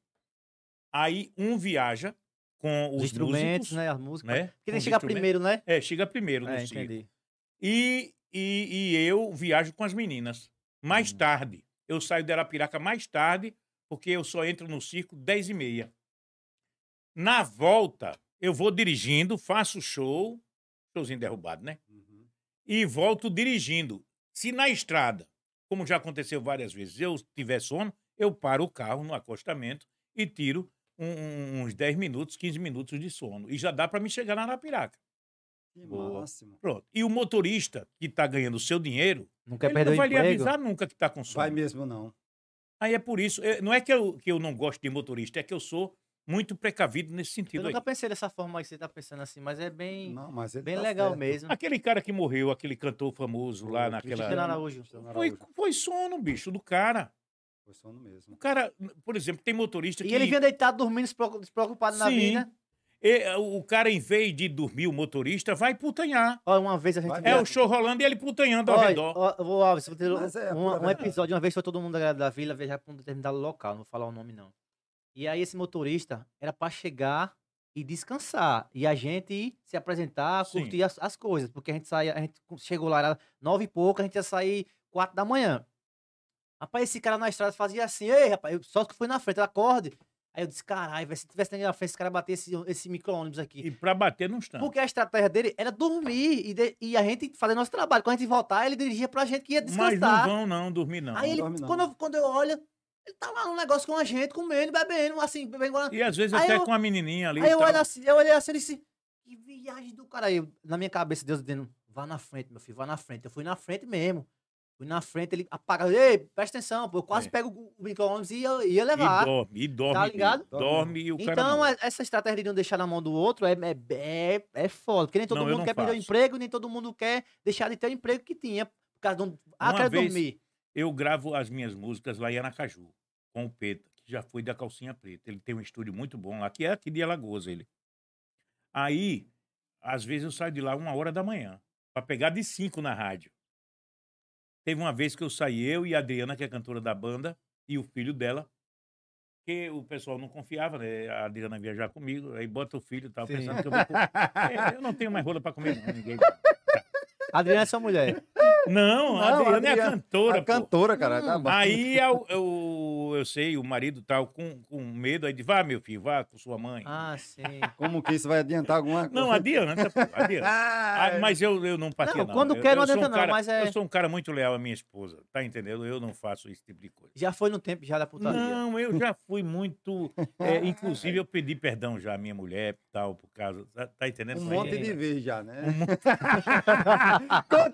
Aí um viaja com
Os,
os,
instrumentos,
músicos,
né? As músicas.
né?
Porque
Com
tem
os
que chegar
instrumentos.
primeiro, né?
É, chega primeiro
É,
no circo.
entendi.
e, e, e eu viajo com as meninas. Mais tarde. Eu saio de Arapiraca mais tarde, porque eu só entro no circo 10 e meia. Na volta, eu vou dirigindo, faço show, showzinho derrubado, né?
Uhum.
E volto dirigindo. Se na estrada, como já aconteceu várias vezes, eu tiver sono, eu paro o carro no acostamento e tiro um- um- uns 10 minutos, 15 minutos de sono. E já dá para me chegar na Arapiraca.
Que
Boa.
máximo.
Pronto. E o motorista que está ganhando o seu dinheiro,
Não quer
ele
perder
não
o
vai lhe
emprego.
avisar nunca que está com sono.
Vai mesmo, não.
Aí é por isso. eu- não é que eu, que eu não gosto de motorista, é que eu sou muito precavido nesse
Eu
sentido aí.
nunca pensei dessa forma aí que você tá pensando assim, mas é bem,
Não, mas ele
bem
tá
legal
certo.
mesmo.
Aquele cara que morreu, aquele cantor famoso lá
O
naquela.
Cristiano Araújo.
Cristiano
Foi,
Araújo.
foi sono, bicho, do cara.
Foi sono mesmo.
O cara, por exemplo, tem motorista
E
que.
ele vinha deitado, dormindo, despre- despreocupado na
Sim.
vida.
e- eh, o cara, em vez de dormir, o motorista, vai putanhar.
Olha, uma vez a gente...
Vai
É
Verdade.
o show rolando e ele putanhando ao
Olha,
redor.
ó, eu vou, Alves, vou ter um,
Mas é a
um-
pura
um
verdade.
episódio, uma vez foi todo mundo da galera da vila viajar para um determinado local, não vou falar o nome não. E aí esse motorista era para chegar e descansar. E a gente se apresentar,
Sim.
curtir as, as coisas. Porque a gente saía, a gente chegou lá, era nove e pouco, a gente ia sair quatro da manhã. Rapaz, esse cara na estrada fazia assim, ei, rapaz, eu- só que foi na frente, acorde. Aí eu disse, caralho, velho, se tivesse na minha frente, esse cara bater esse, esse micro-ônibus aqui.
E pra bater não está.
Porque a estratégia dele era dormir e, de- e a gente fazer nosso trabalho. Quando a gente voltar, ele dirigia pra gente que ia
Mas não
descansar.
vão, não, dormir não.
Aí ele,
dorme não.
quando, eu, quando eu olho, ele tá lá no negócio com a gente, comendo, bebendo, assim, bebendo. guaraná.
E às vezes
Aí
até
eu-
com a menininha ali.
Aí
e
eu,
tal.
olho assim, eu olhei assim e disse, que viagem do cara. Aí eu- na minha cabeça, Deus dizendo, vá na frente, meu filho, vá na frente. Eu fui na frente mesmo. Fui na frente, ele apaga, ei, presta atenção, pô, eu quase
É.
pego o- o micro-ônibus e ia, ia
E
levar.
dorme, e dorme.
Tá ligado?
Dorme e o cara.
Então,
morre.
é- essa estratégia de não deixar na mão do outro é, é, é, é foda. Porque nem todo
Não, eu
mundo
não
quer perder o
faço.
emprego, nem todo mundo quer deixar de ter o emprego que tinha. Por causa de um... Ah,
Uma
quero
vez-
dormir.
eu gravo as minhas músicas lá em Aracaju, com o Peta, que já foi da Calcinha Preta. Ele tem um estúdio muito bom lá, que é aqui de Alagoas, ele. Aí, às vezes eu saio de lá uma hora da manhã, para pegar de cinco na rádio. Teve uma vez que eu saí, eu e a Adriana, que é cantora da banda, e o filho dela, que o pessoal não confiava, né? A Adriana viajar comigo, aí bota o filho e tal,
Sim.
pensando que eu vou... co- É, eu não tenho mais rola para comer, não, ninguém.
Adriana é sua mulher.
Não, a
Não,
Adriana, é a
Adriana-
cantora,
a
pô.
cantora, cara. tá bom.
Aí eu, eu, eu sei, o marido tal com, com medo, aí diz, vá, meu filho, vá com sua mãe.
Ah, sim.
Como que isso vai adiantar alguma coisa?
Não, adianta, pô, adianta.
Ah,
Ah, mas eu, eu não patinho,
Não,
não.
quando
eu,
quer,
eu
não
sou
adianta não,
cara-
mas é-
Eu sou um cara muito leal à minha esposa, tá entendendo? Eu não faço esse tipo de coisa.
Já foi no tempo já da putaria.
Não, eu já fui muito... é, inclusive, eu pedi perdão já à minha mulher, tal, por causa... Tá, tá entendendo?
Um
Mas-
monte de vez já, né?
Um monte- Um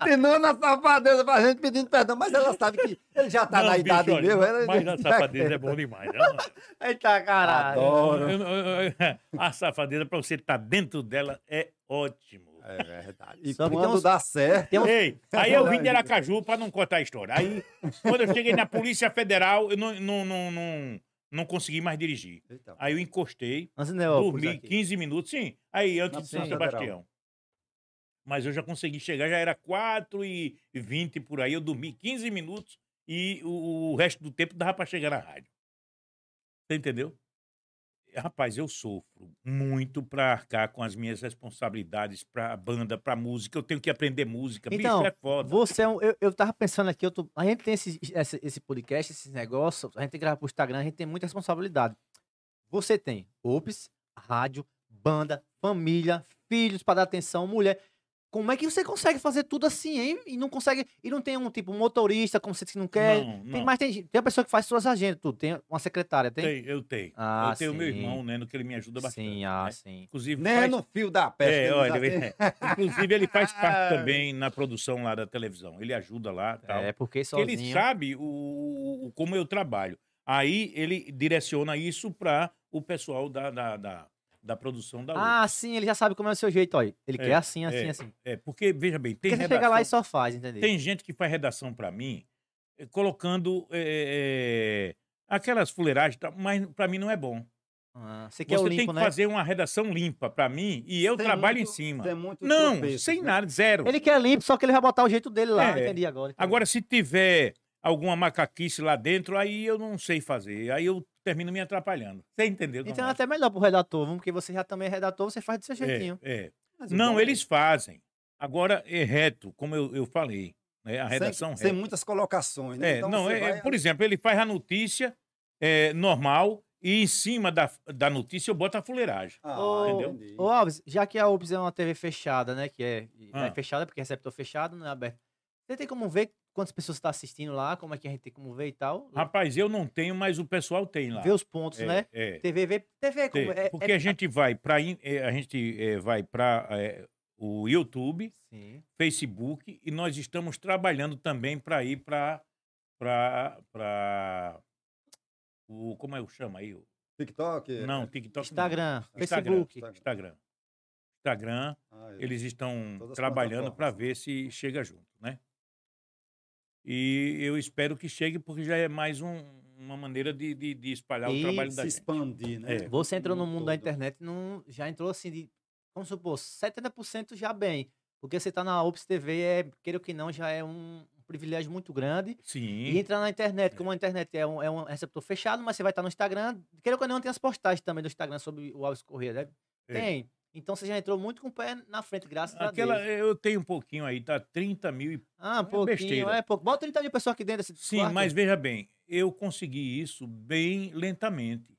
Continuando a safadeza pra gente pedindo perdão, mas ela sabe que ele já tá
Não,
na
bicho,
idade
olha,
mesmo. Ela
Mas a safadeza é bom demais, não?
Eita, caralho.
Adoro.
Eu- eu- eu- a safadeza, pra você estar dentro dela, é ótimo.
É verdade. E
Só que tem
quando
uns-
dá certo,
Tem um-
Ei, aí eu vim de Aracaju para não cortar a história. Aí, quando eu cheguei na Polícia Federal, eu não, não, não, não, não consegui mais dirigir.
Então.
Eita,
Aí eu encostei,
Antes de eu
dormi 15 minutos, sim. Aí, antes
Na
de São
Polícia
Sebastião. Mas eu já consegui chegar, já era 4 e 20 por aí. Eu dormi 15 minutos e o, o resto do tempo dava para chegar na rádio. Você entendeu? É, Rapaz, eu sofro muito pra arcar com as minhas responsabilidades pra banda, pra música. Eu tenho que aprender música.
Então,
Bicho, é foda.
Você é um, eu, eu tava pensando aqui, eu tô- a gente tem esse, esse, esse podcast, esses negócios, a gente grava pro Instagram, a gente tem muita responsabilidade. Você tem Ops, rádio, banda, família, filhos pra dar atenção, mulher. Como é que você consegue fazer tudo assim, hein? E não consegue. E não tem um tipo motorista, como você disse que não quer.
Não,
Tem,
não.
mas tem, gente- tem a pessoa que faz suas agendas, tudo. Tem uma secretária, tem?
Tem, eu tenho.
Ah,
eu tenho meu
sim.
irmão, né? No que ele me ajuda bastante.
sim, ah,
né?
sim.
Inclusive,
Nem
faz-
no fio da pesca.
É,
ele
olha,
já tem-
ele- inclusive ele faz parte também na produção lá da televisão. Ele ajuda lá, tal.
É porque
Porque
sozinho.
ele sabe o, o- como eu trabalho. Aí ele direciona isso para o pessoal da, da, da, da produção da UFRJ.
Ah, sim, ele já sabe como é o seu jeito, ó. Ele
É,
quer assim, assim,
é.
assim.
É, porque, veja bem, tem
Porque você chega
redação,
lá e só faz, entendeu?
tem gente que faz redação para mim eh, colocando eh, eh, aquelas fuleiragens, e tal, mas para mim não é bom.
Ah, você quer
Você
o
tem
limpo,
que
né?
fazer uma redação limpa para mim e eu
Tem
trabalho
muito-
em cima.
tem muito
Não,
tropeço,
sem
né?
nada, zero.
Ele quer limpo, só que ele vai botar o jeito dele lá.
É.
Entendi agora. entendi.
Agora, se tiver alguma macaquice lá dentro, aí eu não sei fazer. Aí eu termino me atrapalhando. Você entendeu?
Então é
Tomás?
até melhor pro redator, vamos, porque você já também é redator, você faz do seu
É,
jeitinho.
é.
Mas o
Não,
bom é
eles fazem. Agora é reto, como eu, eu falei. né? A
sem-
redação
Sem
reta.
muitas colocações, né?
É,
Então
não,
você
é, é,
vai-
por exemplo, ele faz a notícia é, normal e em cima da, da notícia eu boto a fuleiragem.
Ah,
Ô,
entendi.
Ô, Alves, já que a Ops é uma TV fechada, né? Que é, e é
Ah.
fechada porque é receptor fechado, não é aberto. Você tem como ver quantas pessoas estão assistindo lá, como é que a gente tem como ver e tal?
Rapaz, eu não tenho, mas o pessoal tem lá.
Ver os pontos,
é,
né?
É.
TV, vê. TV é
Tem,
como. É,
porque
é-
a gente vai para a gente é, vai para o YouTube,
Sim.
Facebook e nós estamos trabalhando também para ir para para o como é o chama aí? O-
TikTok? é
Não, TikTok não.
Instagram,
Instagram,
Facebook.
Instagram. Instagram,
Ah, eu-
eles estão
Todas as
trabalhando para
plataformas.
ver se chega junto, né? E eu espero que chegue porque já é mais um- uma maneira de, de- de espalhar
E
o trabalho da
se
gente.
expandir, né?
É.
Você entrou no mundo da
todo.
internet e não já entrou assim de, vamos supor, 70% já bem. Porque você tá na Ops TV, é, queira ou que não, já é um privilégio muito grande. E
Sim.
entrar na internet, como a internet é um, é um receptor fechado, mas você vai estar no Instagram. Queira ou que não, tem as postagens também do Instagram sobre o Alves Corrêa, né?
É.
Tem. Então você já entrou muito com o pé na frente, graças a
Aquela,
Deus.
eu tenho um pouquinho aí, tá 30 mil e
Ah, pouquinho,
besteira.
é pouco. Bota 30 mil pessoas aqui dentro. Esse
Sim,
quarto,
mas veja bem, eu consegui isso bem lentamente.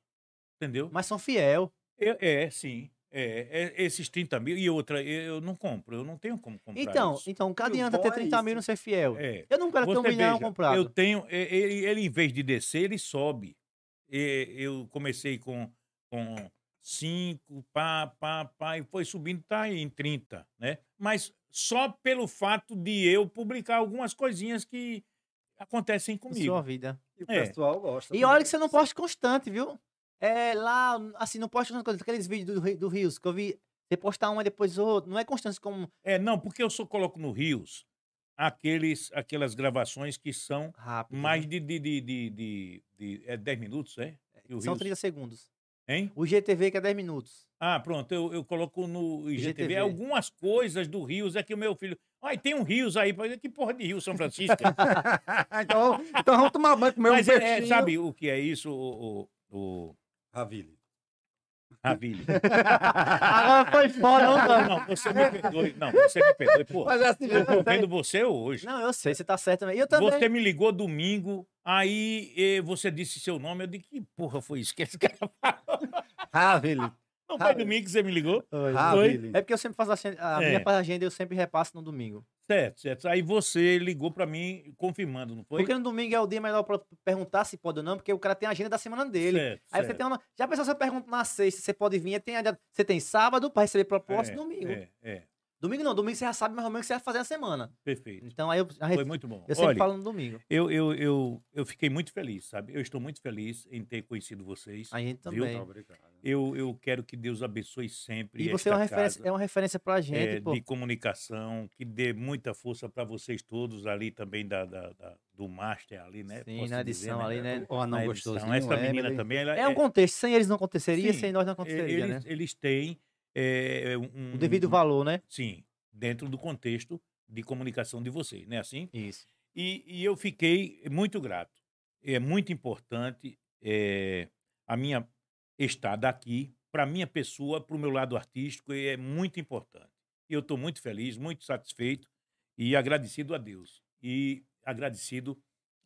Entendeu?
Mas são fiel.
Eu- é, sim. É, é, esses 30 mil. E outra, eu não compro, eu não tenho como comprar.
Então,
isso.
então,
E o
cada adianta
bom
ter
é
30 mil e
isso.
não ser fiel.
É.
Eu não quero ter um milhão comprado.
eu tenho. e- e- Ele, ele, em vez de descer, ele sobe. E- eu comecei com, com 5, pá, pá, pá, e foi subindo, tá aí em 30, né? Mas só pelo fato de eu publicar algumas coisinhas que acontecem
na sua
comigo.
vida.
E o
É.
pessoal gosta.
E
também.
olha que você não posta constante, viu? É lá, assim, não posta constante. Aqueles vídeos do, Ri- do Rios que eu vi, você postar uma e depois outra. Não é constante como
É, não, porque eu só coloco no Rios aqueles, aquelas gravações que são
rápido. né?
mais de, de, de, de, de- de- é 10 minutos, é? E o
São
Reels?
30 segundos.
Hein?
O GTV que é 10 minutos.
Ah, pronto, eu, eu coloco no IGTV.
IGTV.
Algumas coisas do Rios é que o meu filho. Ai, tem um Rios aí. pra- Que porra de Rio São Francisco?
então, então vamos tomar banho, comer
Mas
um
é- é,
peixinho.
sabe o que é isso, o, o, o
Ravile.
Ravilho?
Agora Ah, foi né, fora, não,
Ah, Não,
não.
não, você me perdoe. Não, você me perdoe. Pô,
Mas assim,
eu tô vendo você hoje.
Não, eu sei, você tá certo também. E Eu também.
Você me ligou domingo, aí eh, você disse seu nome. Eu disse, que porra foi isso que esse cara falou?
Ravile.
Não foi
Ah,
domingo que você me ligou?
Oi.
Ravile.
É porque eu sempre faço a, agenda- a
É.
minha agenda, eu sempre repasso no domingo.
Certo, certo. Aí você ligou pra mim confirmando, não foi?
Porque no domingo é o dia melhor pra perguntar se pode ou não, porque o cara tem a agenda da semana dele.
Certo,
Aí você
certo.
tem uma. Já pensou se eu pergunto na sexta, você pode vir? é, Tem, a- você tem sábado pra receber proposta
É,
e domingo.
É, é,
Domingo não, domingo você já sabe mais ou menos o que você vai fazer na semana.
perfeito.
Então aí eu, a
Foi
gente-
muito bom.
eu sempre
Olha,
falo no domingo.
eu, eu, eu, eu fiquei muito feliz, sabe? Eu estou muito feliz em ter conhecido vocês.
A gente
Viu?
também.
Obrigado.
Eu, eu quero que Deus abençoe sempre
E você é
esta
uma, referência,
casa,
é uma referência pra gente,
eh,
pô.
de comunicação, que dê muita força para vocês todos ali também da, da- da- do Master ali, né?
Sim,
Posso
na
dizer,
edição ali, né?
Ó,
Na
não
edição.
gostoso.
Essa menina também, ela
É um contexto, sem eles não aconteceria,
Sim,
sem nós não
é-
aconteceria,
eles,
né?
eles têm eh, um,
O devido
um-
valor, né?
Sim, dentro do contexto de comunicação de vocês, né? Assim,
Isso.
E, e eu fiquei muito grato. É muito importante é, a minha estada aqui, para minha pessoa, para o meu lado artístico, e é muito importante. E eu estou muito feliz, muito satisfeito e agradecido a Deus. E agradecido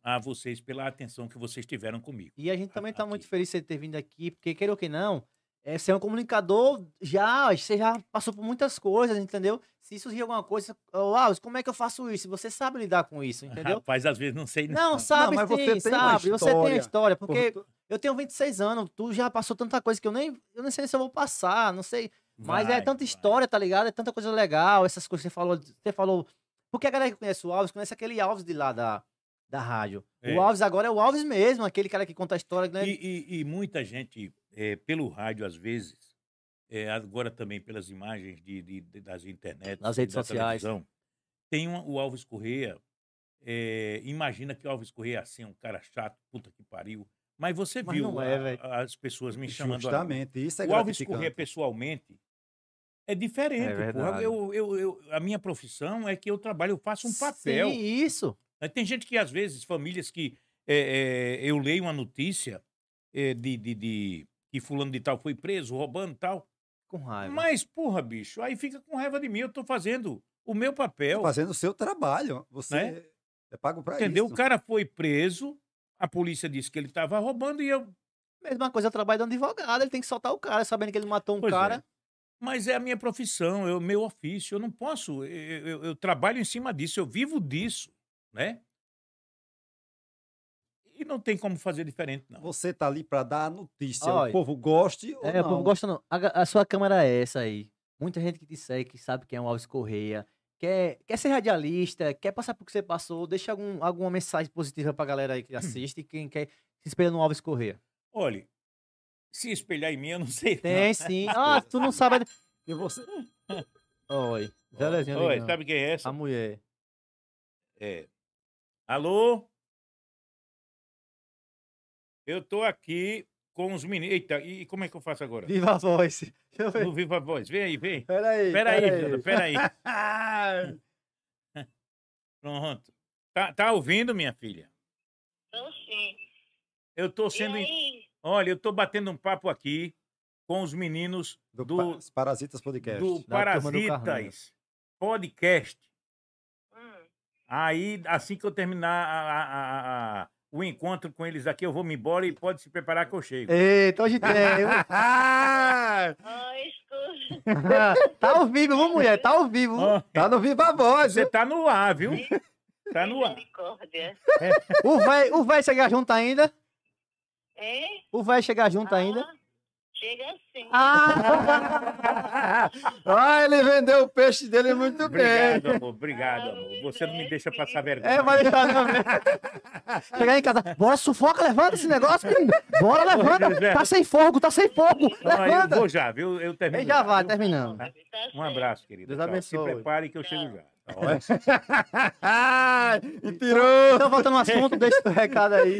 a vocês pela atenção que vocês tiveram comigo.
E a gente também está
Aqui.
muito feliz de você ter vindo aqui, porque queira ou que não, é, você é um comunicador, já, você já passou por muitas coisas, entendeu? Se isso surgir alguma coisa, uau, como é que eu faço isso? Você sabe lidar com isso, entendeu?
Rapaz, às vezes não sei.
Não, sabe
mas
sim,
você tem uma
sabe, você tem a
história.
história,
Por-
porque eu tenho 26 anos, tu já passou tanta coisa que eu nem, eu nem sei se eu vou passar, não sei, mas é
Vai,
tanta
vai.
história, tá ligado? É tanta coisa legal, essas coisas que você falou. Você falou. Porque a galera que conhece o Alves conhece aquele Alves de lá da, da rádio.
É.
O Alves agora é o Alves mesmo, aquele cara que conta a história. Né?
E, e- e muita gente, eh, pelo rádio, às vezes, eh, agora também pelas imagens de, de- de- das internet,
Nas redes
da
sociais.
televisão, tem uma- o Alves Correia. eh, imagina que o Alves Correia é assim, um cara chato, puta que pariu. Mas você
Mas
viu
não é,
a-
velho.
as pessoas me chamando. a-
Justamente, isso é
o Alves
gratificante.
Corrêa pessoalmente é diferente.
É
porra.
verdade.
Eu- eu- eu- a minha profissão é que eu trabalho, eu faço um papel.
Sim, isso.
Né? Tem gente que, às vezes, famílias que é, é, eu leio uma notícia é, de, de, de que fulano de tal foi preso, roubando e tal.
Com raiva.
Mas, porra, bicho, aí fica com raiva de mim. Eu tô fazendo o meu papel.
Fazendo o seu trabalho. Você
Então Né?
é pago para isso.
entendeu? O cara foi preso, a polícia disse que ele tava roubando e eu.
Mesma coisa, eu trabalho dando advogado, ele tem que soltar o cara, sabendo que ele matou um
Pois é.
cara.
Mas é a minha profissão, é o meu ofício. Eu não posso. Eu, eu- eu trabalho em cima disso, eu vivo disso, né? E não tem como fazer diferente, não.
Você tá ali para dar a notícia.
Olha.
o povo goste ou
É,
não.
o povo gosta não. A, ga- a sua câmera é essa aí. Muita gente que te segue, que sabe quem é o Alves Correia, quer, quer ser radialista, quer passar por que você passou, deixa algum, alguma mensagem positiva pra galera aí que assiste, quem quer se espelhar no Alves Correia.
Olha, se espelhar em mim, eu não sei.
Tem sim. Ah, tu não sabe... ainda-
E você...
Oi, Zelezinho
não. Oi,
ligando.
sabe quem é essa?
A mulher.
É. Alô? Eu tô aqui com os meninos. Eita, e e como é que eu faço agora?
Viva a voz. Deixa eu ver.
No Viva Voz. Vem aí, vem.
Peraí,
Peraí,
peraí.
Jota, peraí. Pronto. Tá, tá ouvindo, minha filha?
Então, sim.
Eu tô
E
sendo.
aí,
Olha, eu tô batendo um papo aqui com os meninos
Do,
Do-
Pa- os Parasitas Podcast.
do
Da turma do
Parasitas
Carlinhos.
Podcast.
hum,
Aí, assim que eu terminar a- a- a- a- o encontro com eles aqui, eu vou me embora e pode se preparar que eu chego.
Eita, hoje tem. viu?
Ah,
ai, Oh, escuta.
tá ao vivo, viu, mulher? Tá ao vivo.
Ó,
Tá no Viva Voz,
você
viu?
tá no ar, viu? Tá no ar.
Misericórdia.
O vai, o vai chegar junto ainda?
Hein?
O vai chegar junto
Ah,
ainda?
Chega assim.
Ah!
Ah, ele vendeu o peixe dele muito bem.
Obrigado, amor. Obrigado, amor. Você não me deixa passar vergonha.
É, vai deixar não, velho. Chegar em casa. Bora, sufoca, levanta esse negócio, menino. Bora, levanta. Tá sem fogo, tá sem fogo.
Então, aí eu
Levanta.
vou já, viu? Eu termino.
Ele já vai,
viu?
terminando.
Tá
Um abraço, querida.
Deus
Tchau.
abençoe.
Se prepare que eu chego já. tá
Ah, e tirou.
Então, voltando ao assunto, deixa teu recado aí.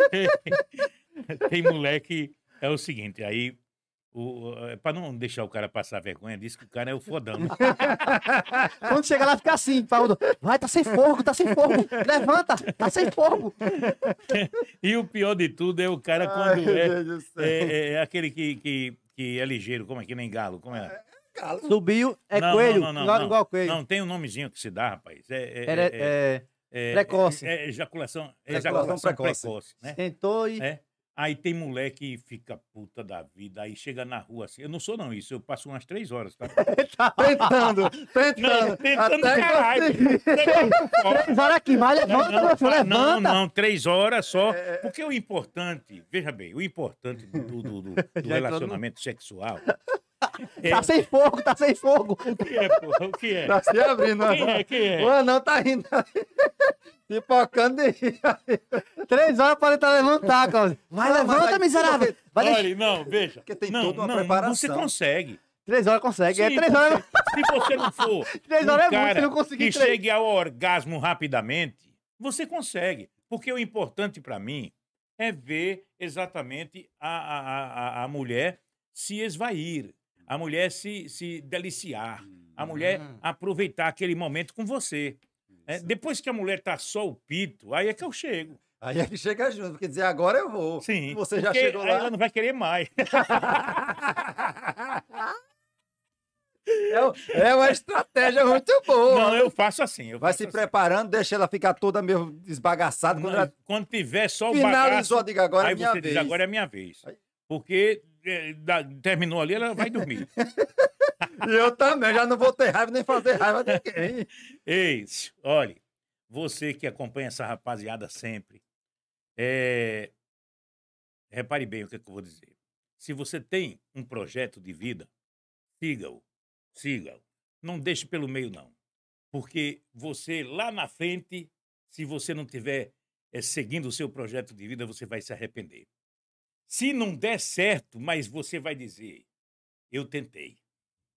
Tem moleque, é o seguinte, aí, o, é, pra não deixar o cara passar vergonha, diz que o cara é o fodão.
Quando chegar lá, fica assim, Paulo. Vai, tá sem fogo, tá sem fogo. Levanta, tá sem fogo.
E o pior de tudo é o cara
Ai,
quando é,
Deus do céu.
é, é aquele que, que, que é ligeiro, como é que nem galo, como é?
Galo.
Subiu, é
Não,
coelho.
não, não,
igual,
não.
igual coelho.
Não, tem um nomezinho que se dá, rapaz. É, é,
É, Era,
é-
é,
é-
precoce.
É, é ejaculação, é
Ejaculação
ejaculação precoce.
precoce.
né?
Sentou e.
É. Aí tem moleque que fica puta da vida, aí chega na rua assim. Eu não sou não isso, eu passo umas três horas, tá?
Tentando, tentando.
Tentando
até
caralho. tá
conseguir.
Três horas aqui, vai,
Não,
levanta,
não,
meu filho,
não,
levanta.
não, não, três horas só. Porque o importante, veja bem, o importante do, do- do- do relacionamento sexual. É,
Tá sem fogo, tá sem fogo.
o que é, porra? O que é?
Tá se abrindo.
Quem é? Quem é?
O anão tá rindo. Pipocando de rir.
Três horas para tentar levantar, Cláudio. Vai,
Não, mas
levanta,
aí-
miserável. Vai deixar-
Olha, não, veja.
Porque tem
não,
toda uma
não, Você
preparação.
consegue.
Três horas consegue. é
Se
três
você-
horas.
Se você não for
Três
tá um
horas é muito,
cara
se não conseguir
que
três.
chegue ao orgasmo rapidamente, você consegue. Porque o importante para mim é ver exatamente a, a, a, a- a mulher se esvair, a mulher se, se deliciar, a mulher
Hum.
aproveitar aquele momento com você. É, depois que a mulher tá só o pito, aí é que eu chego.
Aí é que chega junto, porque dizer agora eu vou.
Sim.
Você já
porque
chegou
aí
lá.
Ela não vai querer mais.
É, o- é uma estratégia muito boa.
Não, eu faço assim. Eu
Vai
faço
se
assim.
preparando, deixa ela ficar toda meio desbagaçada. Quando
Não,
ela
Quando tiver só o bagaço,
finalizou, diga agora é
aí
minha
você
vez.
diz, agora é minha vez.
Aí-
Porque eh, da- terminou ali, ela vai dormir.
E Eu também, já não vou ter raiva nem fazer raiva de ninguém.
Eis, olhe, você que acompanha essa rapaziada sempre, é, repare bem o que, é que eu vou dizer. Se você tem um projeto de vida, siga-o, siga-o. Não deixe pelo meio, não. Porque você, lá na frente, se você não tiver é, seguindo o seu projeto de vida, você vai se arrepender. Se não der certo, mas você vai dizer, eu tentei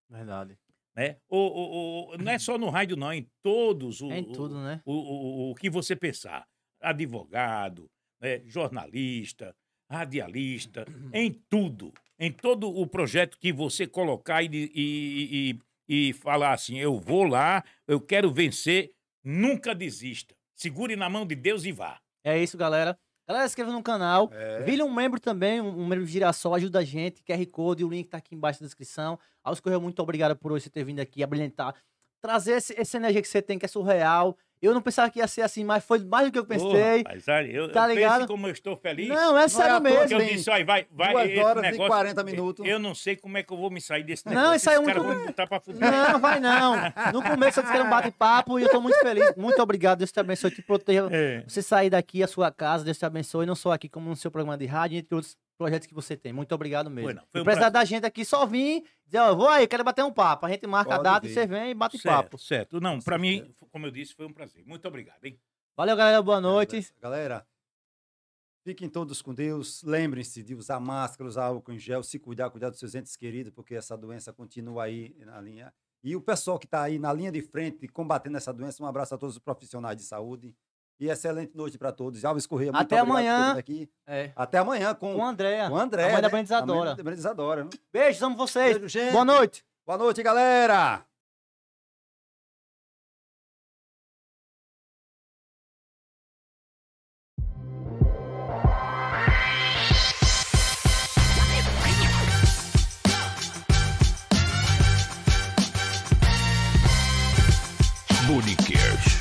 Verdade.
né? O, o, o- não é só no rádio, não, em todos o,
É em tudo, né?
o, o, o que você pensar. Advogado, né? jornalista, radialista, em tudo. Em todo o projeto que você colocar e, de- e, e, e falar assim, eu vou lá, eu quero vencer, nunca desista. Segure na mão de Deus e vá.
É isso, galera. Galera, se inscreva no canal.
É.
Vire um membro também, um um membro de Girassol, ajuda a gente. QR Code, o link tá aqui embaixo da descrição. Aos Correio, muito obrigado por hoje você ter vindo aqui abrilhantar. Trazer esse- essa energia que você tem, que é surreal. Eu não pensava que ia ser assim, mas foi mais do que eu
Porra,
pensei.
rapaz, olha, eu,
tá
eu pense
ligado?
como eu estou feliz.
não, é sério
à toa
mesmo.
Porque eu
Tem
disse, olha, vai, vai.
duas
esse
horas e
negócio-
40 minutos.
Eu não sei como é que eu vou me sair desse
Não,
negócio.
isso aí é
Esses caras
muito-
vão me botar pra fuder.
Não, vai não. No começo eles querem um bate-papo e eu tô muito feliz. Muito obrigado, Deus te abençoe, te proteja.
É.
Você sair daqui, a sua casa, Deus te abençoe. Não só aqui, como no seu programa de rádio, entre outros projetos que você tem. Muito obrigado mesmo.
Foi não, foi
e
um
precisar
prazer.
da gente aqui, só vir, dizer, ó, vou aí, quero bater um papo. A gente marca
Pode
a data e
vir.
você vem e bate papo.
Certo, certo. Não, pra mim,
certeza.
como eu disse, foi um prazer. Muito obrigado, hein?
Valeu, galera, boa noite.
Galera, fiquem todos com Deus. Lembrem-se de usar máscara, usar álcool em gel, se cuidar, cuidar dos seus entes queridos, porque essa doença continua aí na linha. E o pessoal que está aí na linha de frente combatendo essa doença, um abraço a todos os profissionais de saúde. E excelente noite para todos. Alves Correia, muito
Até
obrigado por
amanhã.
ter vindo aqui.
É.
Até amanhã com,
Com a Andréa.
com o André.
a mãe da
né?
Brandizadora.
A mãe da Brandizadora, né?
Beijos, amo vocês.
Beijo, gente.
Boa noite.
Boa noite, galera.
Bonecash.